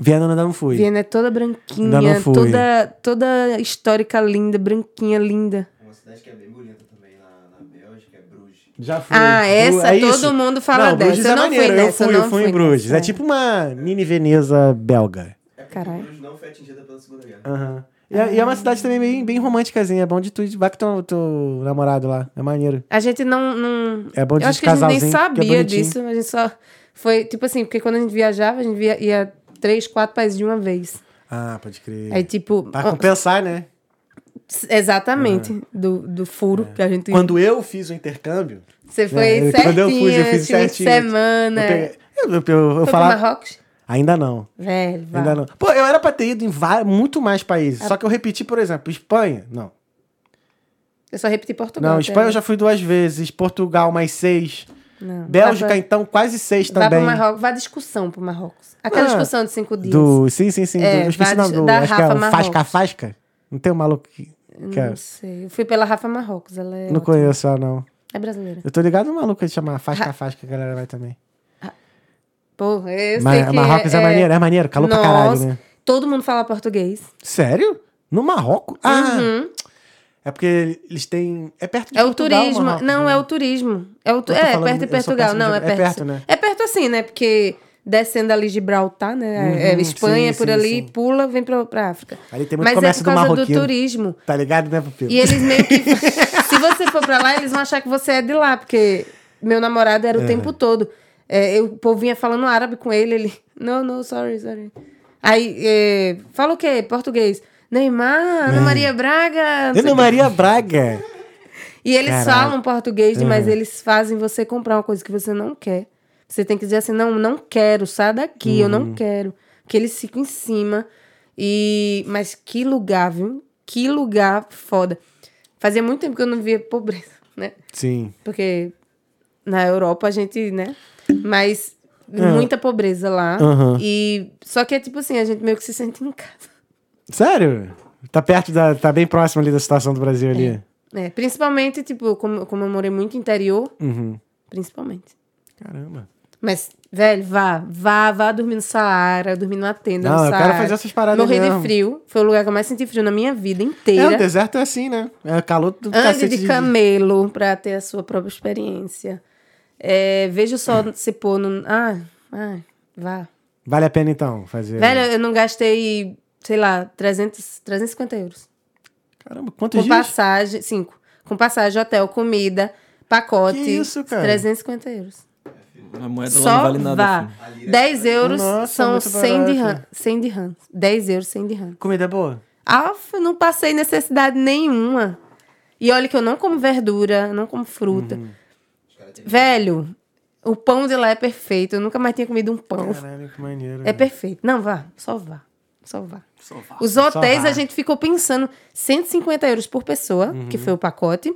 Viena eu ainda não fui.
Viena é toda
Ainda não
branquinha,
fui.
toda, toda histórica linda, branquinha, linda.
Uma cidade que é bem bonita também na, na Bélgica, é Bruges.
Já fui.
Ah,
Bru-
essa
é
todo
isso.
mundo fala
não, Bruges
dessa.
é
eu não
maneiro,
fui
eu
nessa,
fui,
eu
eu
não
fui em Bruges. É tipo uma mini Veneza belga.
É porque
Caralho.
Bruges não foi atingida pela Segunda Guerra.
Aham. E, é- e é uma cidade também bem, bem românticazinha, é bom de tu ir, vai com teu, teu namorado lá, é maneiro.
A gente não. não...
É bom de
eu acho que a gente
casalzinho,
nem
que é
sabia
bonitinho.
disso. A gente só. Foi tipo assim, porque quando a gente viajava, a gente via- ia três, quatro países de uma vez.
Ah, pode crer.
Aí, tipo.
Pra compensar, né?
Exatamente. Do, do furo que a gente.
É. Quando eu fiz o intercâmbio,
Você foi
É,
certinho,
quando eu fui, eu fiz
antes, fim de
certinho.
semana.
eu, peguei- eu, eu, eu, eu
Né. Foi
falava-
pro Marrocos?
Ainda não.
Velho, vai.
Ainda não. Pô, eu era pra ter ido em va- muito mais países. Só que eu repeti, por exemplo, Espanha. Não.
Eu só repeti Portugal.
Não,
né? até
Espanha eu
agora.
já fui duas vezes. Portugal, mais seis.
Não.
Bélgica,
Vá pra-
então, quase seis
Vá
também.
pro Marrocos. Vá discussão pro Marrocos. Aquela
Ah,
discussão de cinco dias.
Do. Sim, sim, sim. do-
É,
eu esqueci o nome
vários-
do.
da
Acho que é
Rafa
o Fasca
Marrocos. Hum,
Fasca. Não tem um maluco que. que é-
Não sei. Eu fui pela Rafa Marrocos. Ela é,
Não
ótima.
conheço ela, não.
é brasileira.
Eu tô ligado no maluco que chama Fasca
Ra-
Fasca, que a galera vai também.
Porra, eu
Ma-
sei que
Marrocos é, maneiro, é maneiro. Calor pra caralho,
Nossa.
né?
Todo mundo fala português.
Sério? No Marrocos? Ah!
Uhum.
É porque eles têm. É perto de
É o
Portugal,
turismo.
Marrocos,
não,
né?
é o turismo. É, o tu-
Eu tô
é,
falando-
perto de
eu sou
Portugal.
péssimo de-
Não, é
é
perto.
perto, né?
É perto assim, né? Porque descendo ali Gibraltar, né? é
Uhum,
Espanha,
sim,
por
sim,
ali,
sim.
pula, vem pra, pra África.
Ali tem muito
Mas é
comércio
por
do
causa do,
marroquino.
turismo.
Tá ligado, né, Pupilo?
E eles
[laughs]
meio que. [laughs]
É.
Se você for pra lá, eles vão achar que você é de lá, porque meu namorado era o tempo todo. É, eu, o povo vinha falando árabe com ele, ele. No, no, sorry, sorry. Aí, é, fala o quê? Português. Neymar,
É.
Ana Maria Braga. não sei o
Ana
quê.
Maria Braga.
E eles
Caraca.
falam português, mas eles fazem você comprar uma coisa que você não quer. Você tem que dizer assim, não, não quero, sai daqui, eu
Uhum.
não quero. Porque eles ficam em cima. E mas que lugar, viu? Que lugar foda. Fazia muito tempo que eu não via pobreza, né?
Sim.
Porque na Europa a gente, né? Mas muita pobreza lá.
É. Aham.
E só que é tipo assim, a gente meio que se sente em casa.
Sério? Tá perto da. Tá bem próximo ali da situação do Brasil ali.
É, principalmente, tipo, como, como eu morei muito interior,
Uhum.
principalmente.
Caramba.
Mas, velho, vá, vá, vá dormir no Saara, dormir numa tenda
Não,
no
eu
Saara.
quero fazer essas paradas
Morrer
mesmo.
de frio. Foi o lugar que eu mais senti frio na minha vida
É,
inteira.
o deserto é assim, né? É calor do
Ande
cacete.
de camelo pra ter a sua própria experiência. É, veja o
[laughs]
sol se pôr no... Ah, ai, vá.
Vale a pena então fazer.
Velho, eu não gastei, sei lá, 300, 350 euros.
Caramba, quantos
Com
dias?
passagem, cinco. Com passagem, hotel, comida, pacote.
Que isso, cara?
350 euros.
um-
A moeda lá
Só
não vale nada. assim.
vá.
filho.
10 euros
Nossa,
são
muito
100 de
barato.
ran. 100 de ran. 10 euros, 100 de ran.
Comida boa?
Ah, não passei necessidade nenhuma. E olha que eu não como verdura, não como fruta.
Uhum.
Velho, o pão de lá é perfeito. Eu nunca mais tinha comido um pão.
Caralho, que maneiro.
É
velho.
perfeito. Não, vá. Só vá. Só vá.
Hum. Só vá. Uhum.
Os hotéis
vá.
a gente ficou pensando 150 euros por pessoa, que foi o pacote.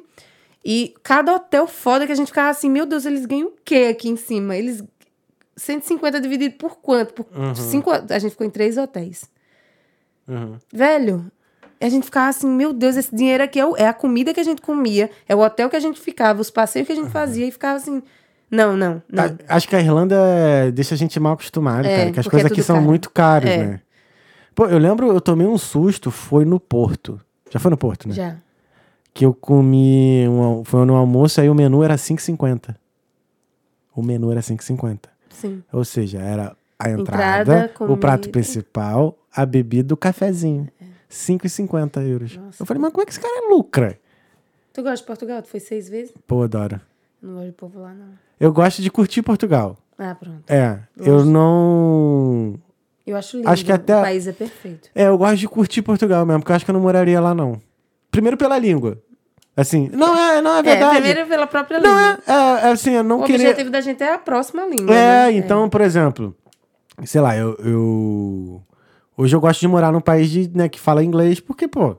E cada hotel foda que a gente ficava assim, meu Deus, eles ganham o quê aqui em cima? Eles 150 dividido por quanto? Por
Uhum.
cinco, a gente ficou em três hotéis.
Uhum.
Velho, a gente ficava assim, meu Deus, esse dinheiro aqui é, o- é a comida que a gente comia, é o hotel que a gente ficava, os passeios que a gente
Uhum.
fazia e ficava assim, não, não, não.
Tá,
A- acho que a Irlanda é- deixa a gente mal acostumado,
É,
cara. Que as
porque
coisas
é
aqui
tudo
são
caro.
muito caras,
É.
né? Pô, eu lembro, eu tomei um susto, foi no Porto. Já foi no Porto, né?
Já.
Que eu comi, um, al- foi no almoço, aí o menu era 5,50. O menu era 5,50.
Sim.
Ou seja, era a entrada,
Entrada,
o prato
comida. É.
principal, a bebida, o cafezinho. 5,50 euros.
Nossa.
Eu falei, mas como é que esse cara lucra?
Tu gosta de Portugal? Tu foi seis vezes?
Pô, adoro.
Eu Não gosto de povo lá, não.
Eu gosto de curtir Portugal.
Ah, pronto.
É, eu não...
Eu acho lindo.
Acho que até-
O país é perfeito.
É, eu gosto de curtir Portugal mesmo, porque eu acho que eu não moraria lá, não. Primeiro pela língua. Assim, não é, não é verdade.
É, primeiro pela própria língua.
Não é, é, é assim, eu não
o
queria...
objetivo da gente é a próxima língua.
É,
né?
então, por exemplo, sei lá, eu, eu- Hoje eu gosto de morar num país de, né, que fala inglês, porque, pô,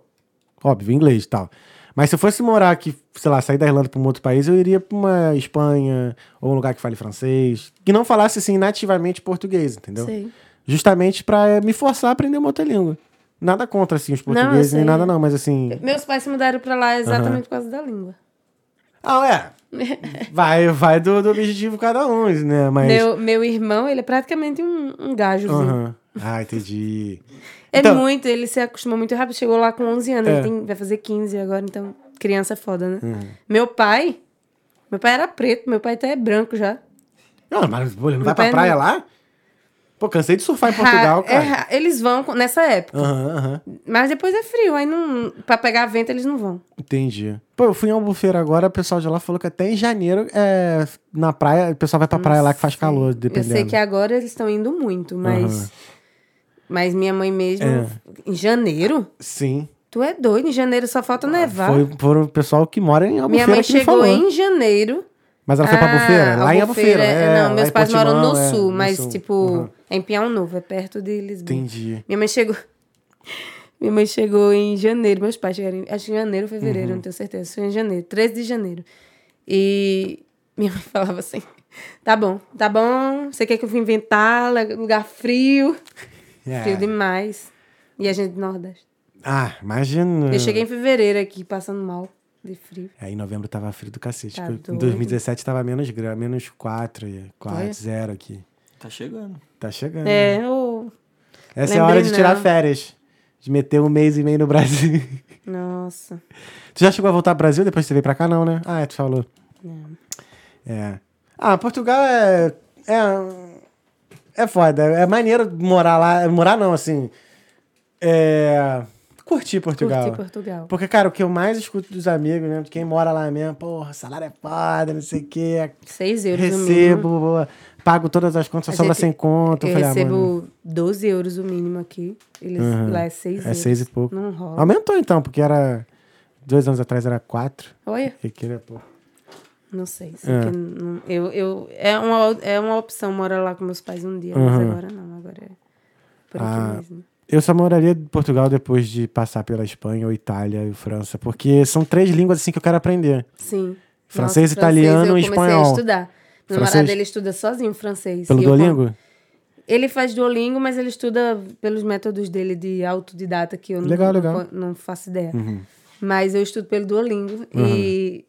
óbvio, inglês e tal. Mas se eu fosse morar aqui, sei lá, sair da Irlanda pra um outro país, eu iria pra uma Espanha ou um lugar que fale francês, que não falasse assim nativamente português, entendeu?
Sei.
Justamente pra eh, me forçar a aprender uma outra língua. Nada contra, assim, os
eu
portugueses, nem
sei.
nada não, mas assim.
Meus pais se mudaram pra lá exatamente por causa da língua. [laughs]
Ah, é. Vai, vai do, do objetivo cada um, né? Mas.
Meu, meu irmão, ele é praticamente um, um gajozinho.
Aham. Ah, entendi.
É
Então-
muito, ele se acostumou muito rápido. Chegou lá com 11 anos,
É. Uhum.
ele tem- vai fazer 15 agora, então criança é foda, né? Meu pai, meu pai era preto, meu pai até é branco já.
Não, mas pô, ele não vai pra
Meu pai
praia
não-
lá? Pô, cansei de surfar em
Ra-
Portugal,
é
cara. Ah.
ra- eles vão com- nessa época,
Aham, aham.
mas depois é frio, aí não, pra pegar vento eles não vão.
Entendi. Pô, eu fui em Albufeira agora, o pessoal de lá falou que até em janeiro, é, na praia, o pessoal vai pra praia lá que faz calor, dependendo.
Hum, Eu sei que é agora eles estão indo muito, mas.
Aham. É.
Mas minha mãe mesmo. Em janeiro?
Sim.
Tu é doido, em janeiro só falta nevar.
Foi, foram o pessoal que mora em Albufeira
minha mãe
que me
chegou
falou.
em janeiro.
Mas ela foi pra
Ah,
Albufeira? Lá em Albufeira.
é,
é,
não,
lá
meus
em
pais moram no
Portimão, é,
sul, mas
sul.
tipo,
Uhum.
é em Pião Novo, é perto de Lisboa.
Entendi.
Minha mãe chegou. [laughs] Minha mãe chegou em janeiro, meus pais chegaram em, acho que em janeiro ou fevereiro,
Uhum.
não tenho certeza, foi em janeiro, 13 de janeiro. E minha mãe [laughs] falava assim: "Tá bom, tá bom, você quer que eu vou inventar lu- lugar frio,
É.
frio demais". E a gente do Nordeste.
Ah, imagina.
Eu cheguei em fevereiro aqui passando mal de frio.
Aí em novembro tava frio do cacete.
Tá
porque em
doido.
2017 tava menos, gra- menos 4, 4,
Olha.
0 aqui.
Tá chegando.
Tá chegando.
É, eu...
Essa é a
Lembrei,
hora de tirar
não.
férias. De meter um mês e meio no Brasil.
nossa.
tu já chegou a voltar ao Brasil depois que você veio pra cá, não, né? Ah, é, tu falou. É. Ah, Portugal é. É. É foda. É maneiro morar lá. Morar não, assim. É. Curtir Portugal.
Curti Portugal.
Porque, cara, o que eu mais escuto dos amigos, né? De quem mora lá mesmo, porra, salário é foda, não sei o quê,
seis euros no mínimo.
recebo. boa. pago todas as contas,
A
só sobra
gente-
100 conto.
Eu,
Eu, falei, ah,
recebo
mano,
12 euros o mínimo aqui. Eles,
Uhum.
Lá é 6
é seis e pouco.
Não rola.
Aumentou então, porque era. Dois anos atrás era quatro.
Olha,
E aqui era pouco.
não sei. isso
É.
aqui não- eu, eu, é, uma, é uma opção morar lá com meus pais um dia, mas
Uhum.
agora não. Agora é por
Ah.
aqui mesmo.
Eu só moraria em Portugal depois de passar pela Espanha, ou Itália e França, porque são três línguas assim que eu quero aprender.
Sim.
Francês, italiano
eu
e
comecei
espanhol.
a estudar. Meu namorado,
Francês?
ele estuda sozinho francês.
Pelo
E eu con-
Duolingo?
Ele faz Duolingo, mas ele estuda pelos métodos dele de autodidata, que eu não-
Legal,
não,
legal. Uhum.
não faço ideia. Mas eu estudo pelo Duolingo e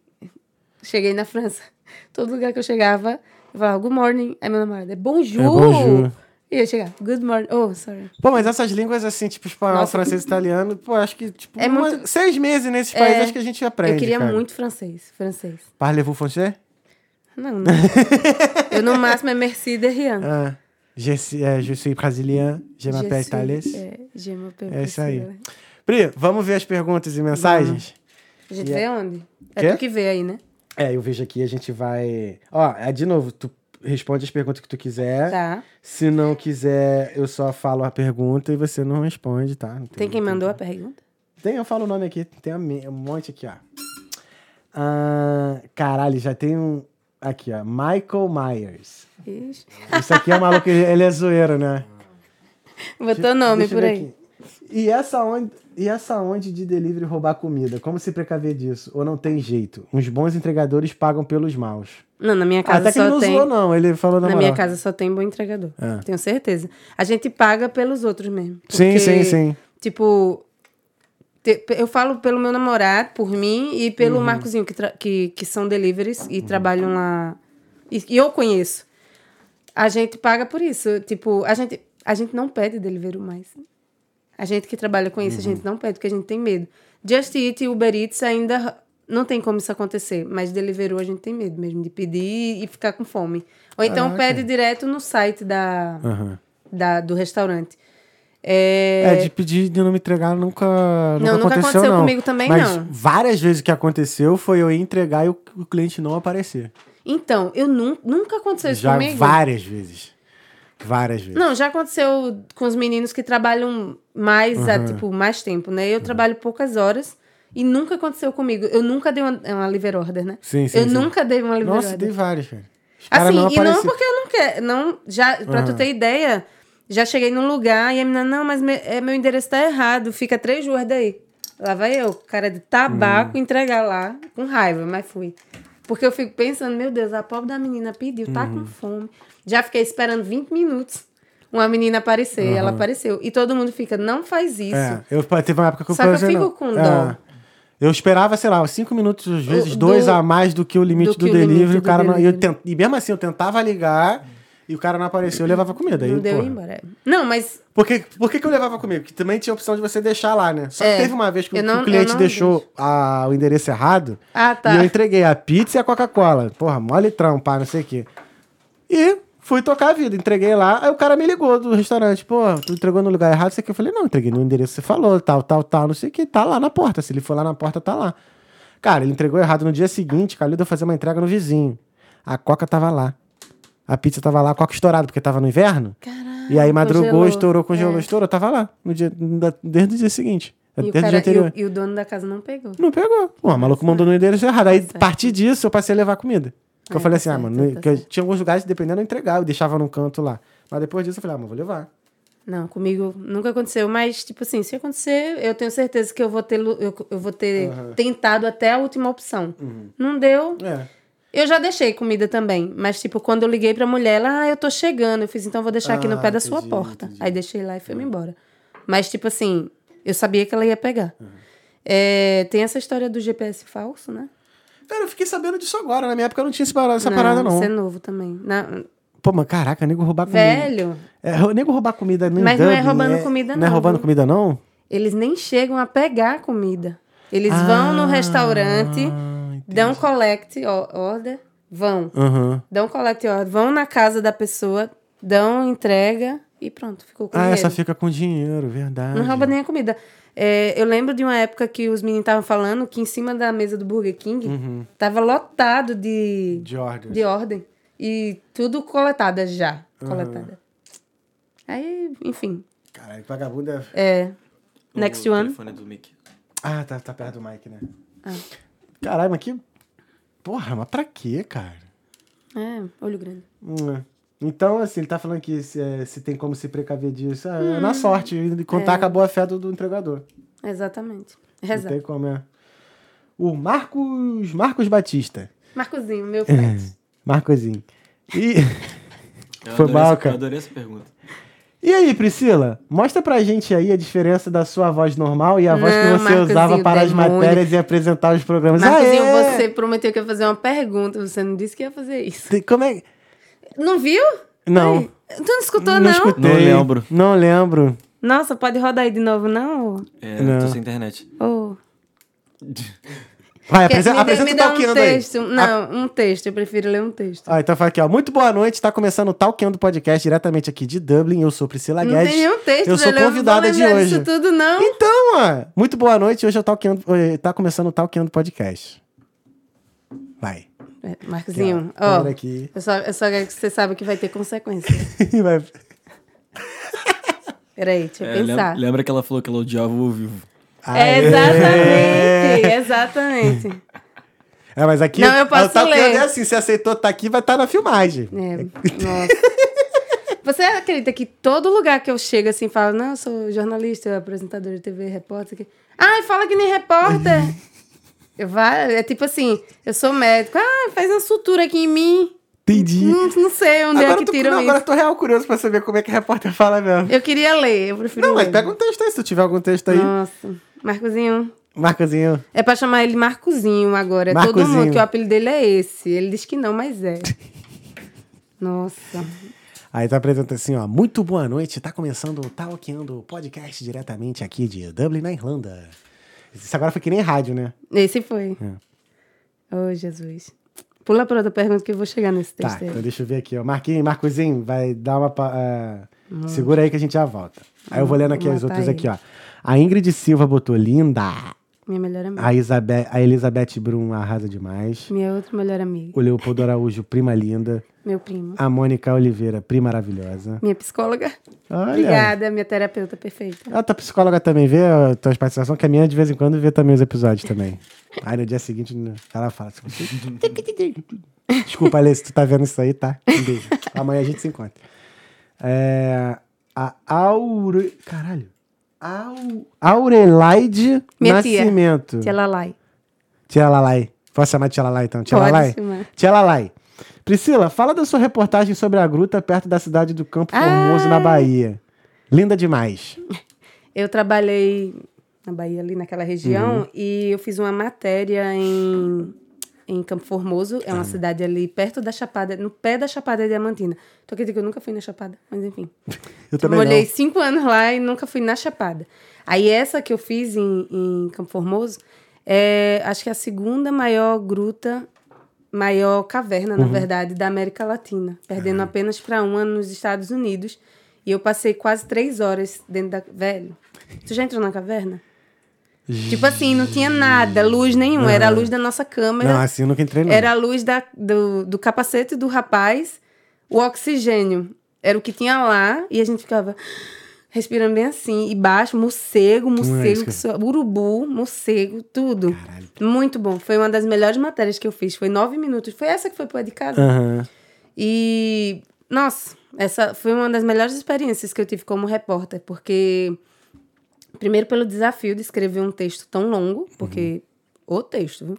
cheguei na França. [laughs] Todo lugar que eu chegava, eu falava good morning. Aí meu namorado é bonjour.
É, bonjour.
E eu chegava good morning. Oh, sorry.
Pô, mas essas línguas assim, tipo espanhol,
Nossa.
francês, italiano, pô, acho que tipo
É
umas-
muito-
seis meses nesses
É,
países acho que a gente aprende.
eu queria
cara.
muito francês. Francês.
Parlez-vous français?
Não, não. eu no máximo é merci de rien.
Ah, je, suis- é, je suis brésilien, je m'appelle
Je suis-
Thales.
É, je m'appelle
É isso aí.
Priscila.
Pri, vamos ver as perguntas e mensagens?
A gente
E
vê onde?
Quê?
É tu que vê aí, né?
É, eu vejo aqui, a gente vai. Ó, é, de novo, tu responde as perguntas que tu quiser.
Tá.
Se não quiser, eu só falo a pergunta e você não responde, tá? Não
Tem quem mandou a pergunta?
Tem, eu falo o nome aqui. Tem a me- um monte aqui, ó. Ah, caralho, já tem um. Aqui, ó. Michael Myers.
Ixi.
Isso aqui é um maluco, [laughs] ele ele é zoeiro, né?
Botou o nome
Deixa eu
por
ver
aí.
aqui. E essa, onde, e essa onde de delivery roubar comida? Como se precaver disso? Ou não tem jeito? Uns bons entregadores pagam pelos maus.
Não, na minha casa
Até Ah, tá que ele
só
não
tem.
zoou, não. Ele falou na,
Na
moral.
minha casa só tem bom entregador.
É.
Tenho certeza. A gente paga pelos outros mesmo.
Sim,
porque,
sim, sim.
Tipo, te- eu falo pelo meu namorado, por mim, e pelo Marcozinho, que, tra- que, que são deliveries e trabalham lá. E, e eu conheço. A gente paga por isso. Tipo, a gente, a gente não pede delivery mais. A gente que trabalha com isso, a gente não pede, porque a gente tem medo. Just Eat e Uber Eats ainda não tem como isso acontecer, mas Deliveroo a gente tem medo mesmo de pedir e ficar com fome. Ou então
Caraca.
pede direto no site da,
Aham.
da- do restaurante.
É,
É,
de pedir de não me entregar nunca, nunca
Não, nunca
aconteceu,
aconteceu
não.
comigo também,
Mas
não.
várias vezes o que aconteceu foi eu ir entregar e o, o cliente não aparecer.
Então, eu nu- nunca aconteceu isso
Já
comigo.
várias vezes. Várias vezes.
Não, já aconteceu com os meninos que trabalham mais, há, tipo, mais tempo, né? Eu trabalho poucas horas e nunca aconteceu comigo. Eu nunca dei uma, é uma liver order, né?
Sim, sim,
eu
sim.
nunca dei uma liver
Nossa,
order.
dei várias, cara. Ah. Os caras
Assim, e não
apareciam.
porque eu não quero. Não, já, pra tu
Aham.
ter ideia, já cheguei num lugar e a menina, não, mas me- é, meu endereço tá errado, fica três ruas daí. Lá vai eu, cara de
Hum.
tabaco, entregar lá, com raiva, mas fui. Porque eu fico pensando, meu Deus, a pobre da menina pediu, tá
Uhum.
com fome. Já fiquei esperando 20 minutos uma menina aparecer, ela apareceu. E todo mundo fica, não faz isso.
É, eu pa- teve uma época que eu
Só que eu
fazia,
fico
não.
com dó.
É. eu esperava, sei lá, uns cinco minutos, às vezes
do-
dois a mais do que o limite
do
do,
que o limite
delivery. o
do
cara não- e eu
delivery.
tent- e mesmo assim, eu tentava ligar e o cara não apareceu, eu levava comida. Aí,
não deu
porra.
embora. É. Não, mas
Por que, por que, que eu levava comigo? Porque também tinha a opção de você deixar lá, né? Só
É,
que teve uma vez que, o-
eu
que
não-
o
eu
cliente
não
deixou a- o endereço errado.
Ah, tá.
E eu entreguei a pizza e a Coca-Cola. Porra, mole trampar, não sei o quê. E fui tocar a vida. Entreguei lá. Aí o cara me ligou do restaurante. Pô, tu entregou no lugar errado, não sei o quê. Eu falei, não, entreguei no endereço que você falou, tal, tal, tal, não sei o quê. Tá lá na porta. Se ele for lá na porta, tá lá. Cara, ele entregou errado no dia seguinte. Calil deu fazer uma entrega no vizinho. A Coca tava lá. A pizza tava lá, a Coca estourada, porque tava no inverno.
Caralho,
E aí madrugou,
Ah, congelou.
estourou, congelou,
É.
estourou. Tava lá no dia, da- desde o dia seguinte.
e o,
desde o dia
cara, e,
anterior.
o, e o dono da casa não pegou.
Não pegou. Pô, o maluco mandou no endereço errado. Aí,
Tá certo.
a partir disso, eu passei a levar comida. Porque eu
Aí,
falei
tá
assim, ah,
certo,
mano, não-
tá
que eu-
certo.
tinha alguns lugares, dependendo, eu entregava, eu deixava num canto lá. Mas depois disso, eu falei, ah, mano, vou levar.
Não, comigo nunca aconteceu, mas tipo assim, se acontecer, eu tenho certeza que eu vou ter lu- eu, eu vou ter tentado até a última opção.
Uhum.
Não deu.
É.
Eu já deixei comida também, mas tipo, quando eu liguei pra mulher, ela, ah, eu tô chegando, eu fiz, então eu vou deixar aqui no
Ah,
pé da sua
entendi,
porta.
entendi. Uhum.
Aí deixei lá e fui-me embora. Mas tipo assim, eu sabia que ela ia pegar.
Uhum.
É, tem essa história do GPS falso, né?
Cara, eu fiquei sabendo disso agora. Na minha época eu não tinha esse parada- essa parada, não.
Isso é novo também. Na-
Pô, mas caraca, nego roubar comida.
velho,
É, o nego roubar comida no
Mas não é
Dublin,
roubando comida,
Não é
não,
roubando
viu?
comida, não?
eles nem chegam a pegar comida. Eles
Ah,
vão no restaurante.
entendi.
dão collect o- order, vão.
Aham.
Dão collect order, vão na casa da pessoa, dão entrega e pronto, ficou com
Ah,
dinheiro.
essa fica com dinheiro, verdade.
Não rouba nem a comida. É, eu lembro de uma época que os meninos estavam falando que em cima da mesa do Burger King tava lotado de,
Uhum. De ordem.
de ordem. E tudo coletada já. Coletada. Aí, enfim.
Caralho, que vagabundo é.
É. Next
o
one.
telefone do Mickey.
Ah, tá, tá perto do Mike, né?
Ah.
Caralho, mas que. Porra, mas pra quê, cara?
É, olho grande.
Hum, é. Então, assim, ele tá falando que se, é, se tem como se precaver disso. Ah, é
Hum.
na sorte, e contar com a boa fé do, do entregador.
Exatamente.
Não
É. Exato.
tem como é. O Marcos. Marcos Batista.
Marcozinho, meu
[laughs]
frente.
Marcozinho. E, [laughs]
Eu
Foi
adorei
mal,
essa-
cara.
Eu adorei essa pergunta.
e aí, Priscila? Mostra pra gente aí a diferença da sua voz normal e a voz que
Não,
você
Marcozinho,
usava para as
demônio.
matérias e apresentar os programas.
Marcozinho,
Aê!
você prometeu que ia fazer uma pergunta, você não disse que ia fazer isso.
Tem- Como é.
Não viu?
Não.
Ai, tu não escutou,
não,
não?
escutei.
Não lembro.
Não lembro.
Nossa, pode rodar aí de novo, não?
É,
Não.
eu tô sem internet.
Ou...
Vai,
Quer-
apresen-
me, dê-
apresenta
me
o
dá
Talkando
um
aí.
texto. Não, um texto. Eu prefiro ler um texto.
é Ah, então fala aqui, ó. Muito boa noite, tá começando o Talkando Podcast diretamente aqui de Dublin. Eu sou Priscila
não
Guedes.
tem nenhum texto,
eu sou
velho,
convidada
não vou
de
lembrar
hoje.
disso tudo, não.
Então, ó, muito boa noite. Hoje é o Talkando, eh, tá começando o Talkando Podcast. Vai.
É, Marcozinho,
Aqui, ó,
ó.
câmera aqui. [laughs]
Eu só, eu só quero que você saiba que vai ter consequências.
Vai.
Peraí, deixa eu
É, lem-
pensar.
lembra que ela falou que ela odiava o ao vivo?
É,
Aê.
exatamente, exatamente.
É, mas aqui.
Não, eu posso
o Talkando
ler.
é assim, se aceitou estar aqui, vai estar na filmagem.
É, nossa. Você acredita que todo lugar que eu chego assim, falo, não, eu sou jornalista, apresentadora de TV, repórter. Aqui. Ai, fala que nem
[laughs]
repórter. Eu vai, é tipo assim, eu sou médico. Ah, faz uma sutura aqui em mim.
Entendi.
Não, não sei onde
agora
é
eu
que
tô,
tiram
não,
isso.
agora eu tô real curioso pra saber como é que a repórter fala mesmo.
Eu queria ler, eu prefiro
Não, mas
ler.
pega um texto aí, se tu tiver algum texto aí.
Nossa, Marcozinho.
Marcozinho.
É pra chamar ele Marcozinho agora. Todo
Marcozinho.
mundo que o apelido dele é esse. Ele diz que não,
[laughs]
mas é. Nossa.
Aí tá apresentando assim, ó. Muito boa noite. Tá começando o Talkando Podcast diretamente aqui de Dublin, na Irlanda. Isso agora foi que nem rádio, né?
Esse foi. Oh, Jesus. Pula pra outra pergunta que eu vou chegar nesse texto
É. Tá,
aí.
então deixa eu ver aqui, ó. Marquinhos, Marcozinho, vai dar uma. pa- ah, Segura aí que a gente já volta. Aí eu vou lendo aqui
Vou
as
matar
outras
ele.
aqui, ó. A Ingrid Silva botou linda.
Minha melhor amiga.
A, Isabe- a Elizabeth Brum arrasa demais.
Minha outra melhor amiga.
O Leopoldo Araújo, prima linda.
Meu primo.
A Mônica Oliveira, prima maravilhosa.
Minha psicóloga.
Olha.
Obrigada, minha terapeuta perfeita.
Ah, tua psicóloga também vê as tuas participações, que a minha de vez em quando vê também os episódios também. Aí no dia seguinte ela fala assim. Desculpa, Alê, se tu tá vendo isso aí, tá? Um beijo. Amanhã a gente se encontra. É, a Aure... Caralho. Au... Aurelaide
Minha tia.
Nascimento.
Tia Lalai.
Tia Lalai. Posso chamar de Tia Lalai, então? Tia
Pode
Lalai?
chamar.
Tia Lalai. Priscila, fala da sua reportagem sobre a gruta perto da cidade do Campo
Ah.
Formoso, na Bahia. Linda demais.
Eu trabalhei na Bahia, ali naquela região,
Uhum.
e eu fiz uma matéria em, em Campo Formoso. É uma
Tá.
cidade ali perto da Chapada, no pé da Chapada Diamantina. Tô querendo que eu nunca fui na Chapada, mas enfim.
Eu também
Molhei
não.
cinco anos lá e nunca fui na Chapada. Aí essa que eu fiz em, em Campo Formoso é, acho que é a segunda maior gruta, maior caverna,
Uhum.
na verdade, da América Latina, perdendo apenas para uma nos Estados Unidos. E eu passei quase três horas dentro da. Velho, tu já entrou na caverna? tipo assim, não tinha nada, luz nenhuma. Era a luz da nossa câmera.
Uhum. Não, assim eu nunca entrei, não.
é- Era a luz da- do, do capacete do rapaz, o oxigênio. Era o que tinha lá e a gente ficava respirando bem assim. E baixo, morcego, morcego,
é isso que-
que só- urubu, morcego, tudo.
Caralho.
Muito bom. Foi uma das melhores matérias que eu fiz. Foi nove minutos. Foi essa que foi pro de casa.
Aham.
E, nossa, essa foi uma das melhores experiências que eu tive como repórter, porque, primeiro, pelo desafio de escrever um texto tão longo, porque. O texto, viu?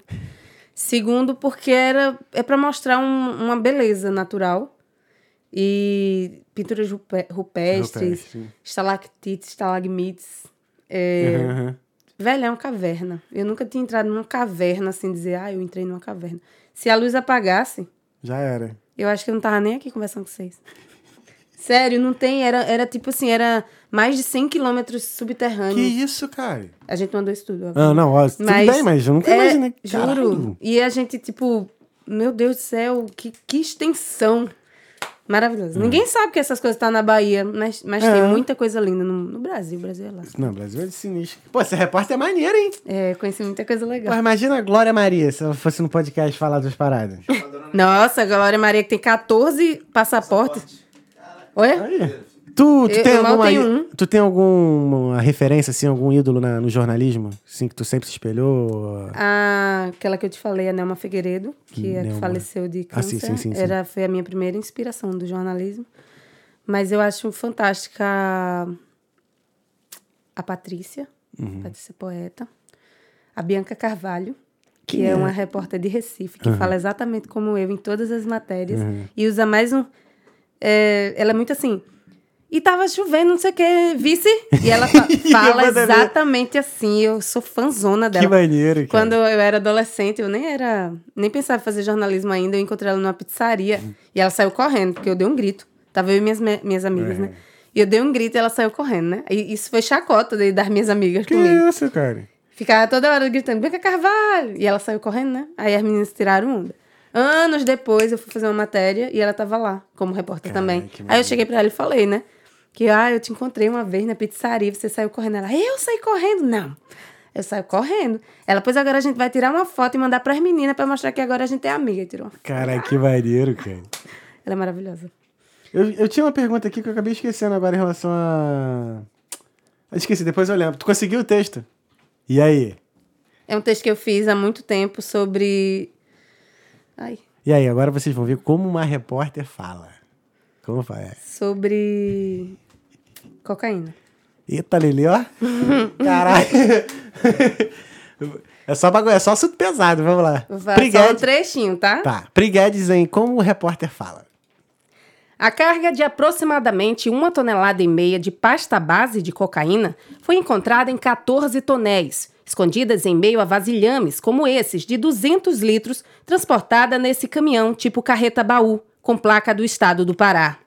Segundo, porque era, é para mostrar um- uma beleza natural. E pinturas rupé- rupestres,
Rupestre.
estalactites, estalagmites. É,
Aham.
Velho, é uma caverna. Eu nunca tinha entrado numa caverna assim, dizer, ah, eu entrei numa caverna. Se a luz apagasse,
Já era.
eu acho que eu não tava nem aqui conversando com vocês. Sério, não tem. Era, era tipo assim, era mais de 100 quilômetros subterrâneos.
Que isso, cara?
A gente mandou isso tudo.
Ah, não, ó, tudo
Mas-
bem, mas eu nunca
É,
imaginei.
juro.
Caralho.
E a gente, tipo, meu Deus do céu, que, que extensão. Maravilhoso. Ninguém sabe que essas coisas estão na Bahia, mas, mas
É.
tem muita coisa linda no, no Brasil. O Brasil é lá.
Não, Brasil é sinistro. Pô, essa repórter é maneira, hein?
É, conheci muita coisa
Pô,
legal.
imagina a Glória Maria se ela fosse no podcast falar das paradas.
Nossa, a Glória Maria que tem 14 passaportes. Olha,
Aí. Tu, tu
Eu-
tem
eu mal
alguma,
tenho um.
tu tem alguma referência, assim, algum ídolo na- no jornalismo? Assim, que tu sempre se espelhou?
a- aquela que eu te falei, a Nelma Figueiredo, que é a
Nelma.
que faleceu de
Ah, sim,
câncer,
sim, sim, sim.
Era, foi a minha primeira inspiração do jornalismo. Mas eu acho fantástica a- a Patrícia,
Uhum.
Patrícia Poeta, a Bianca Carvalho, que
Quem
é,
é? Uhum.
uma repórter de Recife, que fala exatamente como eu em todas as matérias e usa mais um. é, ela é muito assim. E tava chovendo, não sei o que, vice. E
[laughs]
ela fa- fala
Manda ver.
exatamente assim. Eu sou fanzona dela.
Que maneiro, cara.
Quando eu era adolescente, eu nem era. Nem pensava em fazer jornalismo ainda. Eu encontrei ela numa pizzaria e ela saiu correndo, porque eu dei um grito. Tava eu e minhas, me- minhas
É.
amigas, né? E eu dei um grito e ela saiu correndo, né? E isso foi chacota de- das minhas amigas
Que
comigo.
isso, cara?
Ficava toda hora gritando, Bianca Carvalho! E ela saiu correndo, né? Aí as meninas tiraram onda. Anos depois, eu fui fazer uma matéria e ela tava lá, como repórter
Caraca,
também.
que
Aí eu
maneiro.
cheguei pra ela e falei, né? Que, ah, eu te encontrei uma vez na pizzaria, você saiu correndo. Ela, eu saí correndo? Não. Eu saio correndo. Ela, pois agora a gente vai tirar uma foto e mandar pras meninas pra mostrar que agora a gente é amiga. E tirou uma foto.
Cara, que maneiro, cara.
Ela é maravilhosa.
Eu, eu tinha uma pergunta aqui que eu acabei esquecendo agora em relação a... Eu esqueci, depois eu lembro. Tu conseguiu o texto? E aí?
É um texto que eu fiz há muito tempo sobre. Ai.
E aí, agora vocês vão ver como uma repórter fala. Como fala? É.
Sobre. Cocaína.
Eita, Lili, ó. Caralho. [laughs] é só bagulho, é só assunto pesado, vamos lá.
Vou falar só um
Priguedes.
trechinho, tá?
Tá, Priguedes em como o repórter fala.
A carga de aproximadamente uma tonelada e meia de pasta base de cocaína foi encontrada em 14 tonéis, escondidas em meio a vasilhames como esses de 200 litros, transportada nesse caminhão tipo carreta-baú, com placa do estado do Pará.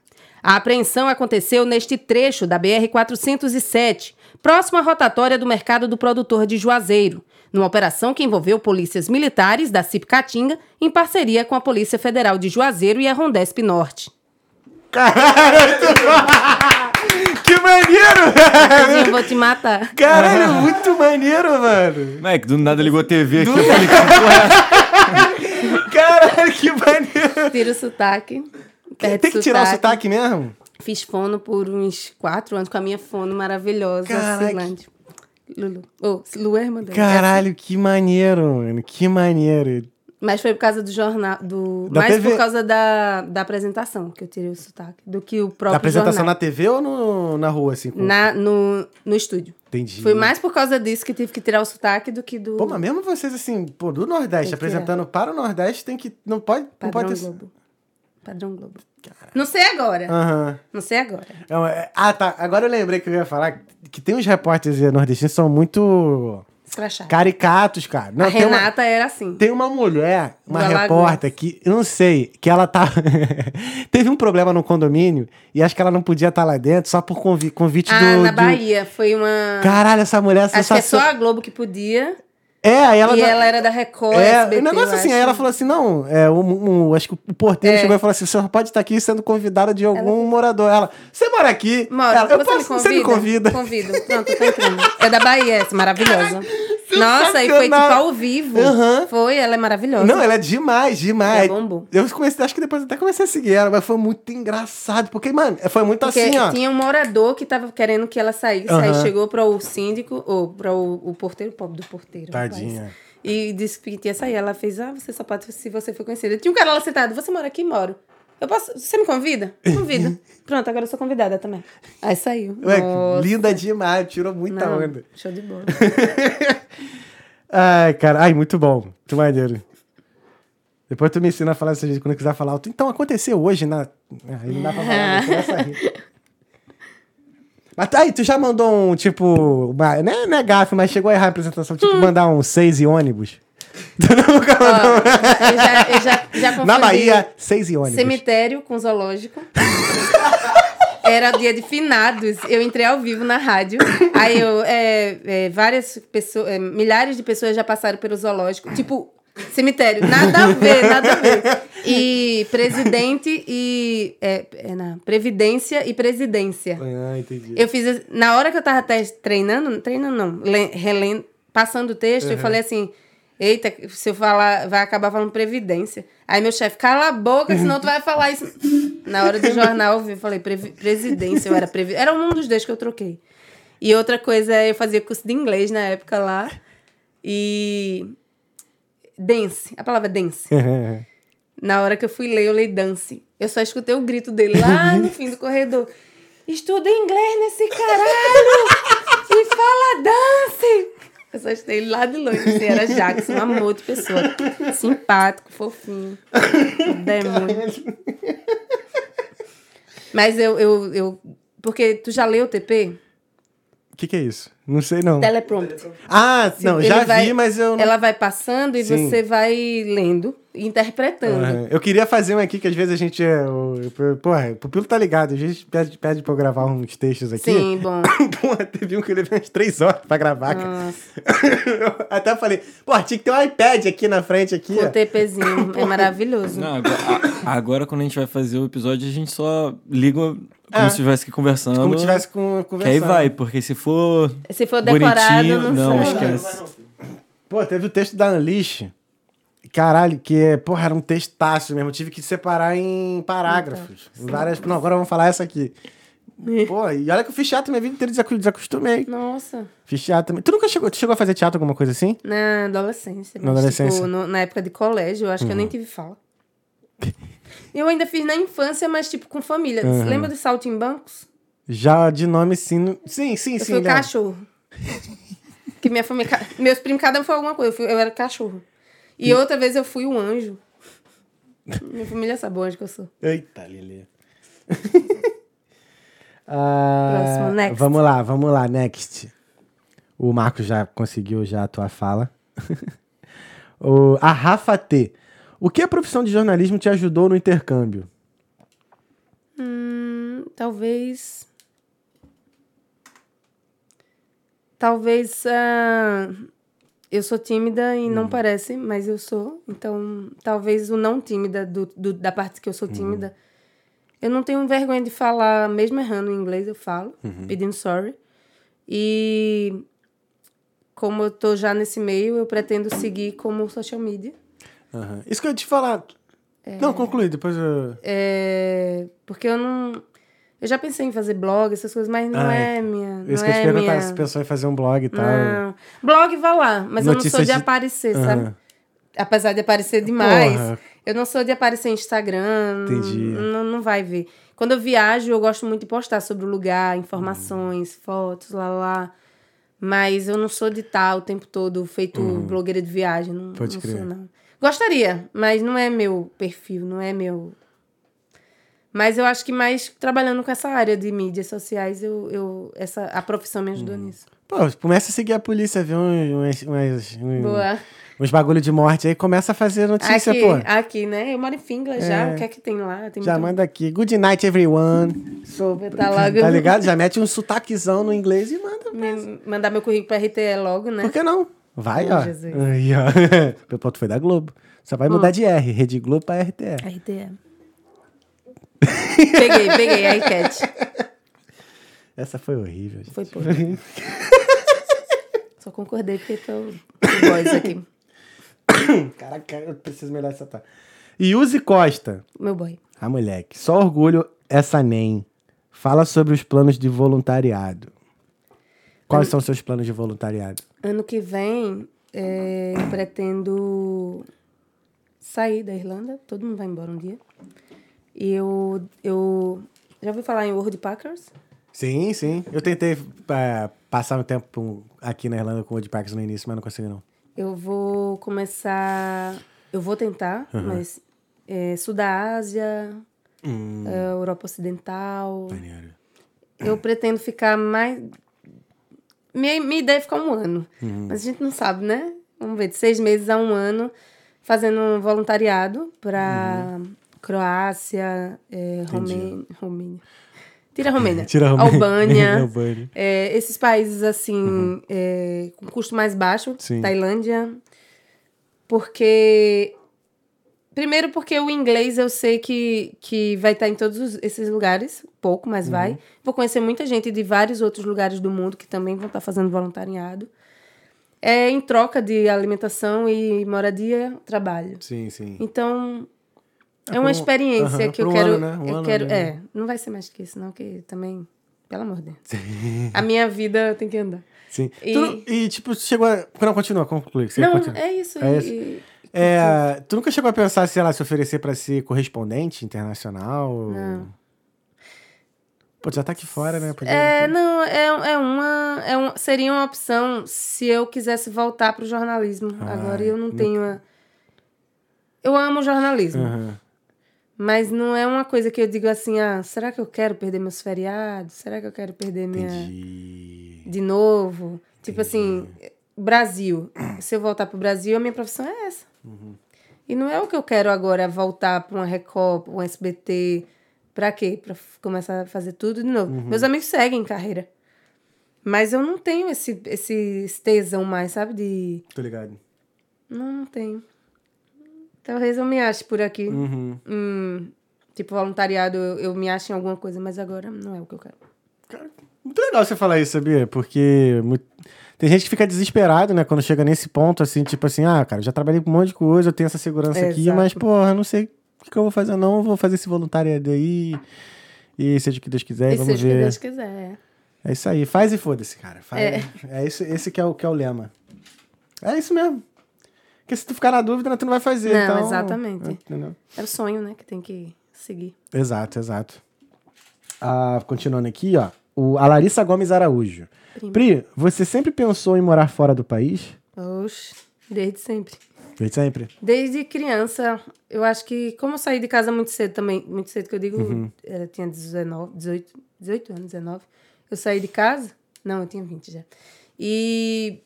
A apreensão aconteceu neste trecho da BR-407, próximo à rotatória do mercado do produtor de Juazeiro, numa operação que envolveu polícias militares da CIP Caatinga em parceria com a Polícia Federal de Juazeiro e a Rondesp Norte.
[laughs] Que maneiro!
Eu vou te matar.
Caralho, é muito maneiro, mano.
Moleque, do nada ligou a TV aqui.
Caralho, que maneiro.
Tira o sotaque. Perde
Tem que tirar o sotaque mesmo?
Fiz fono por uns quatro anos com a minha fono maravilhosa.
Caraca.
Cilante. Lulu. Ô, Lu é irmã dela.
Caralho, que maneiro, mano. Que maneiro.
Mas foi por causa do jornal. Do...
Da
Mais
TV.
por causa da, da apresentação que eu tirei o sotaque. Do que o próprio.
Na apresentação na
jornal.
TV ou no- na rua, assim? com-
Na- no, no estúdio.
Entendi.
Foi mais por causa disso que tive que tirar o sotaque do que do.
Pô, mas mesmo vocês, assim, pô, do Nordeste,
Tem que é.
apresentando para o Nordeste, tem que... Não pode, não
Padrão
pode Ah. ter...
Globo. Padrão Globo. Não sei agora.
Aham.
Não sei agora.
Não, é- Ah, tá. Agora eu lembrei que eu ia falar que tem uns repórteres nordestinos que são muito
Escrachado.
caricatos, cara. Não,
a
tem uma-
Renata era assim.
Tem uma mulher, uma
Do Alagoas.
repórter, que eu não sei, que ela tá. [laughs] Teve um problema no condomínio e acho que ela não podia estar lá dentro só por convi- convite
Ah,
do.
na
do-
Bahia. Foi uma.
Caralho, essa mulher é
Acho que é só
sensacional.
a Globo que podia.
É, aí ela.
e
não-
ela era da Record,
É,
SBT,
um negócio
eu
assim,
acho.
aí ela falou assim: não, é, um, um- acho que o porteiro
É.
chegou e falou assim: o senhor pode estar aqui sendo convidada de algum morador. Ela, você mora aqui?
Mauro,
Ela, eu
você
posso,
me convida?
você me convida. [laughs]
Convido. Pronto, tá entrando. É da Bahia essa, maravilhosa. Nossa, e foi tipo
sensacional.
ao vivo.
Aham.
Foi, ela é maravilhosa.
Não, ela é demais, demais.
Ela bombou.
Eu comecei, acho que depois até comecei a seguir ela, mas foi muito engraçado, porque, mano, foi muito
Porque
assim, ó.
tinha um morador que tava querendo que ela saísse. Aí
Aham.
chegou para o síndico, ou para o, o porteiro, pobre do porteiro. rapaz.
Tadinha.
E disse que ia sair. Ela fez, ah, você só pode se você for conhecida. Tinha um cara lá sentado, você mora aqui? Moro. Eu posso, você me convida?
[laughs]
Convido. Pronto, agora eu sou convidada também. Aí saiu.
Ué,
Nossa.
linda demais, tirou muita
Não,
onda.
Show de bola.
Ai, cara, ai, muito bom. Muito maneiro. Depois tu me ensina a falar desse jeito quando eu quiser falar alto. Então aconteceu hoje na. Aí não dá pra falar, né? começa a rir. Mas tá aí, tu já mandou um tipo. Uma, não, é, não é gafe, mas chegou a errar a apresentação. Tipo,
Hum.
mandar um seis e ônibus. [laughs] Tu nunca mandou.
eu já, eu já, já confundi.
Na Bahia, seis e ônibus.
Cemitério com zoológico. Era dia de finados. Eu entrei ao vivo na rádio. Aí eu, é, é, várias pessoas, é, milhares de pessoas já passaram pelo zoológico. Tipo, Cemitério, nada a ver, nada a ver. E presidente e. É, é na Previdência e Presidência.
Ah, entendi.
Eu fiz. as- Na hora que eu tava te- treinando, treinando não, le- relen- passando o texto, eu falei assim. Eita, se eu falar, vai acabar falando previdência. Aí meu chefe, cala a boca, senão tu vai falar isso. Na hora do jornal, eu falei previ- presidência, eu era previ... Era um dos dois que eu troquei. E outra coisa, eu fazia curso de inglês na época lá. E. Dance, a palavra dance. Na hora que eu fui ler, eu leio dance. Eu só escutei o grito
[laughs]
dele lá no fim do corredor. Estuda inglês nesse caralho! E fala dance! Eu só escutei ele lá de longe. Assim, era Jackson, um amor de pessoa. Simpático, fofinho. Demônio. Mas eu, eu, eu... Porque tu já leu o TP?
[laughs] O que, que é isso? Não sei, não.
Teleprompter.
Ah, não,
Ele
já
vai-
vi, mas eu não.
Ela vai passando e
Sim.
você vai lendo, e interpretando.
Aham. Eu queria fazer um aqui que às vezes a gente é. o- Porra, o Pupilo tá ligado. A gente pede, pede pra eu gravar uns textos aqui.
Sim, bom.
[laughs] Porra, teve um que eu levei umas três horas pra gravar, cara. [laughs] Eu até falei, porra, tinha que ter um iPad aqui na frente aqui.
O
ó.
TPzinho é maravilhoso.
Não, agora, a- agora quando a gente vai fazer o episódio, a gente só liga como
É.
se estivesse aqui conversando.
Como tivesse com
Que aí
conversando.
vai, porque se for
Se for decorado,
bonitinho...
não,
Não,
sai.
esquece.
Pô, teve o texto da Unleash. Caralho, que é, porra, era um textaço mesmo. Eu tive que separar em parágrafos. Várias. Não, agora vamos falar essa aqui. Pô, e olha que eu fiz teatro minha vida inteira, desacu- desacostumei.
Nossa,
Fiz teatro também. Tu nunca chegou, tu chegou a fazer teatro alguma coisa assim?
na adolescência.
Na
mas,
adolescência.
tipo, no- na época de colégio, eu acho que eu
Uhum.
nem tive fala. Eu ainda fiz na infância, mas tipo com família.
Uhum.
Você lembra do salto em bancos?
Já de nome sim. não- Sim, sim,
Eu
sim.
fui o
lembro.
cachorro. que minha família. ca- Meus primos, cada um foi alguma coisa. Eu, fui- eu era cachorro. E
Hum.
outra vez eu fui o anjo. Minha família sabe o anjo que eu sou.
Eita,
[laughs]
Lili. Ah,
Próximo, next.
Vamos lá, vamos lá, next. O Marco já conseguiu já a tua fala. [laughs] o, a Rafa T. O que a profissão de jornalismo te ajudou no intercâmbio?
Hum, talvez. Talvez. ah, eu sou tímida e não parece, mas eu sou. Então, talvez o não tímida, do, do- da parte que eu sou tímida. Eu não tenho vergonha de falar, mesmo errando em inglês, eu falo, pedindo sorry. E. Como eu tô já nesse meio, eu pretendo seguir como social media.
Isso que eu ia te falar. Não, conclui, depois eu...
É, porque eu não. Eu já pensei em fazer blog, essas coisas, mas não
Ah,
é minha. Não
Isso que eu ia te
é
perguntar
minha.
se pensou em fazer um blog e tal.
Não. Blog vai lá, mas eu não sou
Notícias de-
de, aparecer,
Aham.
sabe? Apesar de aparecer demais.
Porra.
Eu não sou de aparecer em Instagram. não-
Entendi.
Não, não vai ver. Quando eu viajo, eu gosto muito de postar sobre o lugar, informações, fotos, lá lá. Mas eu não sou de estar o tempo todo feito blogueira de viagem. Não,
Uhum. Pode
não
crer.
sou, não. Gostaria, mas não é meu perfil, não é meu. Mas eu acho que mais trabalhando com essa área de mídias sociais, eu, eu, essa, a profissão me
Hum.
ajudou nisso.
Pô, começa a seguir a polícia, Um, ver uns, uns, uns, uns,
Boa.
bagulho de morte aí, começa a fazer notícia,
aqui,
pô.
aqui, né? Eu moro em Fingla já.
É.
O que é que tem lá? Tem
Já
muito...
manda aqui. Good night, everyone.
Soube, tá logo. Né?
Tá ligado? Já mete um sotaquezão no inglês e manda.
[laughs] Me- mandar meu currículo pra RTE logo, né?
Por que não? Vai, ó.
Oh, Jesus.
Aí, ó. [laughs] Meu ponto foi da Globo. Só vai mudar de R. Rede Globo pra RTE.
RTE. peguei, peguei a enquete.
Essa foi horrível, gente.
Foi pouco. Só concordei porque tô com voz aqui.
Caraca, eu preciso melhorar essa tá. Yuzi Costa.
Meu boy.
Ah, moleque. Só orgulho essa NEM. Fala sobre os planos de voluntariado. Quais são seus planos de voluntariado?
Ano que vem, é, eu pretendo sair da Irlanda. Todo mundo vai embora um dia. E eu, eu já ouvi falar em World Packers.
Sim, sim. Eu tentei é, passar um tempo aqui na Irlanda com o Wood Parks no início, mas não consegui, não.
Eu vou começar. Eu vou tentar, mas é, sul da Ásia, é, Europa Ocidental.
[laughs] Maneiro.
Eu pretendo ficar mais. Minha, minha ideia é ficar um ano. Mas a gente não sabe, né? Vamos ver, de seis meses a um ano, fazendo um voluntariado para Croácia, é, Romênia, Romênia. Tira a Romênia.
[laughs] Tira a Romênia. [laughs]
Albânia.
Albânia.
É, esses países, assim, é, com custo mais baixo.
Uhum. Sim.
Tailândia. Porque. Primeiro, porque o inglês eu sei que, que vai estar em todos os- esses lugares, pouco,
Uhum.
mas vai. Vou conhecer muita gente de vários outros lugares do mundo que também vão estar fazendo voluntariado. É em troca de alimentação e moradia, trabalho.
Sim, sim.
Então,
É
é, uma
por um-
experiência
aham,
que eu
por um
quero.
ano, né? Um
eu
ano,
quero
né?
É, não vai ser mais que isso, não, que também. Pelo amor de Deus. A minha vida tem que andar.
sim.
e-
Tu não- E... tipo, chegou a... Não, continua, conclui. Você
não,
continua.
é isso.
É
e-
isso.
e-
É, tu nunca chegou a pensar, sei lá, se oferecer pra ser correspondente internacional?
Não.
Pô, tu já tá aqui fora, né? Podia-
É, não, é, é uma. É um, seria uma opção se eu quisesse voltar para o jornalismo.
Ah,
Agora eu não
não-
tenho. A... Eu amo jornalismo,
Aham.
mas não é uma coisa que eu digo assim: ah, será que eu quero perder meus feriados? Será que eu quero perder minha.
Entendi.
de novo. Tipo assim, Brasil. Se eu voltar pro Brasil, a minha profissão é essa.
Uhum.
E não é o que eu quero agora, voltar pra uma Record, um SBT. Pra quê? Pra f- começar a fazer tudo de
Uhum.
novo. Meus amigos seguem carreira. Mas eu não tenho esse, esse, esse tesão mais, sabe? De.
Tô ligado.
Não, não tenho. Talvez eu me ache por aqui.
Uhum.
Hum, tipo, voluntariado, eu, eu me acho em alguma coisa, mas agora não é o que eu quero.
Muito legal você falar isso, sabia? Porque mu- tem gente que fica desesperado, né? Quando chega nesse ponto, assim, tipo assim, ah, cara, eu já trabalhei com um monte de coisa, eu tenho essa segurança aqui,
Exato.
mas, porra, eu não sei o que, que eu vou fazer, não. eu Vou fazer esse voluntariado aí. E seja o que Deus quiser,
E
É, vamos
seja o
ver.
que Deus quiser.
É isso aí. Faz e foda-se, cara. Faz. É, isso, esse que é, o, que é o lema. É isso mesmo. Porque se tu ficar na dúvida, né, tu não vai fazer.
Não,
então-
exatamente.
Entendeu?
É o sonho, né? Que tem que seguir.
Exato, exato. Ah, continuando aqui, ó. O, a Larissa Gomes Araújo.
Prima.
Pri, você sempre pensou em morar fora do país?
Oxe, desde sempre.
Desde sempre.
Desde criança, eu acho que, como eu saí de casa muito cedo também, muito cedo que eu digo, era- tinha 19, 18, 18 anos, 19, eu saí de casa, não, eu tinha 20 já. E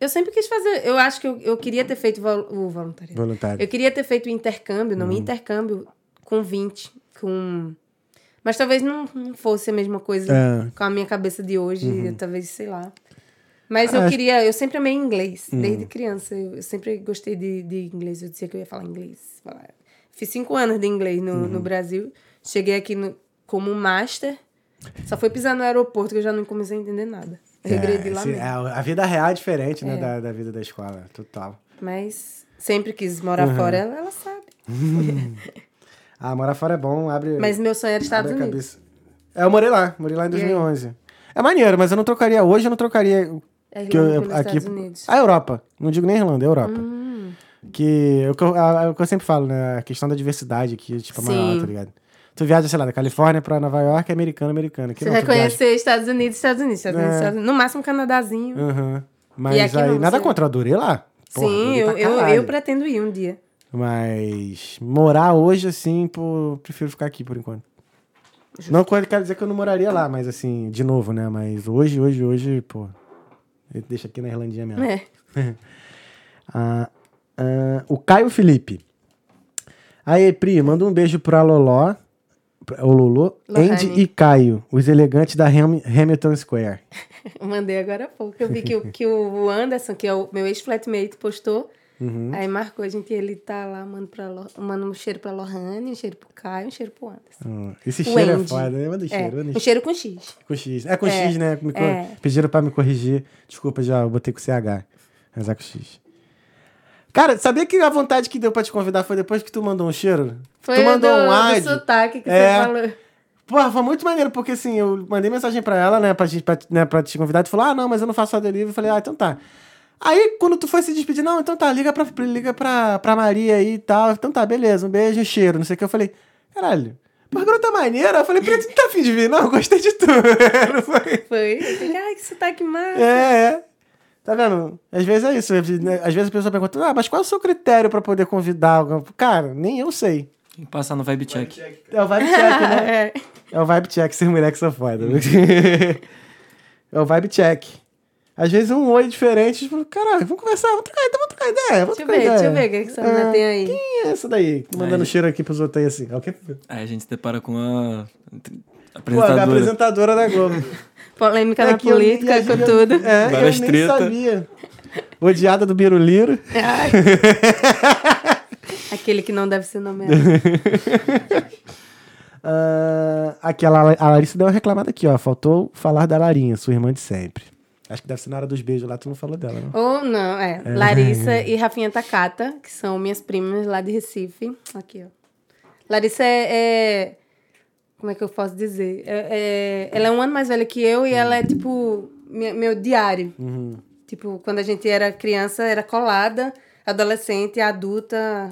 eu sempre quis fazer, eu acho que eu, eu queria ter feito vol- o voluntariado.
Voluntário.
Eu queria ter feito o intercâmbio, não, intercâmbio com 20, com... Mas talvez não, não fosse a mesma coisa
É.
com a minha cabeça de hoje, talvez, sei lá. Mas
Uhum.
eu
Ah, Uhum.
queria, eu sempre amei inglês, desde criança. Eu eu sempre gostei de, de inglês, eu dizia que eu ia falar inglês. falar. Fiz cinco anos de inglês no,
Uhum.
no Brasil. Cheguei aqui no, como master. Só foi pisar no aeroporto que eu já não comecei a entender nada. Regredi
É,
lá
esse-
mesmo.
é, a vida real é diferente, né? Da, da vida da escola, total.
Mas sempre quis morar
Uhum.
fora, ela, ela sabe.
Ah, morar fora é bom, abre,
Mas meu sonho era Estados
abre a
Unidos.
cabeça. É, eu morei lá, morei lá em
aí?
2011. É maneiro, mas eu não trocaria hoje, eu não trocaria
É
que eu-
Irlanda pelos
aqui-
Estados Unidos. Hum.
A Europa, não digo nem a Irlanda, a Europa. Que é o que eu, a- é o que eu sempre falo, né? A questão da diversidade aqui, tipo, é maior,
Sim.
tá ligado? Tu viaja, sei lá, da Califórnia pra Nova York, é americano, americano. Aqui
Você
não,
vai
tu viaja-
conhecer Estados Unidos, Estados Unidos, Estados Unidos,
É.
Estados Unidos. No máximo um Canadazinho.
Aham. Mas
E aqui
aí,
não,
nada
você-
contra, eu adorei lá. Porra, adorei
Sim,
pra
eu, eu,
caralho.
eu pretendo ir um dia.
Mas morar hoje, assim, pô, eu prefiro ficar aqui por enquanto. Não que eu quero dizer que eu não moraria lá, mas assim, de novo, né? Mas hoje, hoje, hoje, pô. Deixa aqui na Irlandinha mesmo.
É.
Ah, ah, o Caio Felipe. Aí, Pri, manda um beijo pra Loló, pra- o Lolo,
Lohane.
Andy e Caio, os elegantes da Ham- Hamilton Square.
É, [laughs] Eu Mandei agora há pouco. Eu vi que, o- que o Anderson, que é o meu ex-flatmate, postou.
Uhum.
Aí marcou a gente, ele tá lá, manda, pra, Lo- manda um cheiro pra Lohane, um cheiro pro Caio, um cheiro
[laughs]
pro Anderson.
Hum, Esse
O
cheiro é
Andy.
foda, né? Manda o
É,
cheiro, manda o
um
cheiro.
cheiro com X.
Com X. É com
É,
X, né? Me co-
é.
Pediram pra me corrigir. Desculpa, já eu botei com CH. Mas é com X. Cara, sabia que a vontade que deu pra te convidar foi depois que tu mandou um cheiro?
Foi
tu
o
mandou
do,
um
do
ad.
sotaque que
É.
você falou.
Porra, foi muito maneiro, porque assim, eu mandei mensagem pra ela, né, pra, gente, pra, né, pra te convidar, tu falou, ah, não, mas eu não faço só delivery. Eu falei, ah, então tá. Aí, quando tu foi se despedir, não, então tá, liga pra, liga pra, pra Maria aí e tal. Então tá, beleza, um beijo, um cheiro, não sei o que. Eu falei, caralho, mas garota maneira. Eu falei, Pri, tu não tá afim de vir? Não, eu gostei de tu. [laughs] Não foi?
Foi. Eu falei, Ai, que sotaque massa. [laughs]
É, é. Tá vendo? Às vezes é isso. né? Às vezes a pessoa pergunta, ah, mas qual é o seu critério pra poder convidar alguém? Cara, nem eu sei.
Tem que passar no vibe
Vai,
check.
check, cara.
É o vibe check, né?
É.
É o vibe check, ser mulher que são foda.
[laughs]
é o vibe check. Às vezes um oi diferente, tipo, caralho, vamos conversar, vamos trocar, então vamos trocar ideia. Vamos
Deixa eu
trocar
ver,
ideia.
deixa eu ver o que, que essa menina
Ah,
tem aí.
Quem é essa daí? que Mandando
Aí.
cheiro aqui pros outros aí assim. É o quê?
Aí a gente se depara com a
Pô, a
apresentadora.
apresentadora da Globo.
Polêmica
É
na
que eu li,
política,
eu-
com tudo.
[laughs] É, eu
Várias
nem
treta.
sabia. Odiada do Biruliro.
Aquele que não deve ser nomeado.
Ah, aqui, a, La- a Larissa deu uma reclamada aqui, ó. Faltou falar da Larinha, sua irmã de sempre. Acho que deve ser na hora dos beijos lá, tu não falou dela, não.
Ou não, é. Larissa e Rafinha Takata, que são minhas primas lá de Recife. Aqui, ó. Larissa é. é- como é que eu posso dizer? É- é- ela é um ano mais velha que eu e ela é tipo mi- meu diário. Tipo, quando a gente era criança, era colada, adolescente, adulta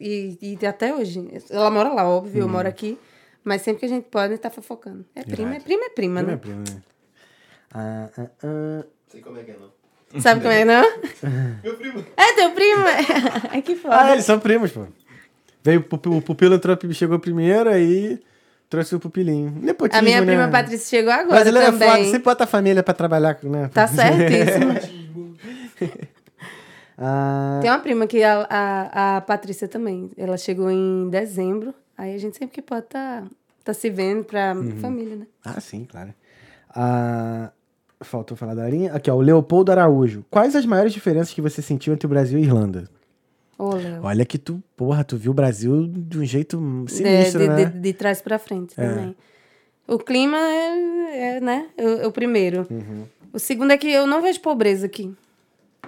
e, e até hoje. Ela mora lá, óbvio, eu moro aqui. Mas sempre que a gente pode, a gente tá fofocando. É prima, é prima, é prima,
Prima é
né?
prima, né? Ah, ah, ah.
Sei como é que é, não.
Sabe como é, não?
Meu primo.
É teu primo? Ai, que foda.
Ah, eles são primos, pô. Veio o pupi- o pupilo entrou, chegou primeiro, aí trouxe o pupilinho. Nepotismo,
A minha prima
né?
Patrícia chegou agora
Brasileira é foda,
também.
sempre bota a família pra trabalhar, né? [laughs]
Tá certíssimo.
Ah,
Tem uma prima que a, a, a Patrícia também. Ela chegou em dezembro. Aí a gente sempre que pode tá, tá se vendo pra família, né?
ah, sim, claro. Ah, faltou falar da Arinha. Aqui, ó, o Leopoldo Araújo. Quais as maiores diferenças que você sentiu entre o Brasil e a Irlanda?
Ô, Léo.
Olha que tu, porra, tu viu o Brasil de um jeito
É,
sinistro,
de,
né? É.
de, de trás pra frente também. O clima é, é, né, o, o primeiro.
Uhum.
O segundo é que eu não vejo pobreza aqui.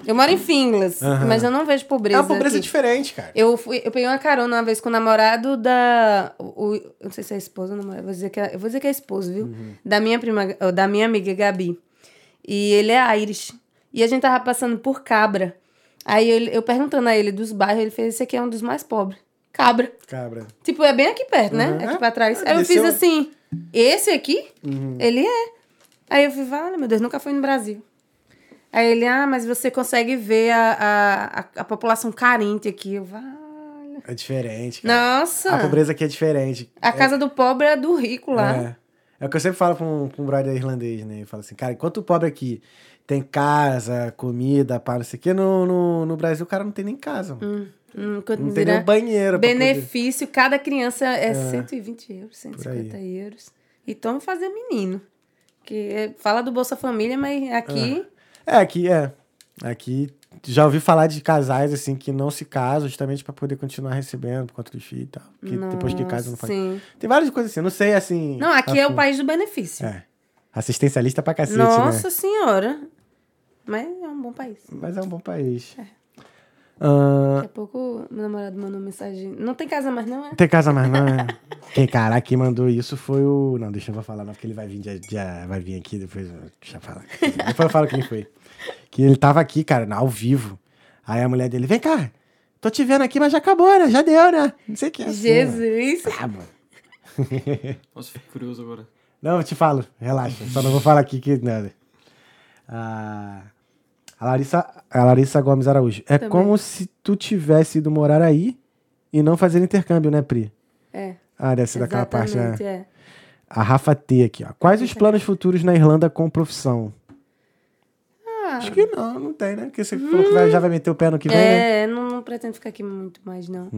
Eu moro em Finglas,
Aham.
mas eu não vejo
É
pobreza
uma pobreza
aqui.
diferente, cara.
Eu, fui, eu peguei uma carona uma vez com o namorado da. O, o- eu não sei se é esposa ou namorado. Vou dizer que é, eu vou dizer que é esposa, viu? Da, minha prima, ou da minha amiga Gabi. E ele é Irish. E a gente tava passando por Cabra. Aí ele- eu perguntando a ele dos bairros, ele fez: esse aqui é um dos mais pobres. Cabra.
Cabra.
Tipo, é bem aqui perto, né?
Uhum.
Aqui pra trás.
Ah,
Aí eu
desceu.
fiz assim: esse aqui?
Uhum.
Ele é. Aí eu fui, vale, meu Deus, nunca fui no Brasil. Aí ele, ah, mas você consegue ver a, a, a, a população carente aqui. Eu, vale.
É diferente, cara.
Nossa!
A
A,
pobreza aqui é diferente.
casa do pobre é a do rico lá.
É. É o que eu sempre falo pra um, pra um brother irlandês, né? Eu falo assim, cara, enquanto o pobre aqui tem casa, comida, pá, não sei o quê, no, no, no Brasil o cara não tem nem casa, mano.
Hum, quanto
não tem
dirá?
nem um banheiro pra poder-
Benefício, cada criança é, 120 euros, 150 euros. E toma fazer menino. Que é- fala do Bolsa Família, mas aqui.
É, aqui é. Aqui já ouvi falar de casais, assim, que não se casam justamente pra poder continuar recebendo por conta dos filhos e tal. Porque depois É, que
nossa,
casam não faz.
Sim.
Tem várias coisas assim, eu não sei, assim...
Não, aqui é o
afim.
país do benefício.
É. Assistencialista pra cacete, né?
Nossa senhora. Mas é um bom país.
Mas é um bom país. Ahn, Ah.
Daqui a pouco meu namorado mandou mensagem. Não tem casa mais, não é?
Não tem casa mais não, é? Quem, caraca, quem mandou isso foi o... Não, deixa eu não falar não, porque ele vai vir, dia, dia- vai vir aqui depois. eu- Deixa eu falar. Depois eu falo quem foi. Que ele tava aqui, cara, ao vivo. Aí a mulher dele, vem cá, tô te vendo aqui, mas já acabou, né? Já deu, né? Não sei o que. é assim, né?
Jesus.
Ah, mano.
Nossa, fico curioso agora.
Não, eu te falo, relaxa. Só não vou falar aqui que nada. Ah, a, Larissa, a Larissa Gomes Araújo. É
Também.
como se tu tivesse ido morar aí e não fazer intercâmbio, né, Pri?
É.
Ah, deve ser daquela parte. né?
Exatamente, é.
A Rafa T aqui, ó. Quais os planos futuros na Irlanda com profissão? Acho que não, não tem, né? Porque você falou que vai- já vai meter o pé no que vem, né? Uhum.
É, não, não pretendo ficar aqui muito mais, não.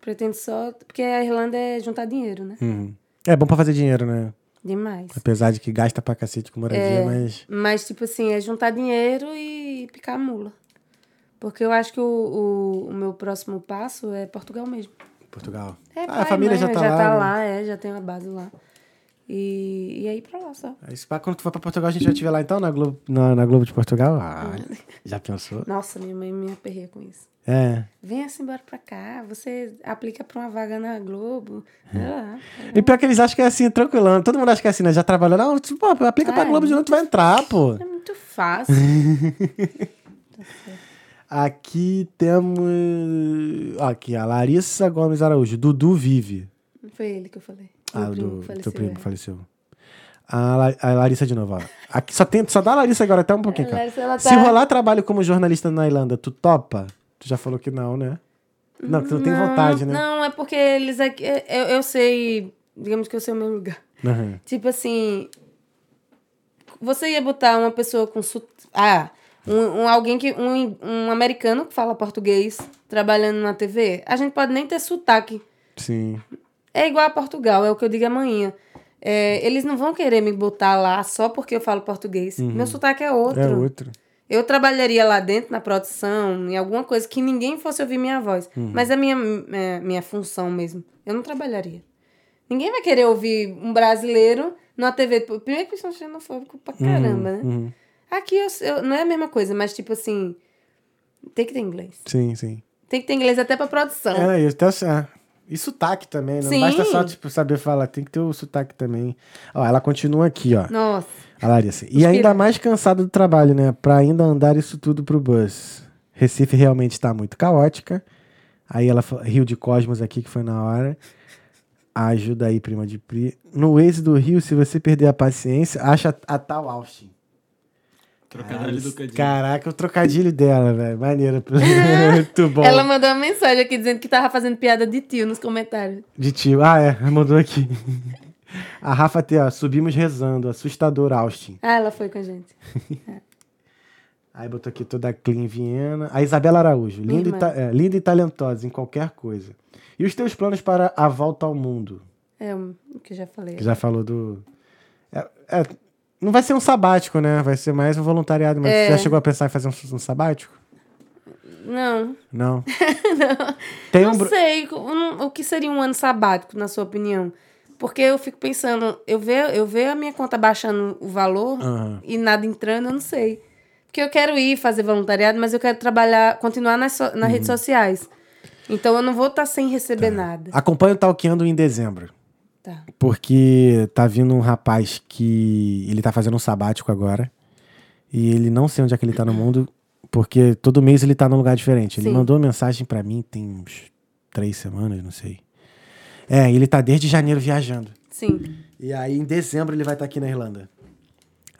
Pretendo só. Porque a Irlanda é juntar dinheiro, né?
Uhum. É bom pra fazer dinheiro, né?
Demais.
Apesar de que gasta pra cacete com moradia, mas.
Mas, tipo assim, é juntar dinheiro e picar a mula. Porque eu acho que o, o, o meu próximo passo é Portugal mesmo.
Portugal.
É,
ah,
pai,
a família
mãe,
já tá lá. né?
é, já tem uma base lá. E, e aí pra lá só.
Aí, se pá, quando tu for É pra Portugal, a gente vai te ver lá então, na Globo, na, na Globo de Portugal? [laughs] Ah, já pensou?
Nossa, minha mãe me aperreia com isso.
É.
Venha-se embora pra cá, você aplica pra uma vaga na Globo. Ah,
E pior que eles acham que é assim, tranquilão. Todo mundo acha que é assim, né? Já trabalhou. Não, tu, pô, aplica pra
Ah,
Globo de novo, tu vai entrar, pô.
é muito fácil.
[laughs] Aqui temos. Aqui, a Larissa Gomes Araújo. Dudu vive.
Não foi ele que eu falei. Meu
Ah, o
primo
do,
que faleceu,
teu primo
é.
que faleceu. A, La- a Larissa de novo, ó. Aqui só, tem, só dá a Larissa agora até um pouquinho,
A
cara.
Larissa, ela
Se
tá-
rolar trabalho como jornalista na Irlanda, tu topa? Tu já falou que não, né? Não, que tu não tem vontade,
não,
né?
Não, é porque eles aqui. Eu, eu sei. Digamos que eu sei o meu lugar.
Aham.
Tipo assim. Você ia botar uma pessoa com. sot- Ah, um, um alguém que. Um, um americano que fala português trabalhando na TV. A gente pode nem ter sotaque.
Sim.
É igual a Portugal, é o que eu digo amanhã. Uhum. É, eles não vão querer me botar lá só porque eu falo português. Meu sotaque é outro.
É outro.
Eu trabalharia lá dentro na produção, em alguma coisa que ninguém fosse ouvir minha voz. Mas é minha, é minha função mesmo. Eu não trabalharia. Ninguém vai querer ouvir um brasileiro numa TV. Primeiro que eles são xenofóbicos pra caramba, né?
Uhum.
Aqui eu, eu- não é a mesma coisa, mas tipo assim. Tem que ter inglês.
Sim, sim.
Tem que ter inglês até pra produção.
Era isso. Até, ah, e sotaque também, não
Então. Sim.
basta só tipo, saber falar, tem que ter o sotaque também. Ó, ela continua aqui, ó.
Nossa.
A Larissa. E ainda mais cansada do trabalho, né? Pra ainda andar isso tudo pro bus. Recife realmente está muito caótica. Aí ela fa- riu de Cosmos aqui, que foi na hora. Ajuda aí, prima de Pri. No Waze do Rio, se você perder a paciência, acha a tal Austin.
Trocadilho do cadinho.
Caraca, o trocadilho dela, velho. Maneiro. muito bom.
Ela mandou uma mensagem aqui dizendo que tava fazendo piada de tio nos comentários.
De tio. Ah, é. Mandou aqui. [laughs] a Rafa T, ó. Subimos rezando. Assustador, Austin.
Ah, ela foi com a gente.
Aí botou aqui toda a Clean Viena. A Isabela Araújo,
Minha
linda e,
irmã.
ta- é, linda e talentosa em qualquer coisa. E os teus planos para a volta ao mundo?
É um- o que eu já falei.
Que já falou do. É- é, não vai ser um sabático, né? Vai ser mais um voluntariado. Mas
É.
você já chegou a pensar em fazer um, um sabático?
Não. [laughs]
Não. Tem um.
não
bro-
sei. co- um- O que seria um ano sabático, na sua opinião? Porque eu fico pensando, eu vejo, eu vejo a minha conta baixando o valor
Aham.
e nada entrando, eu não sei. Porque eu quero ir fazer voluntariado, mas eu quero trabalhar, continuar nas, so- nas
Uhum.
redes sociais. Então eu não vou estar sem receber
Tá.
nada.
Acompanha o Talqueando em dezembro.
Tá.
Porque tá vindo um rapaz que ele tá fazendo um sabático agora. E ele não sei onde é que ele tá no mundo, porque todo mês ele tá num lugar diferente. Ele
Sim.
mandou uma mensagem pra mim tem uns três semanas, não sei. É, ele tá desde janeiro viajando.
Sim.
E aí em dezembro ele vai estar aqui na Irlanda.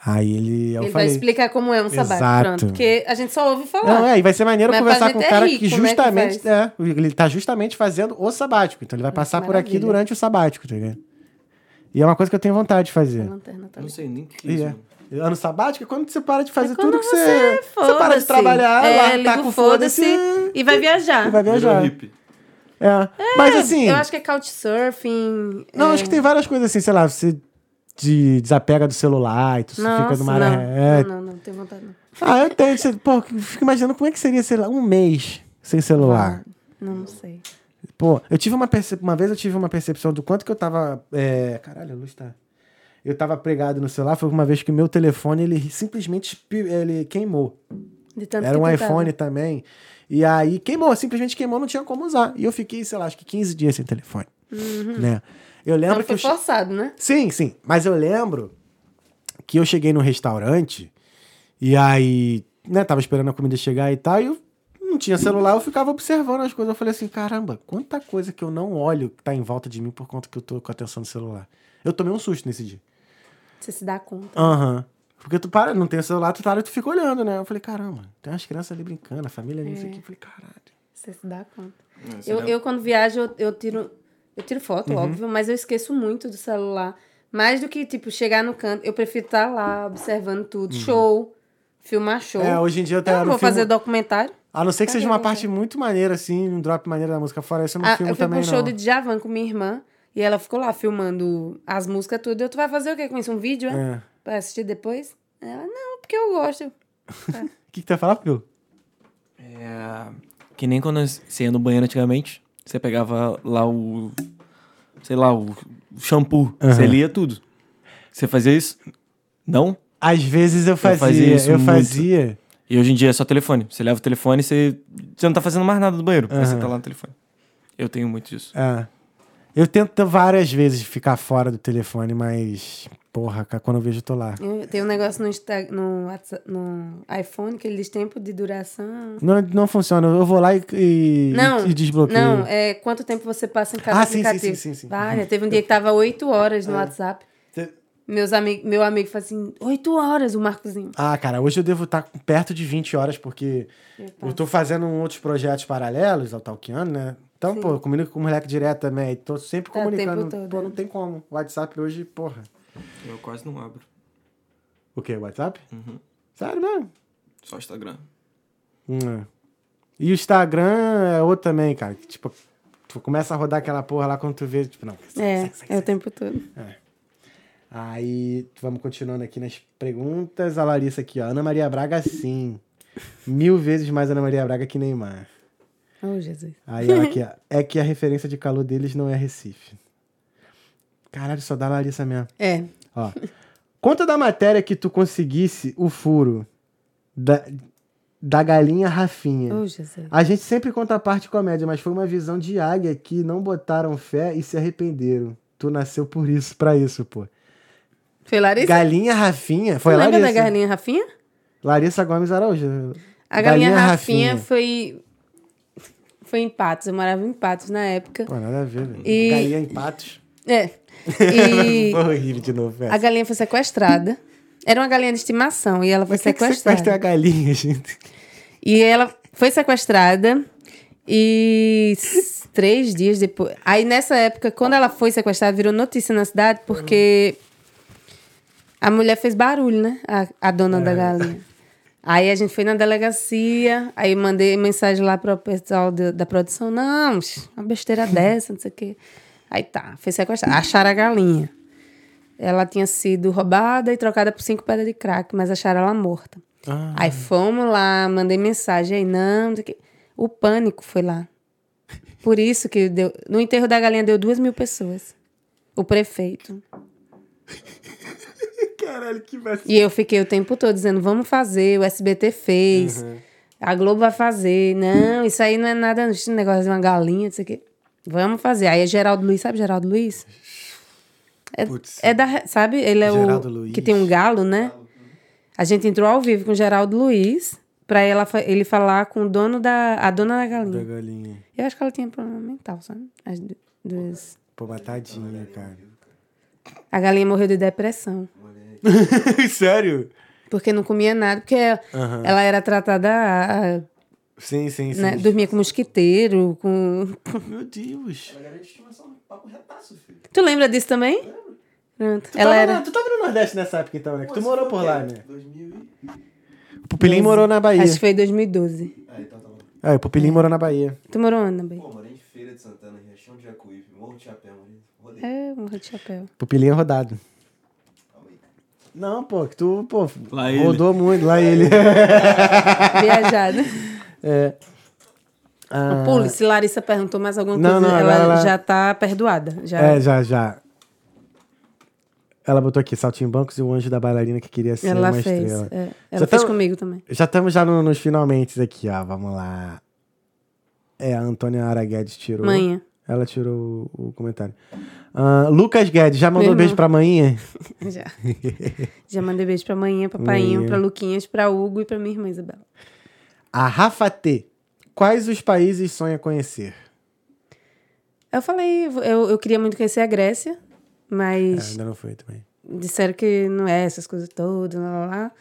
Aí ele. Eu
Ele vai
falei.
explicar como é um sabático.
Exato.
Pronto. Porque a gente só ouve falar.
Não, é, e vai ser maneiro
Mas pra
conversar
gente
com um
é
cara
rico,
que
como é que
justamente.
faz?
é, ele tá justamente fazendo o sabático. Então ele vai passar por aqui
maravilha.
durante o sabático, tá ligado? E é uma coisa que eu tenho vontade de fazer.
A lanterna tá
Não sei nem o que é
E
isso.
é.
mano.
Ano sabático é quando você para de fazer
É
tudo
quando
que você. Você
foda-se.
para de trabalhar,
É,
lá,
liga
tá com
o foda-se
foda-se
e vai viajar.
e vai
Virou
viajar.
hippie.
É. Mas assim.
Eu acho que é couchsurfing.
Não,
é...
acho que tem várias coisas assim, sei lá, você te desapega do celular e tu fica
Nossa,
numa
não.
área. é.
não, não, não, não tenho vontade não.
Ah, eu tenho. Você, pô, eu fico imaginando como é que seria, sei lá, um mês sem celular.
Não, não sei.
Pô, eu tive uma percepção. Uma vez eu tive uma percepção do quanto que eu tava. é, Caralho, a luz tá. Eu tava pregado no celular, foi uma vez que o meu telefone, ele simplesmente espi- ele queimou.
De tanto
Era
que
um
tentava.
iPhone também. E aí queimou, simplesmente queimou, não tinha como usar. E eu fiquei, sei lá, acho que 15 dias sem telefone. Né? Eu lembro
Não,
que
foi
eu che-
forçado, né?
Sim, sim. Mas eu lembro que eu cheguei num restaurante e aí, né, tava esperando a comida chegar e tal, e eu não tinha celular, eu ficava observando as coisas. Eu falei assim, caramba, quanta coisa que eu não olho que tá em volta de mim por conta que eu tô com a atenção no celular. Eu tomei um susto nesse dia.
Você se dá conta.
Aham. Porque tu para, não tem o celular, tu para e tu fica olhando, né? Eu falei, caramba, tem umas crianças ali brincando, a família ali,
É.
isso aqui. Eu falei, caralho.
Você se dá conta.
É, você
Eu,
lembra?
eu quando viajo, eu, eu tiro. Eu tiro foto,
Uhum.
óbvio, mas eu esqueço muito do celular. Mais do que, tipo, chegar no canto, eu prefiro estar lá observando tudo. Show, filmar show.
Uhum. É, hoje em dia eu até
eu não
não
vou
filmo-
fazer documentário.
A não ser que seja uma
Caramba.
parte muito maneira, assim, um drop maneiro da música fora, é isso eu não
Ah,
filmo
eu fui pra
também,
um show
não.
de Djavan com minha irmã. E ela ficou lá filmando as músicas, tudo. Eu, tu vai fazer o quê com isso? Um vídeo, é?
É.
Pra assistir depois? Ela, não, porque eu gosto. Eu,
O que, que tu ia falar, Pio?
É, Que nem quando você ia no banheiro antigamente, você pegava lá o. Sei lá, o shampoo. Você lia tudo. Você fazia isso? Não?
Às vezes eu fazia, eu
fazia
fazia,
isso muito. E hoje em dia é só telefone. Você leva o telefone e você. Você não tá fazendo mais nada do banheiro, mas você
Aham.
tá lá no telefone. Eu tenho muito disso.
É. Eu tento várias vezes ficar fora do telefone, mas porra, cara, quando eu vejo eu tô lá.
eu tenho um negócio no, Insta- no, Whats- no iPhone que ele diz tempo de duração.
Não, não funciona. Eu vou lá e, e,
Não,
e desbloqueio.
não, é quanto tempo você passa em cada
Ah, sim, sim,
aplicativo.
sim, sim, sim. É.
Várias. Teve um dia que tava oito horas no WhatsApp.
Você-
Meus ami meu amigo falou assim, oito horas o Marcozinho.
Ah, cara, hoje eu devo estar com perto de 20 horas, porque
Tá.
eu tô fazendo um outros projetos paralelos ao Talkiano, né? Então, pô, eu comunico com o moleque direto também. e Tô sempre
Tá, o
comunicando.
tempo todo,
Pô,
né?
não tem como. WhatsApp hoje, porra.
Eu quase não abro.
O quê? WhatsApp? Sério mesmo?
Só Instagram.
Hum, é. E o Instagram é outro também, cara. Que, tipo, é tu começa a rodar aquela porra lá quando tu vê, tipo, não.
É, é o tempo todo.
Aí, vamos continuando aqui nas perguntas. A Larissa aqui, ó. Ana Maria Braga, sim. Mil vezes mais Ana Maria Braga que Neymar.
Oh, Jesus.
Aí ela aqui, ó. É que a referência de calor deles não é Recife. Caralho, só dá Larissa mesmo.
É.
Ó. Conta da matéria que tu conseguisse o furo da, da galinha Rafinha.
Oh, Jesus.
A gente sempre conta a parte comédia, mas foi uma visão de águia que não botaram fé e se arrependeram. Tu nasceu por isso, pra isso, pô.
Foi Larissa?
Galinha Rafinha, foi
é- Tu lembra
Larissa.
da galinha Rafinha?
Larissa Gomes Araújo.
A galinha,
Galinha
Rafinha,
Rafinha.
foi. Foi em Patos. Eu morava em Patos na época.
Pô, nada a ver, velho.
E-
Galinha em patos. [laughs]
É. E
Vou rir de novo, velho.
a galinha foi sequestrada. Era uma galinha de estimação e ela foi
Mas quem que
sequestrada.
sequestra a galinha, gente?
E ela foi sequestrada e s- três dias depois. Aí nessa época, quando ela foi sequestrada, virou notícia na cidade porque a mulher fez barulho, né? A, a dona da galinha. Aí a gente foi na delegacia, aí mandei mensagem lá para o pessoal da, da produção: não, sh, uma besteira dessa, não sei o quê. Aí tá, foi sequestrada. Acharam a galinha. Ela tinha sido roubada e trocada por cinco pedras de crack, mas acharam ela morta.
Ah.
Aí fomos lá, mandei mensagem aí, não, não sei o quê. o pânico foi lá. Por isso que deu. No enterro da galinha deu duas mil pessoas. O prefeito.
Caralho, que vacilo.
E eu fiquei o tempo todo dizendo, vamos fazer, o SBT fez,
Uhum.
a Globo vai fazer. Não, isso aí não é nada, não, esse negócio de uma galinha, não sei o quê. Vamos fazer. Aí é Geraldo Luiz, sabe Geraldo Luiz? É,
Putz.
é da, sabe, ele é
Geraldo
o
Luiz.
que tem um galo, né? A gente entrou ao vivo com o Geraldo Luiz pra ela, fa- ele falar com o dono da, a dona da
Da
galinha.
galinha.
Eu acho que ela tinha problema mental, sabe? As du- duas.
Pô, matadinha, cara.
A galinha morreu de depressão.
[laughs] Sério?
Porque não comia nada, porque
Aham.
ela era tratada a- a-
Sim, sim, sim.
né? Dormia com mosquiteiro, com. [laughs]
Meu Deus.
Galera de estimação, papo retaço, filho.
Tu lembra disso também? Pronto.
Tu
[laughs] Ela
tava
era.
na- tu tava no Nordeste nessa época então, né? Que tu morou por lá, né?
2000 e...
O Pupilim morou na Bahia.
Acho que foi em 2012.
Ah, então tá bom.
Ah, o
É.
Pupilim morou na Bahia.
Tu morou onde, bem?
Pô, morei em Feira de Santana, Riachão de Jacuípe, Morro de Chapéu, morei. Rodei.
É, morro de chapéu.
Pupilim é rodado.
Calma aí.
Não, pô, que tu, pô,
Lá
rodou muito, lá ele.
Viajada.
[laughs]
[laughs]
é. Ah,
Pule, se Larissa perguntou mais alguma
Não,
coisa,
não,
ela,
agora ela-
já tá perdoada. Já...
é, já, já. Ela botou aqui, Saltimbancos e o anjo da bailarina que queria ser
ela
uma
fez.
estrela. tá-
é.
Já
Ela fez
tamo-
comigo também.
Já estamos já no- nos finalmente aqui, ó. Vamos lá. É, a Antônia Ara Guedes tirou.
Manhã.
Ela tirou o o comentário. Ah, Lucas Guedes, já mandou
Meu
beijo
irmão.
pra manhã?
[laughs] Já. já mandei beijo pra manhã, papainho,
Manhã.
pra Luquinhas, pra Hugo e pra minha irmã Isabela.
A Rafa T. Quais os países sonha conhecer?
Eu falei, eu, eu queria muito conhecer a Grécia,
Ah,
mas
ainda não foi também.
disseram que não é essas coisas todas, lá, lá, lá.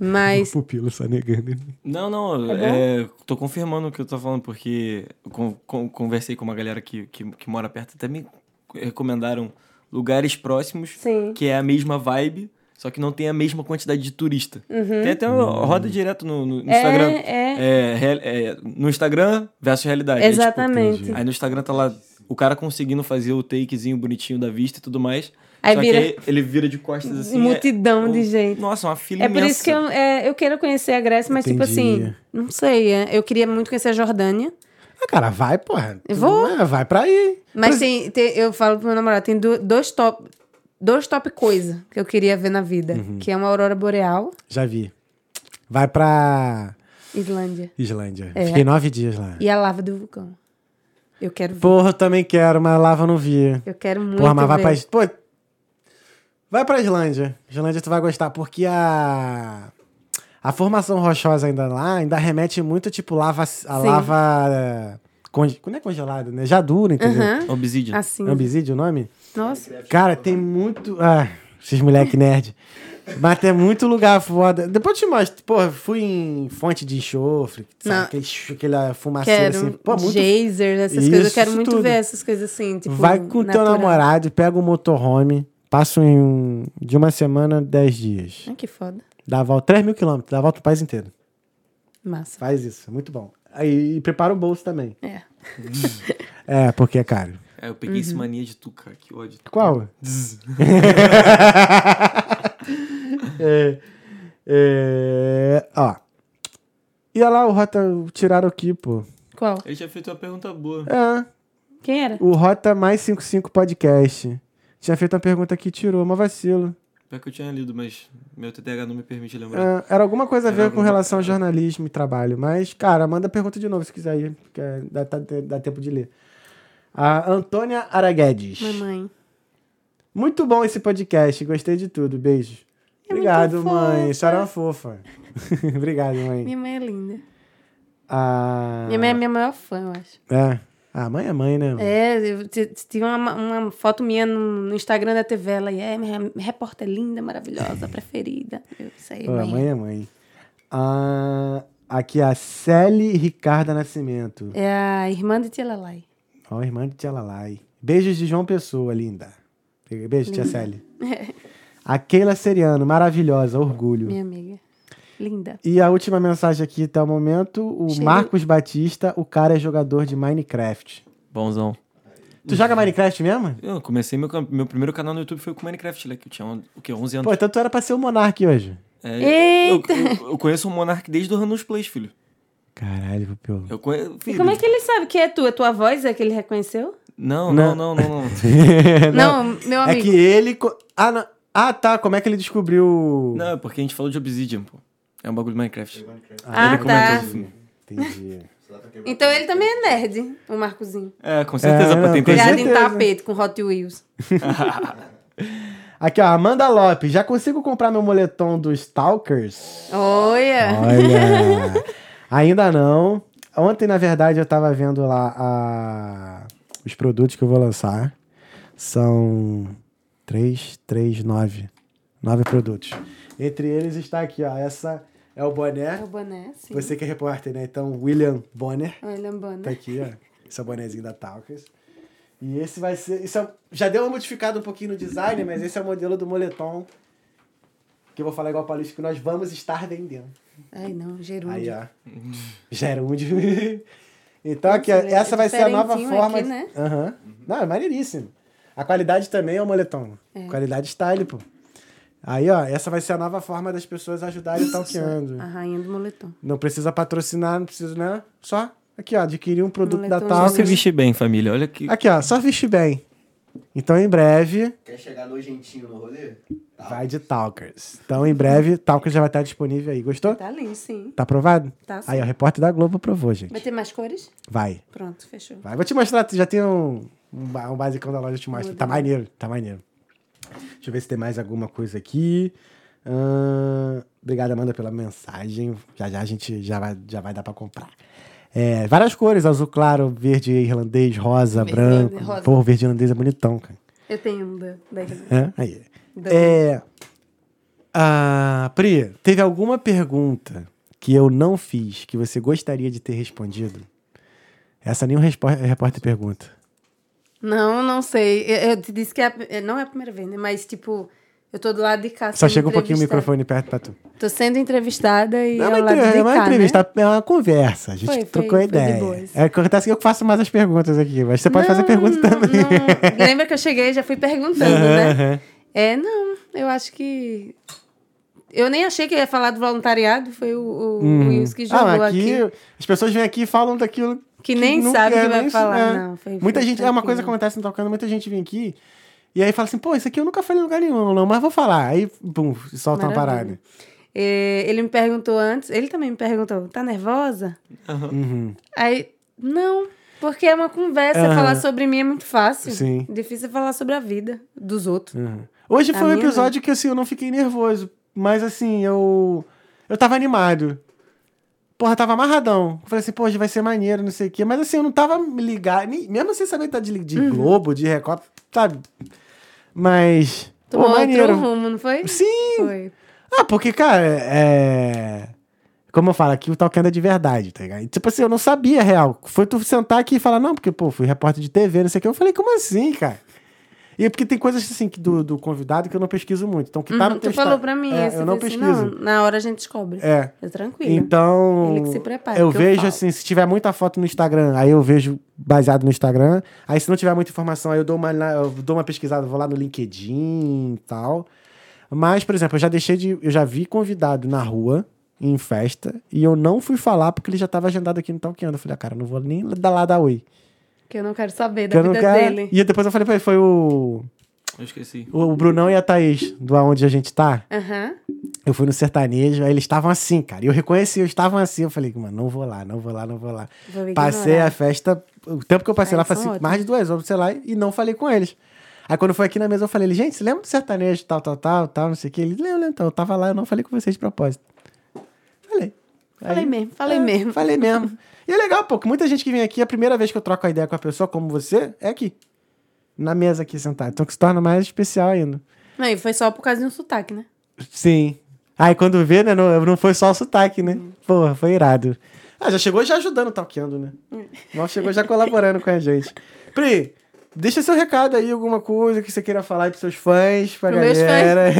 Mas
[laughs]
Pupilo só negando.
Não, não, é, tô confirmando o que eu tô falando, porque eu con- con- conversei com uma galera que, que, que mora perto, até me recomendaram lugares próximos,
Sim.
que é a mesma vibe, só que não tem a mesma quantidade de turista. Tem até uma roda direto no, no Instagram.
é.
real- é, no Instagram versus realidade. É, tipo,
Exatamente.
aí no Instagram tá lá o cara conseguindo fazer o takezinho bonitinho da vista e tudo mais.
Aí
só
vira-
que aí ele vira de costas assim. é-
Multidão de
um-
gente.
Nossa, uma fila
É por isso que
imensa.
eu, é, eu quero conhecer a Grécia, mas tipo
Entendi.
assim, não sei. é, eu queria muito conhecer a Jordânia.
Ah, cara, vai, porra.
Eu vou.
Ah, vai pra aí.
Mas tem, tem- eu falo pro meu namorado, tem do- dois top. Dois top coisa que eu queria ver na vida.
Uhum.
Que é uma aurora boreal,
Já vi. Vai pra
Islândia.
Islândia.
É.
Fiquei nove dias lá.
E a lava do vulcão. Eu quero ver.
Porra, eu também quero, mas lava eu não vi.
Eu quero muito
Porra, mas vai
ver.
pra. Is- Pô, vai pra Islândia. Islândia tu vai gostar, porque a. A formação rochosa ainda lá ainda remete muito, tipo, lava. A lava. eh, Conge... Não é congelada, né? Já dura, entendeu?
Aham,
Obsidian.
Assim.
Ambisídio o nome?
Nossa.
Cara, tem muito. Ah, esses moleque nerd. Mas tem muito lugar foda. Depois eu te mostro. Pô, fui em fonte de enxofre, sabe?
Não.
Aquele, chu- aquela fumaceira
Quero um
assim. Pô, muito
geysers, essas
Isso,
coisas. Eu quero
isso
muito
tudo.
ver essas coisas assim. Tipo,
Vai com o teu
natural.
namorado, pega o motorhome, passa em um- de uma semana, dez dias.
Ai, que foda.
Dá a volta, 3 mil quilômetros, dá a volta o país inteiro.
Massa.
Faz isso, é muito bom. Aí e prepara o bolso também.
É.
É, porque é caro.
É, eu peguei
uhum.
esse mania de tu, cara. Que ódio.
[laughs] Qual?
Zzz.
É, é, ó. E olha lá, o Rota tiraram aqui, pô.
Qual?
Ele já fez uma pergunta boa.
É,
Quem era?
o Rota mais 55 podcast. Tinha feito uma pergunta que tirou, mas vacilo.
Pior que eu tinha lido, mas meu TDAH não me permite lembrar.
É, era alguma coisa a
Era
ver com
alguma-
relação a jornalismo e trabalho, mas, cara, manda pergunta de novo se quiser aí, porque dá, tá- dá tempo de ler. A Antônia Araguedes.
Mamãe.
Muito bom esse podcast, gostei de tudo, beijos.
É
Obrigado,
muito
mãe.
fofa.
A senhora é uma fofa. [laughs] Obrigado, mãe.
Minha mãe é linda.
A...
Minha mãe é minha maior fã, eu acho.
É. Ah, mãe é mãe, né? mãe?
É, eu t- t- tive uma, uma foto minha no, no Instagram da TV, ela e é minha repórter
[laughs]
linda, maravilhosa, preferida. Eu sei,
Pô,
mãe.
mãe é mãe. Ah, aqui a Celi Ricarda Nascimento.
É a irmã de Tia Lalai.
Ó, irmã de Tia Lalai. Beijos de João Pessoa, linda. Beijo, tia Célia.
[laughs]
A Keila Seriano, maravilhosa, orgulho.
Minha amiga. Linda.
E a última mensagem aqui até o momento, o
Cheguei.
Marcos Batista, o cara é jogador de Minecraft.
Bonzão.
Tu joga Minecraft mesmo?
Eu comecei meu, cam- meu primeiro canal no YouTube foi com Minecraft, né? Que eu tinha on- o quê? 11 anos.
Pô, então tu era pra ser o Monark hoje.
É, eu-
Eita!
Eu, eu conheço o Monark desde o Ranus Plays, filho.
Caralho, Pupil.
Eu conheço.
E como é que ele sabe que é tu? É tua voz é que ele reconheceu?
Não,
Não.
não, não, não, não.
Não,
[laughs]
meu
é
amigo.
que ele... co- Ah, não. Ah, tá, como é que ele descobriu...
Não, é porque a gente falou de Obsidian, pô. É um bagulho de Minecraft.
Minecraft.
Ah,
ele
tá.
comentou no filme.
Entendi.
Você tá dá pra quebrar
Então
tudo.
ele também é nerd, o Marcozinho.
É, com certeza,
É,
pô.
não,
Tem
com
Criado
presente.
em
certeza.
tapete com Hot Wheels.
Aqui, ó, Amanda Lopes. Já consigo comprar meu moletom do Stalkers?
Olha!
Olha! [laughs] Ainda não. Ontem, na verdade, eu tava vendo lá a- os produtos que eu vou lançar. São três, três, nove. Nove produtos. Entre eles está aqui, ó. Essa é o
É
boné.
o boné, sim.
Você que é repórter, né? Então, William Bonner.
Olha, o boné.
Tá aqui, ó. Esse é o bonezinho da Talkers. E esse vai ser. Isso é- já deu uma modificada um pouquinho no design, mas esse é o modelo do moletom. Que eu vou falar igual a Paulista, que nós vamos estar vendendo.
Ai, não,
Aí,
gerúndio.
ó. Gerúndio. [laughs] então, aqui, ó,
Nossa, ele é
essa vai ser a nova
diferentinho
forma.
aqui, né?
de- Aham. Não, é maneiríssimo. A qualidade também é o moletom. Qualidade style, pô. Aí, ó, essa vai ser a nova forma das pessoas ajudarem o talqueando.
A rainha do moletom.
Não precisa patrocinar, não precisa, né? Só aqui, ó, adquirir um produto da
Moletom
Talk.
de-
Você vestir bem, família. Olha que.
Aqui, ó, só vestir bem. Então, em breve,
Quer chegar nojentinho no rolê? Tá.
vai de Talkers. Então, em breve, Talkers já vai estar disponível aí. Gostou?
Tá lindo, sim.
Tá aprovado?
Tá sim.
Aí, ó, o repórter da Globo aprovou,
Vai
gente.
ter mais cores?
Vai.
Pronto, fechou.
Vai, vou te mostrar, tu já tem um, um, ba- um basicão da loja, eu te mostro. Tá maneiro, tá maneiro. Deixa eu ver se tem mais alguma coisa aqui. Ahn, obrigado, Amanda, pela mensagem. Já já a gente já vai, já vai dar pra comprar. É, várias cores, azul claro, verde irlandês, rosa,
Verde,
branco.
rosa.
Pô, verde irlandês é bonitão, cara.
Eu tenho um da, da irmã.
Hã? Aí.
Da-
É, ah, Pri, teve alguma pergunta que eu não fiz que você gostaria de ter respondido? Essa nenhum respo- repórter pergunta.
Não, não sei. Eu, eu te disse que é a- é- não é a primeira vez, né? Mas, tipo, eu tô do lado de cá.
Só
sendo
chega um pouquinho o
entrevistada.
microfone perto pra tu.
Tô sendo entrevistada e
Não,
ao
é uma,
lado
entrevista,
de
é uma
cá,
entrevista,
né?
é uma conversa. A gente
Foi, foi-
trocou
foi de
ideia.
boas.
É, acontece que eu que faço mais as perguntas aqui, mas você pode fazer
Não,
pergunta
não,
também. [laughs]
não. Lembra que eu cheguei e já fui perguntando, né? É, não. Eu acho que... Eu nem achei que eu ia falar do voluntariado. Foi o, o, o Wills que jogou
Ah,
aqui.
aqui, as pessoas vêm aqui e falam daquilo
Que nem
nunca-
sabe o que
é,
vai
nem-
falar,
é.
não. Foi-
muita
foi
gente, é uma
tranquilo.
coisa que acontece no Tocando, muita gente vem aqui e aí fala assim, pô, isso aqui eu nunca falei em lugar nenhum, não, mas vou falar. Aí, pum, solta uma
Maravilha.
parada.
É, ele me perguntou antes, ele também me perguntou, tá nervosa?
Aham.
Uhum.
Aí, não, porque é uma conversa,
Aham.
falar sobre mim é muito fácil.
Sim.
Difícil é falar sobre a vida dos outros.
Uhum. Hoje
A
foi um
minha
episódio que assim, eu não fiquei nervoso, mas assim, eu eu tava animado. Porra, tava amarradão. Eu falei assim, pô, hoje vai ser maneiro, não sei o quê. Mas assim, eu não tava ligado, nem- mesmo sem saber tá de, de
Uhum.
Globo, de Record, sabe? Mas,
Tomou
pô,
outro
maneiro.
rumo, não foi?
Sim!
Foi.
Ah, porque, cara, é... Como eu falo, aqui o Talkando é de verdade, tá ligado? E, Tipo assim, eu não sabia, real. Foi tu sentar aqui e falar, não, porque, pô, fui repórter de TV, não sei o quê. Eu falei, como assim, cara? E é porque tem coisas assim que do, do convidado que eu não pesquiso muito. Então, o que tá
Uhum,
no
tu
testa-
falou pra mim
é,
esse,
Eu não
disse,
pesquiso.
assim, não, na hora a gente descobre.
É.
É tranquilo.
Então.
Ele que se prepara,
Eu
que eu
vejo
falo.
assim, se tiver muita foto no Instagram, aí eu vejo baseado no Instagram. Aí se não tiver muita informação, aí eu dou uma, lá- eu dou uma pesquisada, vou lá no LinkedIn e tal. Mas, por exemplo, eu já deixei de. Eu já vi convidado na rua, em festa, e eu não fui falar porque ele já tava agendado aqui no Talkando. Eu falei, ah, cara, eu não vou nem dar lá dar oi.
Que eu não quero saber
Que
da
eu não
vida
quero.
dele.
E depois eu falei pra ele, foi o,
Eu esqueci.
o, o Brunão e a Thaís, do aonde a gente tá.
Aham.
Eu fui no sertanejo, aí eles estavam assim, cara. E eu reconheci, eu estavam assim. Eu falei, mano, não vou lá, não vou lá, não vou lá.
Vou ignorar.
passei a festa, o tempo que eu passei
Ah,
lá,
eles são
passei
ótimos.
mais de duas horas, sei lá, e não falei com eles. Aí quando foi aqui na mesa, eu falei, gente, você lembra do sertanejo, tal, tal, tal, tal, não sei o que. Eles lembram, então, eu tava lá, eu não falei com vocês de propósito. Falei.
Falei
Aí-
mesmo, falei
é,
mesmo.
Falei
[laughs]
mesmo. E é legal, pô, que muita gente que vem aqui, a primeira vez que eu troco a ideia com a pessoa como você, é aqui. Na mesa aqui sentado. Então que se torna mais especial ainda.
Não, e foi só por causa de um sotaque, né?
Sim. Aí quando vê, né? Não, não foi só o sotaque, né?
Hum.
Porra, foi irado. Ah, já chegou já ajudando o Talqueando, né?
Hum.
Mal chegou já colaborando com a gente. Pri, deixa seu recado aí, alguma coisa que você queira falar aí pros seus fãs, pra
Pros meus
galera.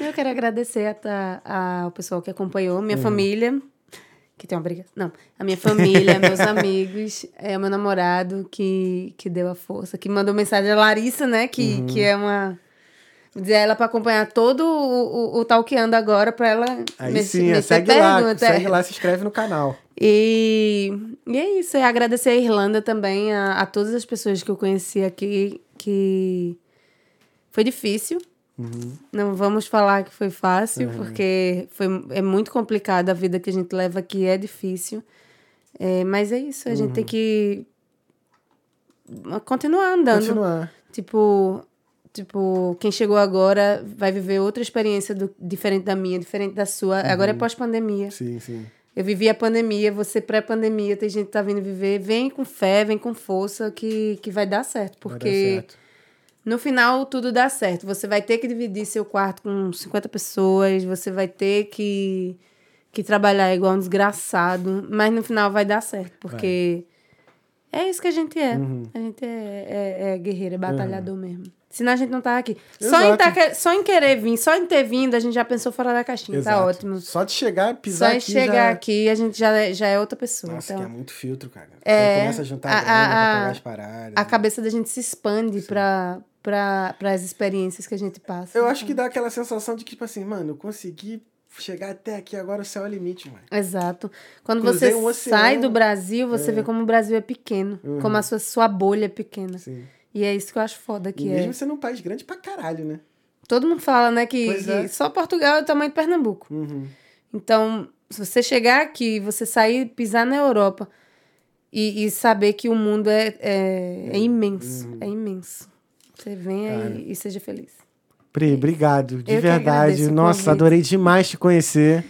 Eu quero agradecer a, ta- a- ao pessoal que acompanhou, minha
Hum.
família, que tem uma briga. Não, a minha família,
[laughs]
meus amigos, é, o meu namorado que, que deu a força, que mandou mensagem. A Larissa, né, que,
Uhum.
que é uma. Vou dizer a ela para acompanhar todo o, o, o talqueando agora, para ela
[laughs] aí
mex-
sim, é,
meter
segue lá,
pergunta.
segue lá, se inscreve no canal.
E, e é isso, é agradecer a Irlanda também, a, a todas as pessoas que eu conheci aqui, que foi difícil. Não vamos falar que foi fácil, porque foi, é muito complicado, a vida que a gente leva aqui é difícil. É, mas é isso, a gente tem que continuar andando.
Continuar.
Tipo, tipo, quem chegou agora vai viver outra experiência do- diferente da minha, diferente da sua. Agora é pós-pandemia.
Sim, sim.
Eu vivi a pandemia, você pré-pandemia, tem gente que tá vindo viver. Vem com fé, vem com força, que, que vai dar certo.
Vai dar
Porque
certo.
no final tudo dá certo. Você vai ter que dividir seu quarto com 50 pessoas, você vai ter que, que trabalhar igual um desgraçado, mas no final vai dar certo, porque é isso que a gente é.
Uhum.
A gente é, é, é guerreiro, é batalhador mesmo. Senão a gente não tá aqui. Só em,
Exato.
tá, que- só em querer vir, só em ter vindo, a gente já pensou fora da caixinha. Tá
Exato.
ótimo.
Só de chegar,
Só
pisar
em
aqui
chegar
já...
aqui, a gente já é, já é outra pessoa.
Nossa, que é
então,
muito filtro, cara.
É,
Quando começa a juntar
a-
a, grana pra
a-
pagar as paradas. né?
a cabeça da gente se expande para para as experiências que a gente passa.
Eu acho que dá aquela sensação de que, tipo assim, mano, eu consegui chegar até aqui, agora o céu é o limite, mano.
Exato. Quando
Cruzei
você
um oceano.
sai do Brasil, você vê como o Brasil é pequeno,
Uhum.
como a sua, sua bolha é pequena.
Sim.
E é isso que eu acho foda que
e
é.
mesmo sendo um país grande pra caralho, né?
Todo mundo fala, né, que,
Pois é.
que só Portugal é o tamanho de Pernambuco.
Uhum.
Então, se você chegar aqui, você sair, pisar na Europa e, e saber que o mundo é, é, é imenso, é imenso. Você venha
Uhum. Cara.
e, e seja feliz.
Pri, obrigado, de
Eu que agradeço
verdade.
o
Nossa,
convite.
adorei demais te conhecer.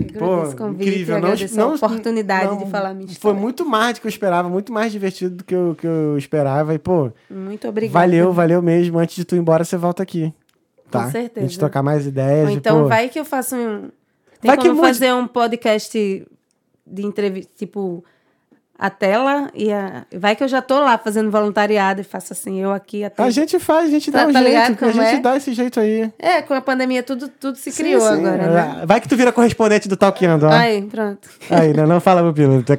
Eu agradeço o convite,
incrível,
eu
não-
agradeço
não-
a oportunidade
não-
de falar a minha
Foi
história.
muito mais do que eu esperava, muito mais divertido do que eu, que eu esperava. E, pô,
Muito obrigada.
valeu, valeu mesmo. Antes de tu ir embora, você volta aqui. Tá?
certeza.
A gente trocar mais ideias.
Ou
e,
então
pô,
vai que eu faço um. Tem
Vai que
como
mude.
fazer um podcast de entrevista, tipo, a tela e a. Vai que eu já tô lá fazendo voluntariado e faço assim, eu aqui até.
A gente faz, a gente
Tá-
dá um
tá ligado
jeito. A
como
gente
é?
dá esse jeito aí.
É, com a pandemia tudo, tudo se
Sim, é
criou
sim. Ah,
agora, né?
Vai que tu vira correspondente do Talkando, ó.
Aí, pronto.
Aí, né? não, não fala, meu piloto.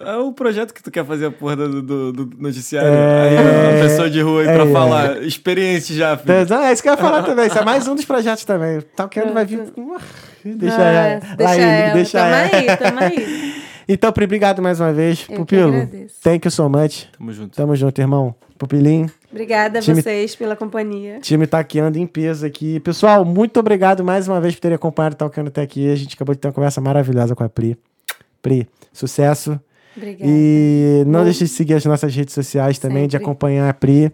É o projeto que tu quer fazer a porra do, do- do noticiário.
É.
Aí a pessoa de rua aí pra
É.
falar. Experiente já, filho.
Não, é isso que eu ia falar também. Isso é mais um dos projetos também. O Talkando vai vir. com- Deixa
Ah,
ela.
Deixa
Laíne,
ela.
deixa
tamo
ela.
aí, tamo aí.
[laughs] Então, Pri, obrigado mais uma vez.
que
Pupilo,
agradeço.
thank you so much.
Tamo junto.
Tamo junto, irmão. Pupilinho,
Obrigada a
Time-
vocês pela companhia.
time taqueando em peso aqui. Pessoal, muito obrigado mais uma vez por terem acompanhado o Talkando até aqui. A gente acabou de ter uma conversa maravilhosa com a Pri. Pri, sucesso.
Obrigada.
E não
É. Bom.
deixe de seguir as nossas redes sociais também, de
Sempre.
acompanhar a Pri.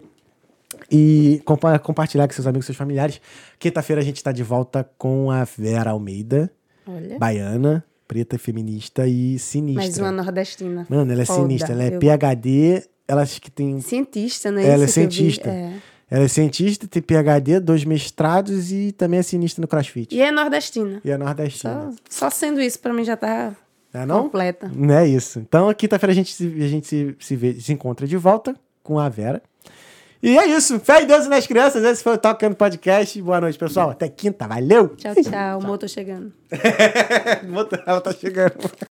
E compa- compartilhar com seus amigos, seus familiares. Quinta-feira a gente está de volta com a Vera Almeida,
Olha.
baiana, preta, feminista e sinistra.
É. Mais uma nordestina.
Mano, ela é
Foda.
sinistra. Ela é
Eu-
PHD. Ela acho que tem.
Cientista, né?
Ela é
Isso que eu vi.
cientista.
É.
Ela é cientista, tem PHD, dois mestrados e também é sinistra no CrossFit.
E é nordestina.
E é
Só,
nordestina.
só sendo isso pra mim já tá
Não é não?
completa.
Não é isso. Então, quinta-feira a gente, se, a gente se, se, vê- se encontra de volta com a Vera. E é isso. Fé em Deus e nas crianças. Esse foi o Tocando Podcast. Boa noite, [laughs] pessoal. Até quinta. Valeu.
Tchau, tchau. O motor chegando.
Ela tá chegando.